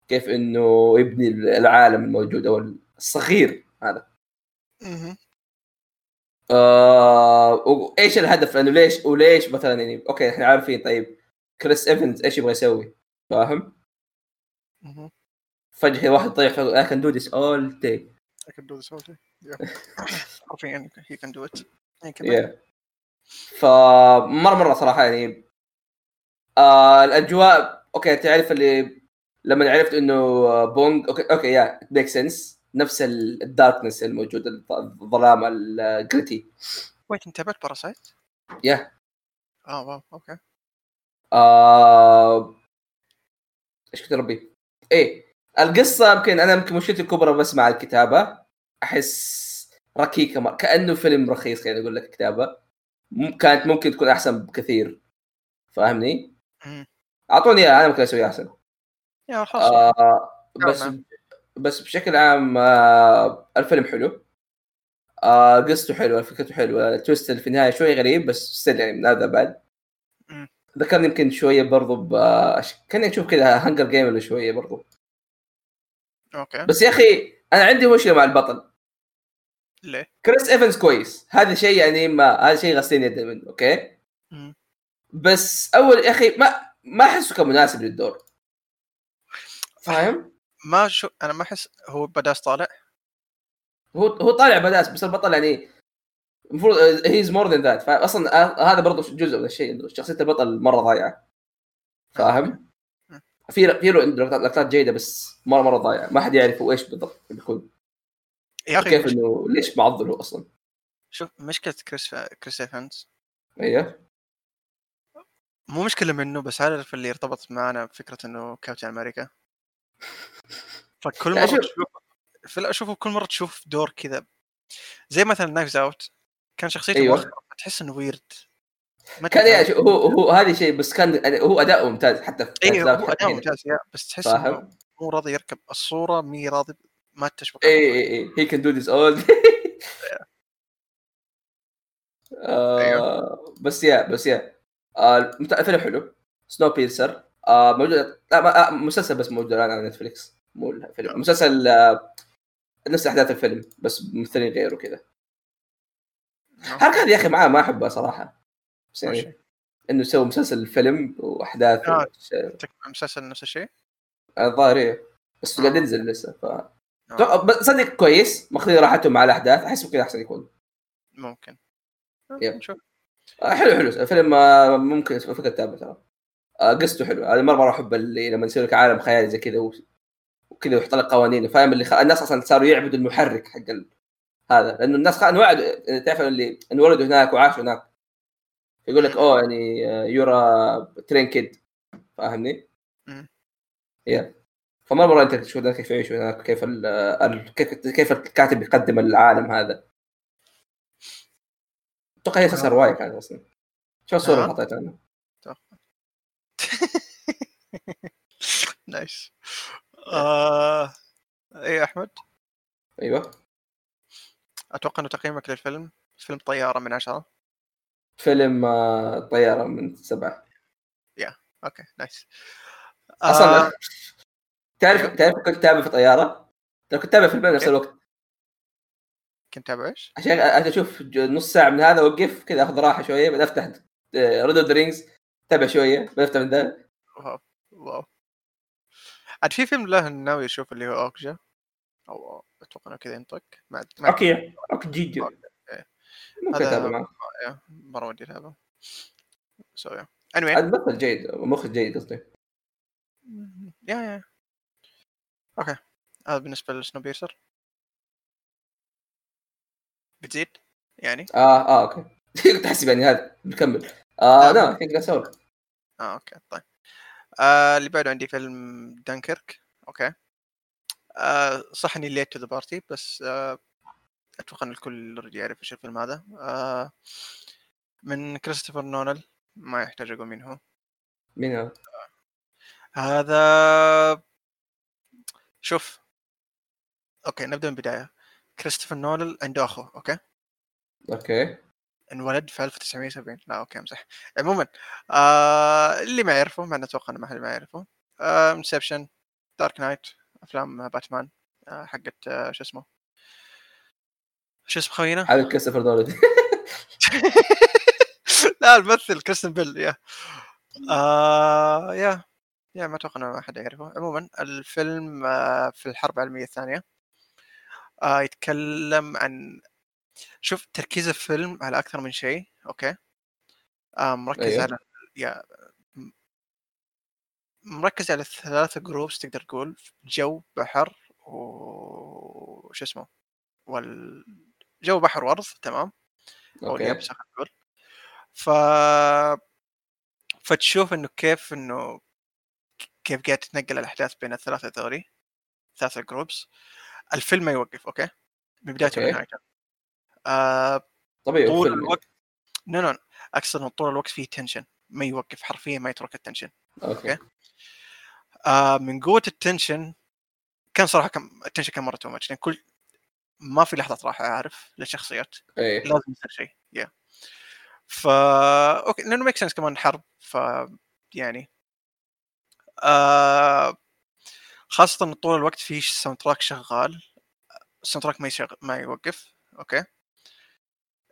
كيف انه يبني العالم الموجود او الصغير هذا مهم. آه وايش الهدف لانه ليش وليش مثلا يعني اوكي احنا عارفين طيب كريس ايفنز ايش يبغى يسوي فاهم؟ مهم. فجاه واحد طيح I can do this all day I can do this all day. Yeah. حرفيا he can do it. يعني كمل. yeah. فمره مره صراحه يعني آه الاجواء اوكي تعرف اللي لما عرفت انه بونج اوكي اوكي يا ميك سنس نفس الداركنس الموجود الظ- الظلام الجريتي ويت انت تابعت باراسايت؟ Yeah. اه واو اوكي آه... ايش كنت ربي؟ ايه القصه يمكن انا يمكن مشكلتي الكبرى بس مع الكتابه احس ركيكه مر... كانه فيلم رخيص يعني اقول لك كتابه م... كانت ممكن تكون احسن بكثير فاهمني؟ مم. اعطوني انا ممكن اسوي احسن يا خلاص آه بس نعم. بس بشكل عام آه الفيلم حلو آه قصته حلوه فكرته حلوه التويست اللي في النهايه شوي غريب بس ستيل يعني هذا بعد مم. ذكرني يمكن شويه برضو ب آه، كاني اشوف كذا هانجر جيم ولا شويه برضو اوكي بس يا اخي انا عندي مشكله مع البطل ليه؟ كريس ايفنز كويس هذا شيء يعني ما هذا شيء غسلين يده منه اوكي مم. بس اول يا اخي ما ما احسه كمناسب للدور فاهم ما شو انا ما احس هو بداس طالع هو هو طالع بداس بس البطل يعني المفروض هيز مور ذان ذات فاصلا آه، هذا برضه جزء من الشيء انه شخصيه البطل مره ضايعه فاهم في في له عنده لقطات- لقطات جيده بس مره مره ضايعه ما حد يعرف هو ايش بالضبط بيكون يا اخي كيف انه ليش معضل هو اصلا شوف مشكله كريس كريس ايفنز ايوه مو مشكله منه بس عارف اللي يرتبط معنا بفكره انه كابتن امريكا فكل لا، مره شوف. تشوف فلا اشوفه كل مره تشوف دور كذا زي مثلا نايفز اوت كان شخصيته أيوة. أيوة. تحس انه ويرد ما كان تدري يعني هو هو هذا شيء بس كان يعني هو اداؤه ممتاز حتى في ايوه أجزاء هو حتى أداء هنا. ممتاز يا، بس تحس فاهم؟ انه مو راضي يركب الصوره مي راضي ما تشبك على اي اي اي هي كان دو ذيس اول أيوه. آه، بس يا بس يا آه، مت- الفيلم حلو سنو بيرسر آه، موجود لا ما- آه، مسلسل بس موجود الان على نتفلكس مو الفيلم مسلسل آه، نفس احداث الفيلم بس ممثلين غيره كذا نعم. الحركه هذه يا اخي معاه ما احبها صراحه بس كل يعني شيء. انه يسوي مسلسل فيلم واحداث آه. وش- آه، تك- مسلسل نفس الشيء الظاهر إيه. بس قاعد ينزل لسه ف آه. توقع- بس صدق كويس ماخذين راحتهم مع الاحداث احس كذا احسن يكون ممكن يب. نشوف آه، حلو حلو الفيلم آه، ممكن فكرة تتابع ترى آه، قصته حلو انا مره مره احب اللي لما يصير لك عالم خيالي زي كذا و- وكذا ويحط لك قوانين فاهم اللي خ... الناس اصلا صاروا يعبدوا المحرك حق ال... هذا لانه الناس خ... انواع تعرف اللي انولدوا هناك وعاشوا هناك يقول لك اوه يعني يورا ترين كيد فاهمني؟ مم. يا فمره مره انت تشوف هناك كيف يعيشوا هناك كيف ال... ال... كيف كيف الكاتب يقدم العالم هذا اتوقع هي اساسا روايه كانت اصلا شو الصوره اللي آه. حطيتها انا؟ نايس آه... ايه احمد ايوه اتوقع انه تقييمك للفيلم فيلم طياره من عشره فيلم آه، طياره من سبعه اوكي نايس اصلا آه... تعرف تعرف كنت تابع في طياره لو كنت تابع فيلمين إيه. نفس الوقت كنت تابع ايش؟ عشان أ- اشوف ج- نص ساعه من هذا اوقف كذا اخذ راحه شويه بعدين آه، افتح ريد اوف رينجز تابع شويه بعدين افتح من ذا واو واو عاد في فيلم له ناوي اشوف اللي هو اوكجا او اتوقع انه كذا ينطق ما ما- اوكي اوكي جيجي إيه. ممكن هذا- اتابع معك يا، مره ودي اتابعه سوري anyway عاد بطل جيد مخرج جيد قصدي يا يا اوكي هذا بالنسبه لسنو بيرسر بتزيد يعني اه اه اوكي كنت احسب يعني هذا بكمل آه. اه لا ثينك ذاتس اول اه اوكي طيب آه اللي بعده عندي فيلم دانكيرك اوكي آه صح اني ليت تو ذا بارتي بس آه اتوقع ان الكل رجع يعرف ايش الفيلم هذا آه من كريستوفر نونل ما يحتاج اقول مين هو مين هو؟ هذا شوف اوكي نبدا من البدايه كريستوفر نولل عنده اخو اوكي اوكي انولد في 1970 لا اوكي امزح عموما آه اللي ما يعرفه ما اتوقع انه ما حد ما يعرفه آه، انسبشن دارك نايت افلام باتمان آه حقت آه شو اسمه شو اسمه خوينا هذا كريستوفر نولان لا الممثل كريستن بيل يا آه يا يا ما اتوقع انه ما حد يعرفه عموما الفيلم آه في الحرب العالميه الثانيه آه يتكلم عن شوف تركيز الفيلم على اكثر من شيء اوكي آه مركز أيوه. أيوه. على يا م- مركز على ثلاثة جروبس تقدر تقول جو بحر وش اسمه وال جو بحر وارض تمام او اوكي اليابسه خلينا نقول ف فتشوف انه كيف انه كيف قاعد تتنقل الاحداث بين الثلاثه ذولي ثلاثه جروبس الفيلم ما يوقف اوكي من بدايته أوكي. لنهايته آه طبيعي طول فيلم. الوقت لا لا اقصد انه طول الوقت فيه تنشن ما يوقف حرفيا ما يترك التنشن اوكي آه من قوه التنشن كان صراحه كان التنشن كان مره تو ماتش لان يعني كل ما في لحظه راحه عارف للشخصيات ايه لازم يصير شيء يا فا اوكي لانه ميك سنس كمان حرب ف يعني آه... خاصة إن طول الوقت في ساوند تراك شغال الساوند تراك ما يشغ... ما يوقف اوكي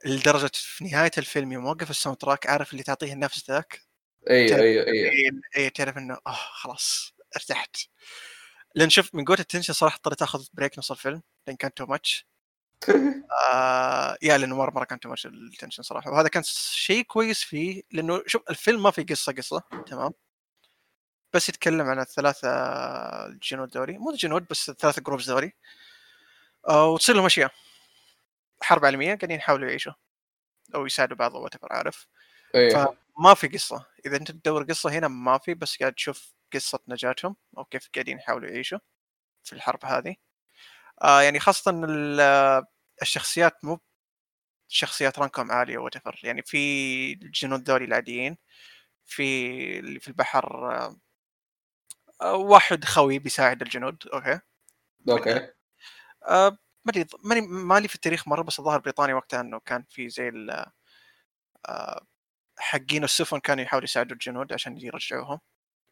لدرجة في نهاية الفيلم يوم وقف الساوند تراك عارف اللي تعطيه النفس ذاك ايوه ايوه ايوه اي إيه، تعرف انه اه خلاص ارتحت لان شوف من قوة التنشن صراحة اضطريت اخذ بريك نص الفيلم لان كان تو ماتش إيه. آه يا لانه مره مره كان تو ماتش التنشن صراحه وهذا كان شيء كويس فيه لانه شوف الفيلم ما في قصه قصه تمام بس يتكلم عن الثلاثه الجنود دوري مو الجنود بس الثلاثه جروبز دوري آه وتصير لهم اشياء حرب عالميه قاعدين يحاولوا يعيشوا او يساعدوا بعض او عارف ايوه ما في قصه اذا انت تدور قصه هنا ما في بس قاعد تشوف قصه نجاتهم او كيف قاعدين يحاولوا يعيشوا في الحرب هذه آه يعني خاصه إن ال- الشخصيات مو شخصيات رانكم عاليه وتفر يعني في الجنود ذولي العاديين في اللي في البحر آه، آه، واحد خوي بيساعد الجنود اوكي اوكي آه، ما ادري ماني مالي في التاريخ مره بس الظاهر بريطانيا وقتها انه كان في زي ال آه، حقين السفن كانوا يحاولوا يساعدوا الجنود عشان يرجعوهم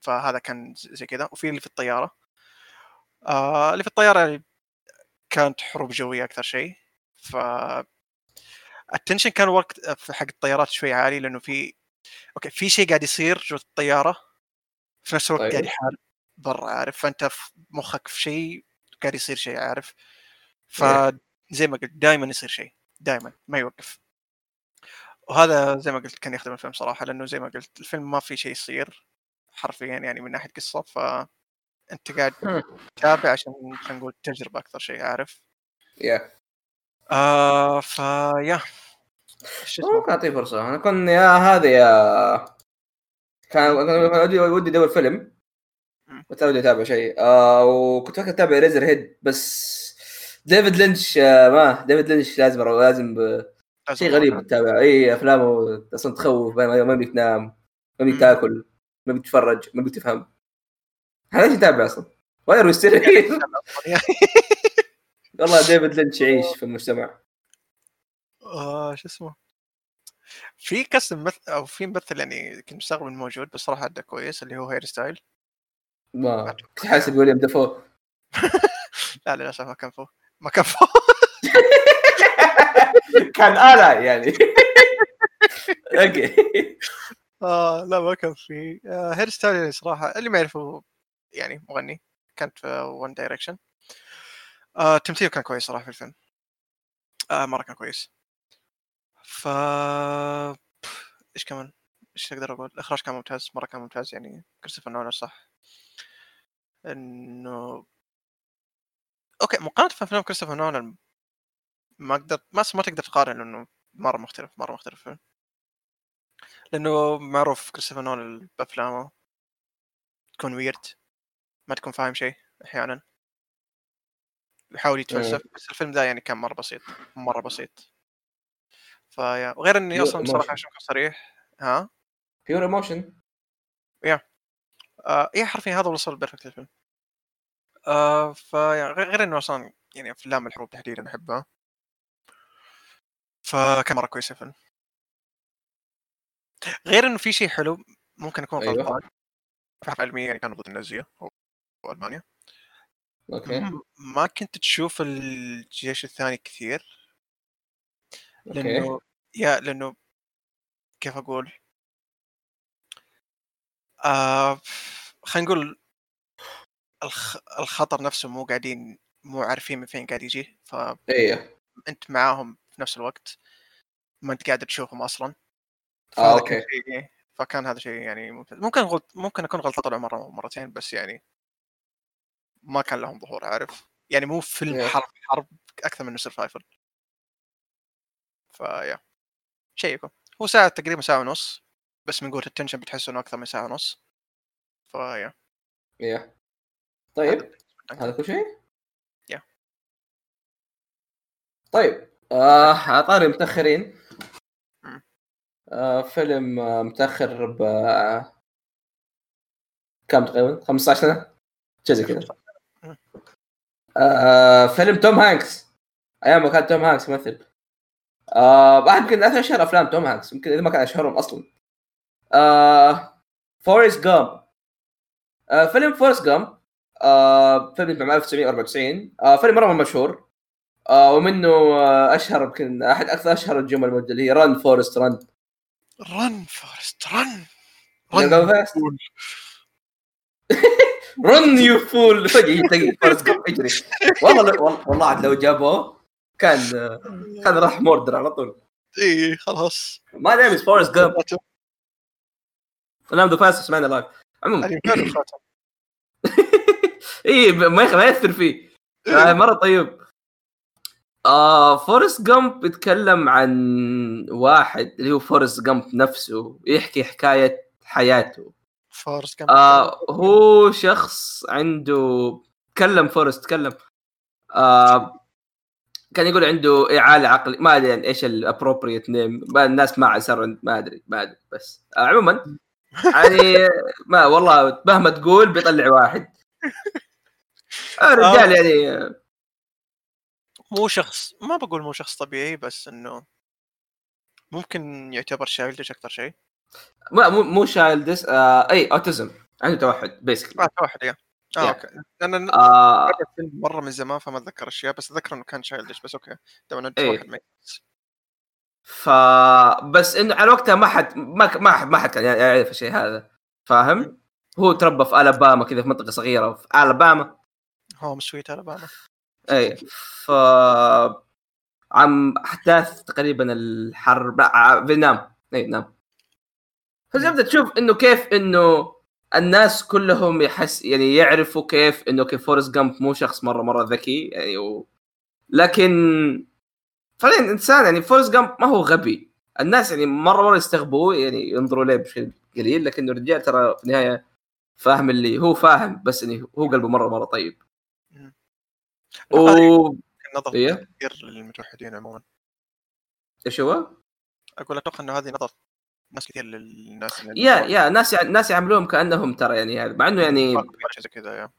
فهذا كان ز- زي كذا وفي اللي في الطياره آه، اللي في الطياره كانت حروب جويه اكثر شيء ف التنشن كان وقت آه، في حق الطيارات شوي عالي لانه في اوكي في شيء قاعد يصير جوا الطياره في نفس الوقت طيب. طيب. قاعد يحارب برا عارف فانت في مخك في شيء قاعد يصير شيء عارف ف إيه. زي ما قلت دائما يصير شيء دائما ما يوقف وهذا زي ما قلت كان يخدم الفيلم صراحه لانه زي ما قلت الفيلم ما في شيء يصير حرفيا يعني من ناحيه قصه فانت مم. قاعد تتابع عشان خلينا نقول تجربه اكثر شيء عارف يا آه فيا شو اسمه؟ ممكن اعطيه فرصه انا كنت يا هذا يا كان كان- كان ودي ودي ادور فيلم كنت ودي اتابع شيء آه وكنت فاكر اتابع ريزر هيد بس ديفيد لينش آه ما ديفيد لينش لازم لازم ب... شيء غريب تتابع اي افلامه اصلا تخوف ما ما بدك تنام ما بدك مم. تاكل ما بدك تتفرج ما بدك تفهم هذا ايش تتابع اصلا؟ ولا يروي يعني السرير والله ديفيد لينش يعيش في المجتمع آه شو اسمه في كاست ممثل او في ممثل يعني كنت مستغرب انه موجود بس صراحه ادى كويس اللي هو هير ستايل ما كنت حاسب ويليام دافو لا للاسف ما كان فوق ما كان فوق كان اله يعني اوكي آه لا ما كان في آه هير ستايل يعني صراحه اللي ما يعرفه يعني مغني كانت في ون دايركشن آه تمثيله كان كويس صراحه في الفيلم آه مره كان كويس ف ايش كمان ايش اقدر اقول الاخراج كان ممتاز مره كان ممتاز يعني كريستوفر نولان صح انه اوكي مقارنه في افلام كريستوفر نولان ما اقدر ما ما تقدر تقارن لانه مره مختلف مره مختلف لانه معروف كريستوفر نولان بافلامه تكون ويرد ما تكون فاهم شيء احيانا يحاول يتفلسف بس الفيلم ذا يعني كان مره بسيط مره بسيط فيا وغير اني Pure اصلا emotion. صراحه عشان أكون صريح ها بيور ايموشن آه إيه حرفيا هذا وصل بيرفكت الفيلم آه فيا غير غير انه اصلا يعني افلام الحروب تحديدا احبها فكان مره كويس الفيلم غير انه في شيء حلو ممكن اكون أيوة. غلطان في حرب علميه يعني كانوا ضد النازيه او أو المانيا اوكي م- ما كنت تشوف الجيش الثاني كثير اوكي لانه يا لانه كيف اقول آه خلينا نقول الخ... الخطر نفسه مو قاعدين مو عارفين من فين قاعد يجي فانت ايه معاهم في نفس الوقت ما انت قاعد تشوفهم اصلا فهذا آه، كان اوكي شيء إيه، فكان هذا شيء يعني ممتاز ممكن غلط ممكن اكون غلط طلع مره او مرتين بس يعني ما كان لهم ظهور عارف يعني مو فيلم Yeah. حرب حرب اكثر منه سرفايفل فيا شيكوا هو ساعة تقريبا ساعة ونص بس من قوة التنشن بتحس انه اكثر من ساعة ونص فيا يا طيب هذا كل شيء؟ يا. طيب آه عطاري متاخرين مم. آه، فيلم آه، متاخر ب آه، كم تقريبا 15 سنه شيء زي كذا آه، فيلم توم هانكس ايام ما كان توم هانكس يمثل آه، واحد يمكن من اشهر افلام توم هانكس يمكن اذا ما كان اشهرهم اصلا آه، فورست جامب آه، فيلم فورست جامب آه، فيلم من 1994 آه، فيلم مره مشهور آه، ومنه آه، اشهر يمكن احد اكثر اشهر الجمل موجودة اللي هي رن فورست رن رن فورست رن Go fast. رن يو فول فجاه يلتقي فورست جامب يجري والله لو- والله والله عاد لو جابوه كان كان راح موردر على طول اي إيه، خلاص ما نيم از فورست جامب فيلم ذا فاست مان لايف عموما يعني حلو الخاتم. اي ما يخ- ما ياثر فيه آه، مره طيب آه فورست جامب يتكلم عن واحد اللي هو فورست جامب نفسه يحكي حكايه حياته فورست كم آه هو شخص عنده تكلم فورست تكلم آه كان يقول عنده اعاله عقليه ما ادري يعني ايش الابروبريت نيم الناس ما صار ما ادري ما ادري بس آه عموما يعني ما والله مهما تقول بيطلع واحد آه رجال يعني آه، مو شخص ما بقول مو شخص طبيعي بس انه ممكن يعتبر شايلتش اكثر شيء ما مو مو شايلدس آه اي اوتزم عنده توحد بيسكلي اه واحد يا اه يعني. اوكي انا آه آه. مره من زمان فما اتذكر اشياء بس اتذكر انه كان شايلتش بس اوكي طبعا انت إيه. واحد ما ف بس انه على وقتها ما حد ما ك- ما حد ما حد كان يعرف الشيء هذا فاهم؟ هو تربى في الاباما كذا في منطقه صغيره في الاباما هوم سويت الاباما اي إيه. ف عم احداث تقريبا الحرب لا، ع- فيتنام اي نعم فتبدا تشوف انه كيف انه الناس كلهم يحس يعني يعرفوا كيف انه كيف فورست جامب مو شخص مره مره ذكي يعني و... لكن فعليا انسان يعني فورست جامب ما هو غبي الناس يعني مره مره يستغبوه يعني ينظروا له بشكل قليل لكنه الرجال ترى في النهايه فاهم اللي هو فاهم بس انه هو قلبه مره مره طيب مم. و نظرة إيه. كثير للمتوحدين عموما ايش هو؟ اقول اتوقع انه هذه نظرة ناس كثير للناس اللي- يا يا ناس يع- ناس يعاملوهم كانهم ترى يعني هذا مع انه يعني شيء زي كذا يا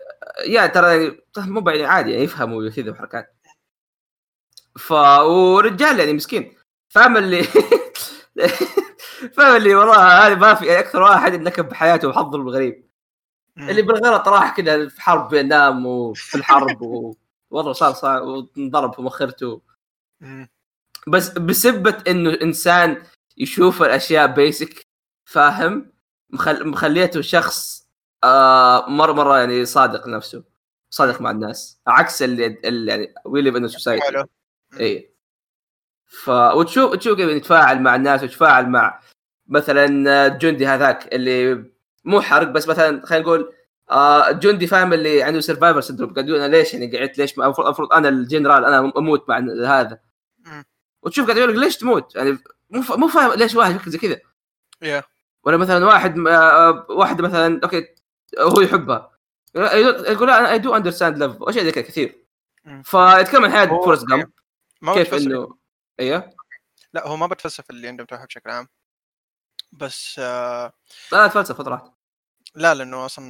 يا ترى يعني مو بعيد عادي يعني يفهموا كذا وحركات ف ورجال يعني مسكين فاهم اللي فاهم اللي والله هذا ما في يعني اكثر واحد انكب بحياته وحظه الغريب مم. اللي بالغلط راح كذا في حرب فيتنام وفي الحرب ووضعه صار صار وانضرب في مخرته مم. بس بسبة انه انسان يشوف الاشياء بيسك فاهم مخل... مخليته شخص آه مره مره يعني صادق نفسه صادق مع الناس عكس اللي, اللي يعني وي ليف ان سوسايتي حلو. اي إيه. ف وتشوف تشوف كيف يتفاعل مع الناس ويتفاعل مع مثلا جندي هذاك اللي مو حرق بس مثلا خلينا نقول آه جندي فاهم اللي عنده سرفايفر سندروم قاعد يقول انا ليش يعني قعدت ليش ما- المفروض المفروض انا الجنرال انا اموت مع هذا مم. وتشوف قاعد يقول لك ليش تموت يعني مو فا- مو فاهم ليش واحد يفكر زي كذا يا. ولا مثلا واحد آه، واحده مثلا اوكي هو يحبها يقول- يقول لا انا اي دو اندرستاند لاف واشياء زي كذا كثير مم. فيتكلم عن حياه هو- فورست جامب ما كيف بتفلسف. انه ايوه لا هو ما بتفلسف اللي عنده متوحد بشكل عام بس آه لا تفلسف راحت لا لانه اصلا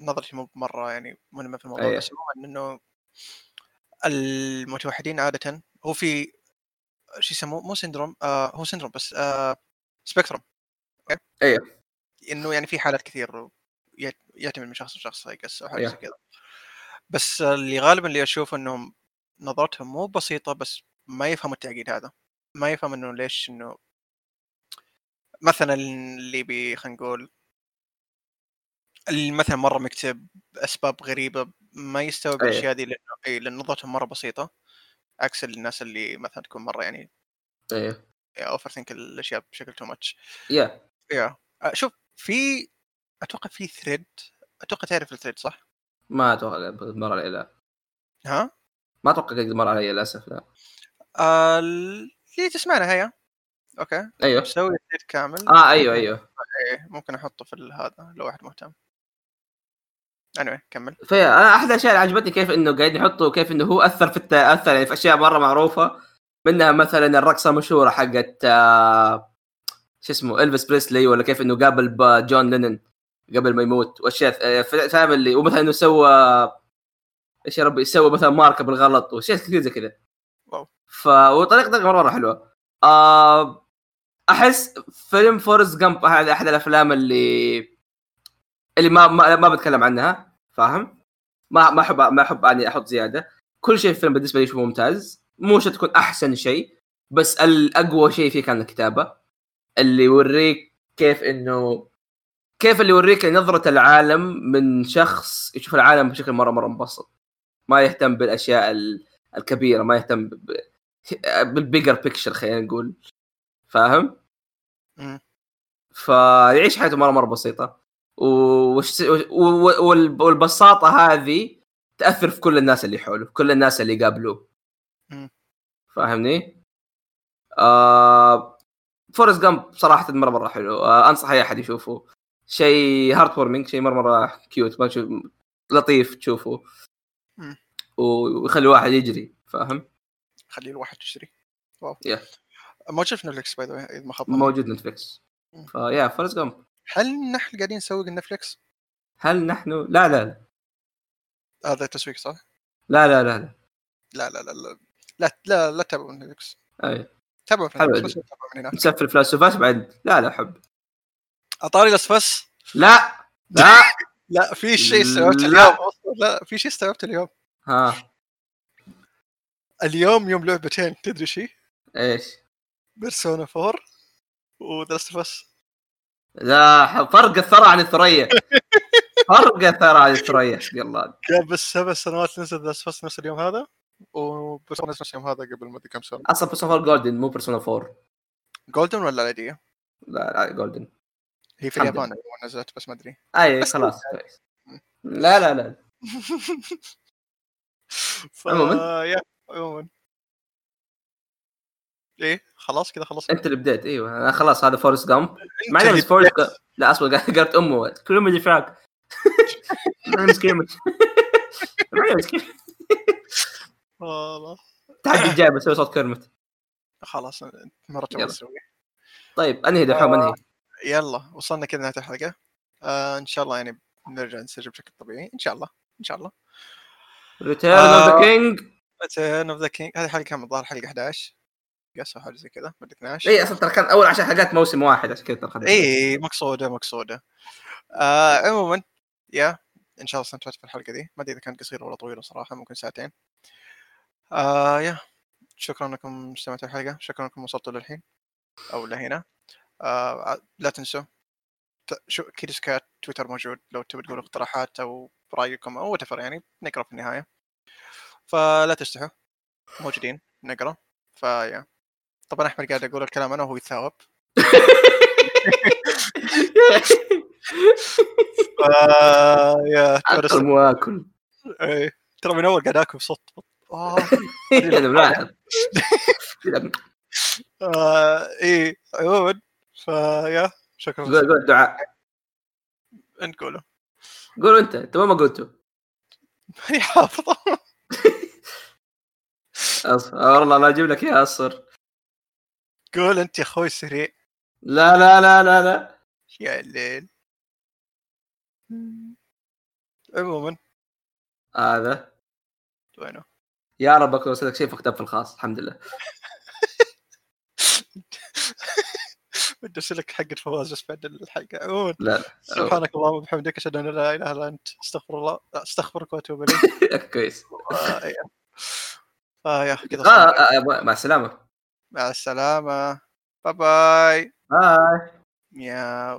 نظرتي مو مره يعني ملمه في الموضوع أيه. بس عموما انه المتوحدين عاده هو في شو يسموه مو سندروم آه هو سندروم بس آه سبيكتروم أوكي؟ أيه. انه يعني في حالات كثير يعت- يعتمد من شخص لشخص اي او حاجه أيه. زي كذا بس اللي غالبا اللي اشوف انهم نظرتهم مو بسيطه بس ما يفهموا التعقيد هذا ما يفهم انه ليش انه مثلا اللي بي خلينا نقول اللي مثلا مره مكتئب اسباب غريبه ما يستوعب أيه. الاشياء هذه لانه إيه، لان نظرتهم مره بسيطه عكس الناس اللي مثلا تكون مره يعني ايوه اوفر ثينك الاشياء بشكل تو ماتش يا يا آه، شوف في اتوقع في ثريد اتوقع تعرف الثريد صح؟ ما اتوقع قد مر علي لا ها؟ ما اتوقع قد مر علي للاسف لا آه، اللي تسمعنا هيا اوكي ايوه مسوي ثريد كامل اه ايوه ايوه إيه، ممكن احطه في ال- هذا لو واحد مهتم anyway كمل في انا احد الاشياء اللي عجبتني كيف انه قاعدين يحطوا كيف انه هو اثر في الت... اثر يعني في اشياء مره معروفه منها مثلا الرقصه المشهوره حقت آه، شو اسمه الفيس بريسلي ولا كيف انه قابل با- جون لينن قبل ما يموت واشياء آه، ف- فاهم اللي ومثلا انه سوى ايش يا ربي سوى مثلا ماركه بالغلط واشياء كثير زي كذا واو. ف وطريقة طريقة مره مره حلوه آه، احس فيلم فورست جامب احد أحد الافلام اللي اللي ما ما, ما بتكلم عنها فاهم ما ما احب ما احب اني احط زياده كل شيء في الفيلم بالنسبه لي شيء ممتاز مو شرط تكون احسن شيء بس الاقوى شيء فيه كان الكتابه اللي يوريك كيف انه كيف اللي يوريك نظره العالم من شخص يشوف العالم بشكل مره مره مبسط ما يهتم بالاشياء ال- الكبيره ما يهتم ب- بالبيجر بيكتشر خلينا نقول فاهم؟ مم. فيعيش حياته مره مره بسيطه و- وش- و- و- وال- والبساطه هذه تاثر في كل الناس اللي حوله في كل الناس اللي قابلوه مم. فاهمني؟ آه فورست جامب صراحه مره مره حلو آه انصح اي احد يشوفه شيء هارت وورمينج شيء مره مره كيوت ما تشوف لطيف تشوفه مم. و- ويخلي الواحد يجري فاهم؟ خلي الواحد يشتري واو Yeah. موجود في نتفلكس باي ذا واي إذا ما خاب ظني. موجود نتفلكس مم. فيا فورست جامب هل نحن قاعدين نسوق نتفلكس؟ هل نحن لا لا لا هذا تسويق صح؟ لا لا لا, لا. لا لا لا لا لا لا, لا تتابعوا نتفلكس أي. تابعوا في حلو. نتفلكس بس لا تتابعوا من هنا مسافر فلاسوفات بعد لا لا احب اطاري لسفس لا لا لا في شيء استوعبته لا. اليوم أصلاً. لا في شيء استوعبته اليوم ها اليوم يوم لعبتين تدري شيء؟ ايش بيرسونا 4 وذا لاست اوف اس لا ح- فرق الثرى عن الثريا فرق الثرى عن الثريا يلا قبل سبع سنوات نزل ذا لاست اوف اس نفس اليوم هذا وبيرسونا نزل نفس اليوم هذا قبل ما ادري كم سنه اصلا بيرسون فور جولدن مو بيرسون 4 جولدن ولا العاديه؟ لا لا جولدن هي في الحمد اليابان أول نزلت بس ما ادري اي بس خلاص كويس لا لا لا ف- عموماً. يا عموما ايه خلاص إيه، كذا خلصنا انت اللي بديت ايوه انا خلاص هذا فورست جامب مع انت اني اللي فورست لا اصبر قالت امه كلهم اللي فراك مسكين مسكين والله. التحدي الجاي بسوي صوت كرمت خلاص مرة يلا. ما نسوي طيب انهي دحوم انهي يلا وصلنا كذا نهاية الحلقة آه ان شاء الله يعني نرجع نسجل بشكل طبيعي ان شاء الله ان شاء الله ريتيرن اوف ذا آه. كينج ريتيرن اوف ذا كينج هذه الحلقة كان الظاهر حلقة 11 قصة حاجة زي كذا ما ادري 12 اي اصلا إيه، ترى كان اول عشان حلقات موسم واحد عشان كذا ترى خلينا- اي مقصودة مقصودة آه عموما يا ان شاء الله استمتعت في الحلقة دي ما ادري اذا كانت قصيرة ولا طويلة صراحة ممكن ساعتين آه يا شكرا انكم استمعتوا الحلقة شكرا انكم وصلتوا للحين او لهنا آه ع- لا تنسوا ت- شو كيدز كات تويتر موجود لو تبي تقولوا اقتراحات او رايكم او وتفر يعني نقرا في النهاية فلا تستحوا موجودين نقرا فيا طبعا احمد قاعد اقول الكلام انا وهو يتثاوب آه يا ترى اكل مو اكل ايه ترى من اول قاعد اكل بصوت آه، انا ملاحظ آه، ايه عموما فيا شكرا قول قول دعاء نقوله قول انت انت ما قلته ماني حافظه أص- آه، والله لا اجيب لك اياها اصر قول انت يا اخوي سريع لا لا لا لا لا يا الليل عموما هذا وينه يا ربك لو صدق شيء فكتب في الخاص الحمد لله بدي ارسل لك حقة فواز بس بعد الحلقه عموما لا سبحانك اللهم وبحمدك اشهد ان لا اله الا انت استغفر الله استغفرك واتوب اليك كويس آه، إيه. آه، يا كذا آه، صار. آه، آه، مع السلامه مع السلامه باي باي باي مياو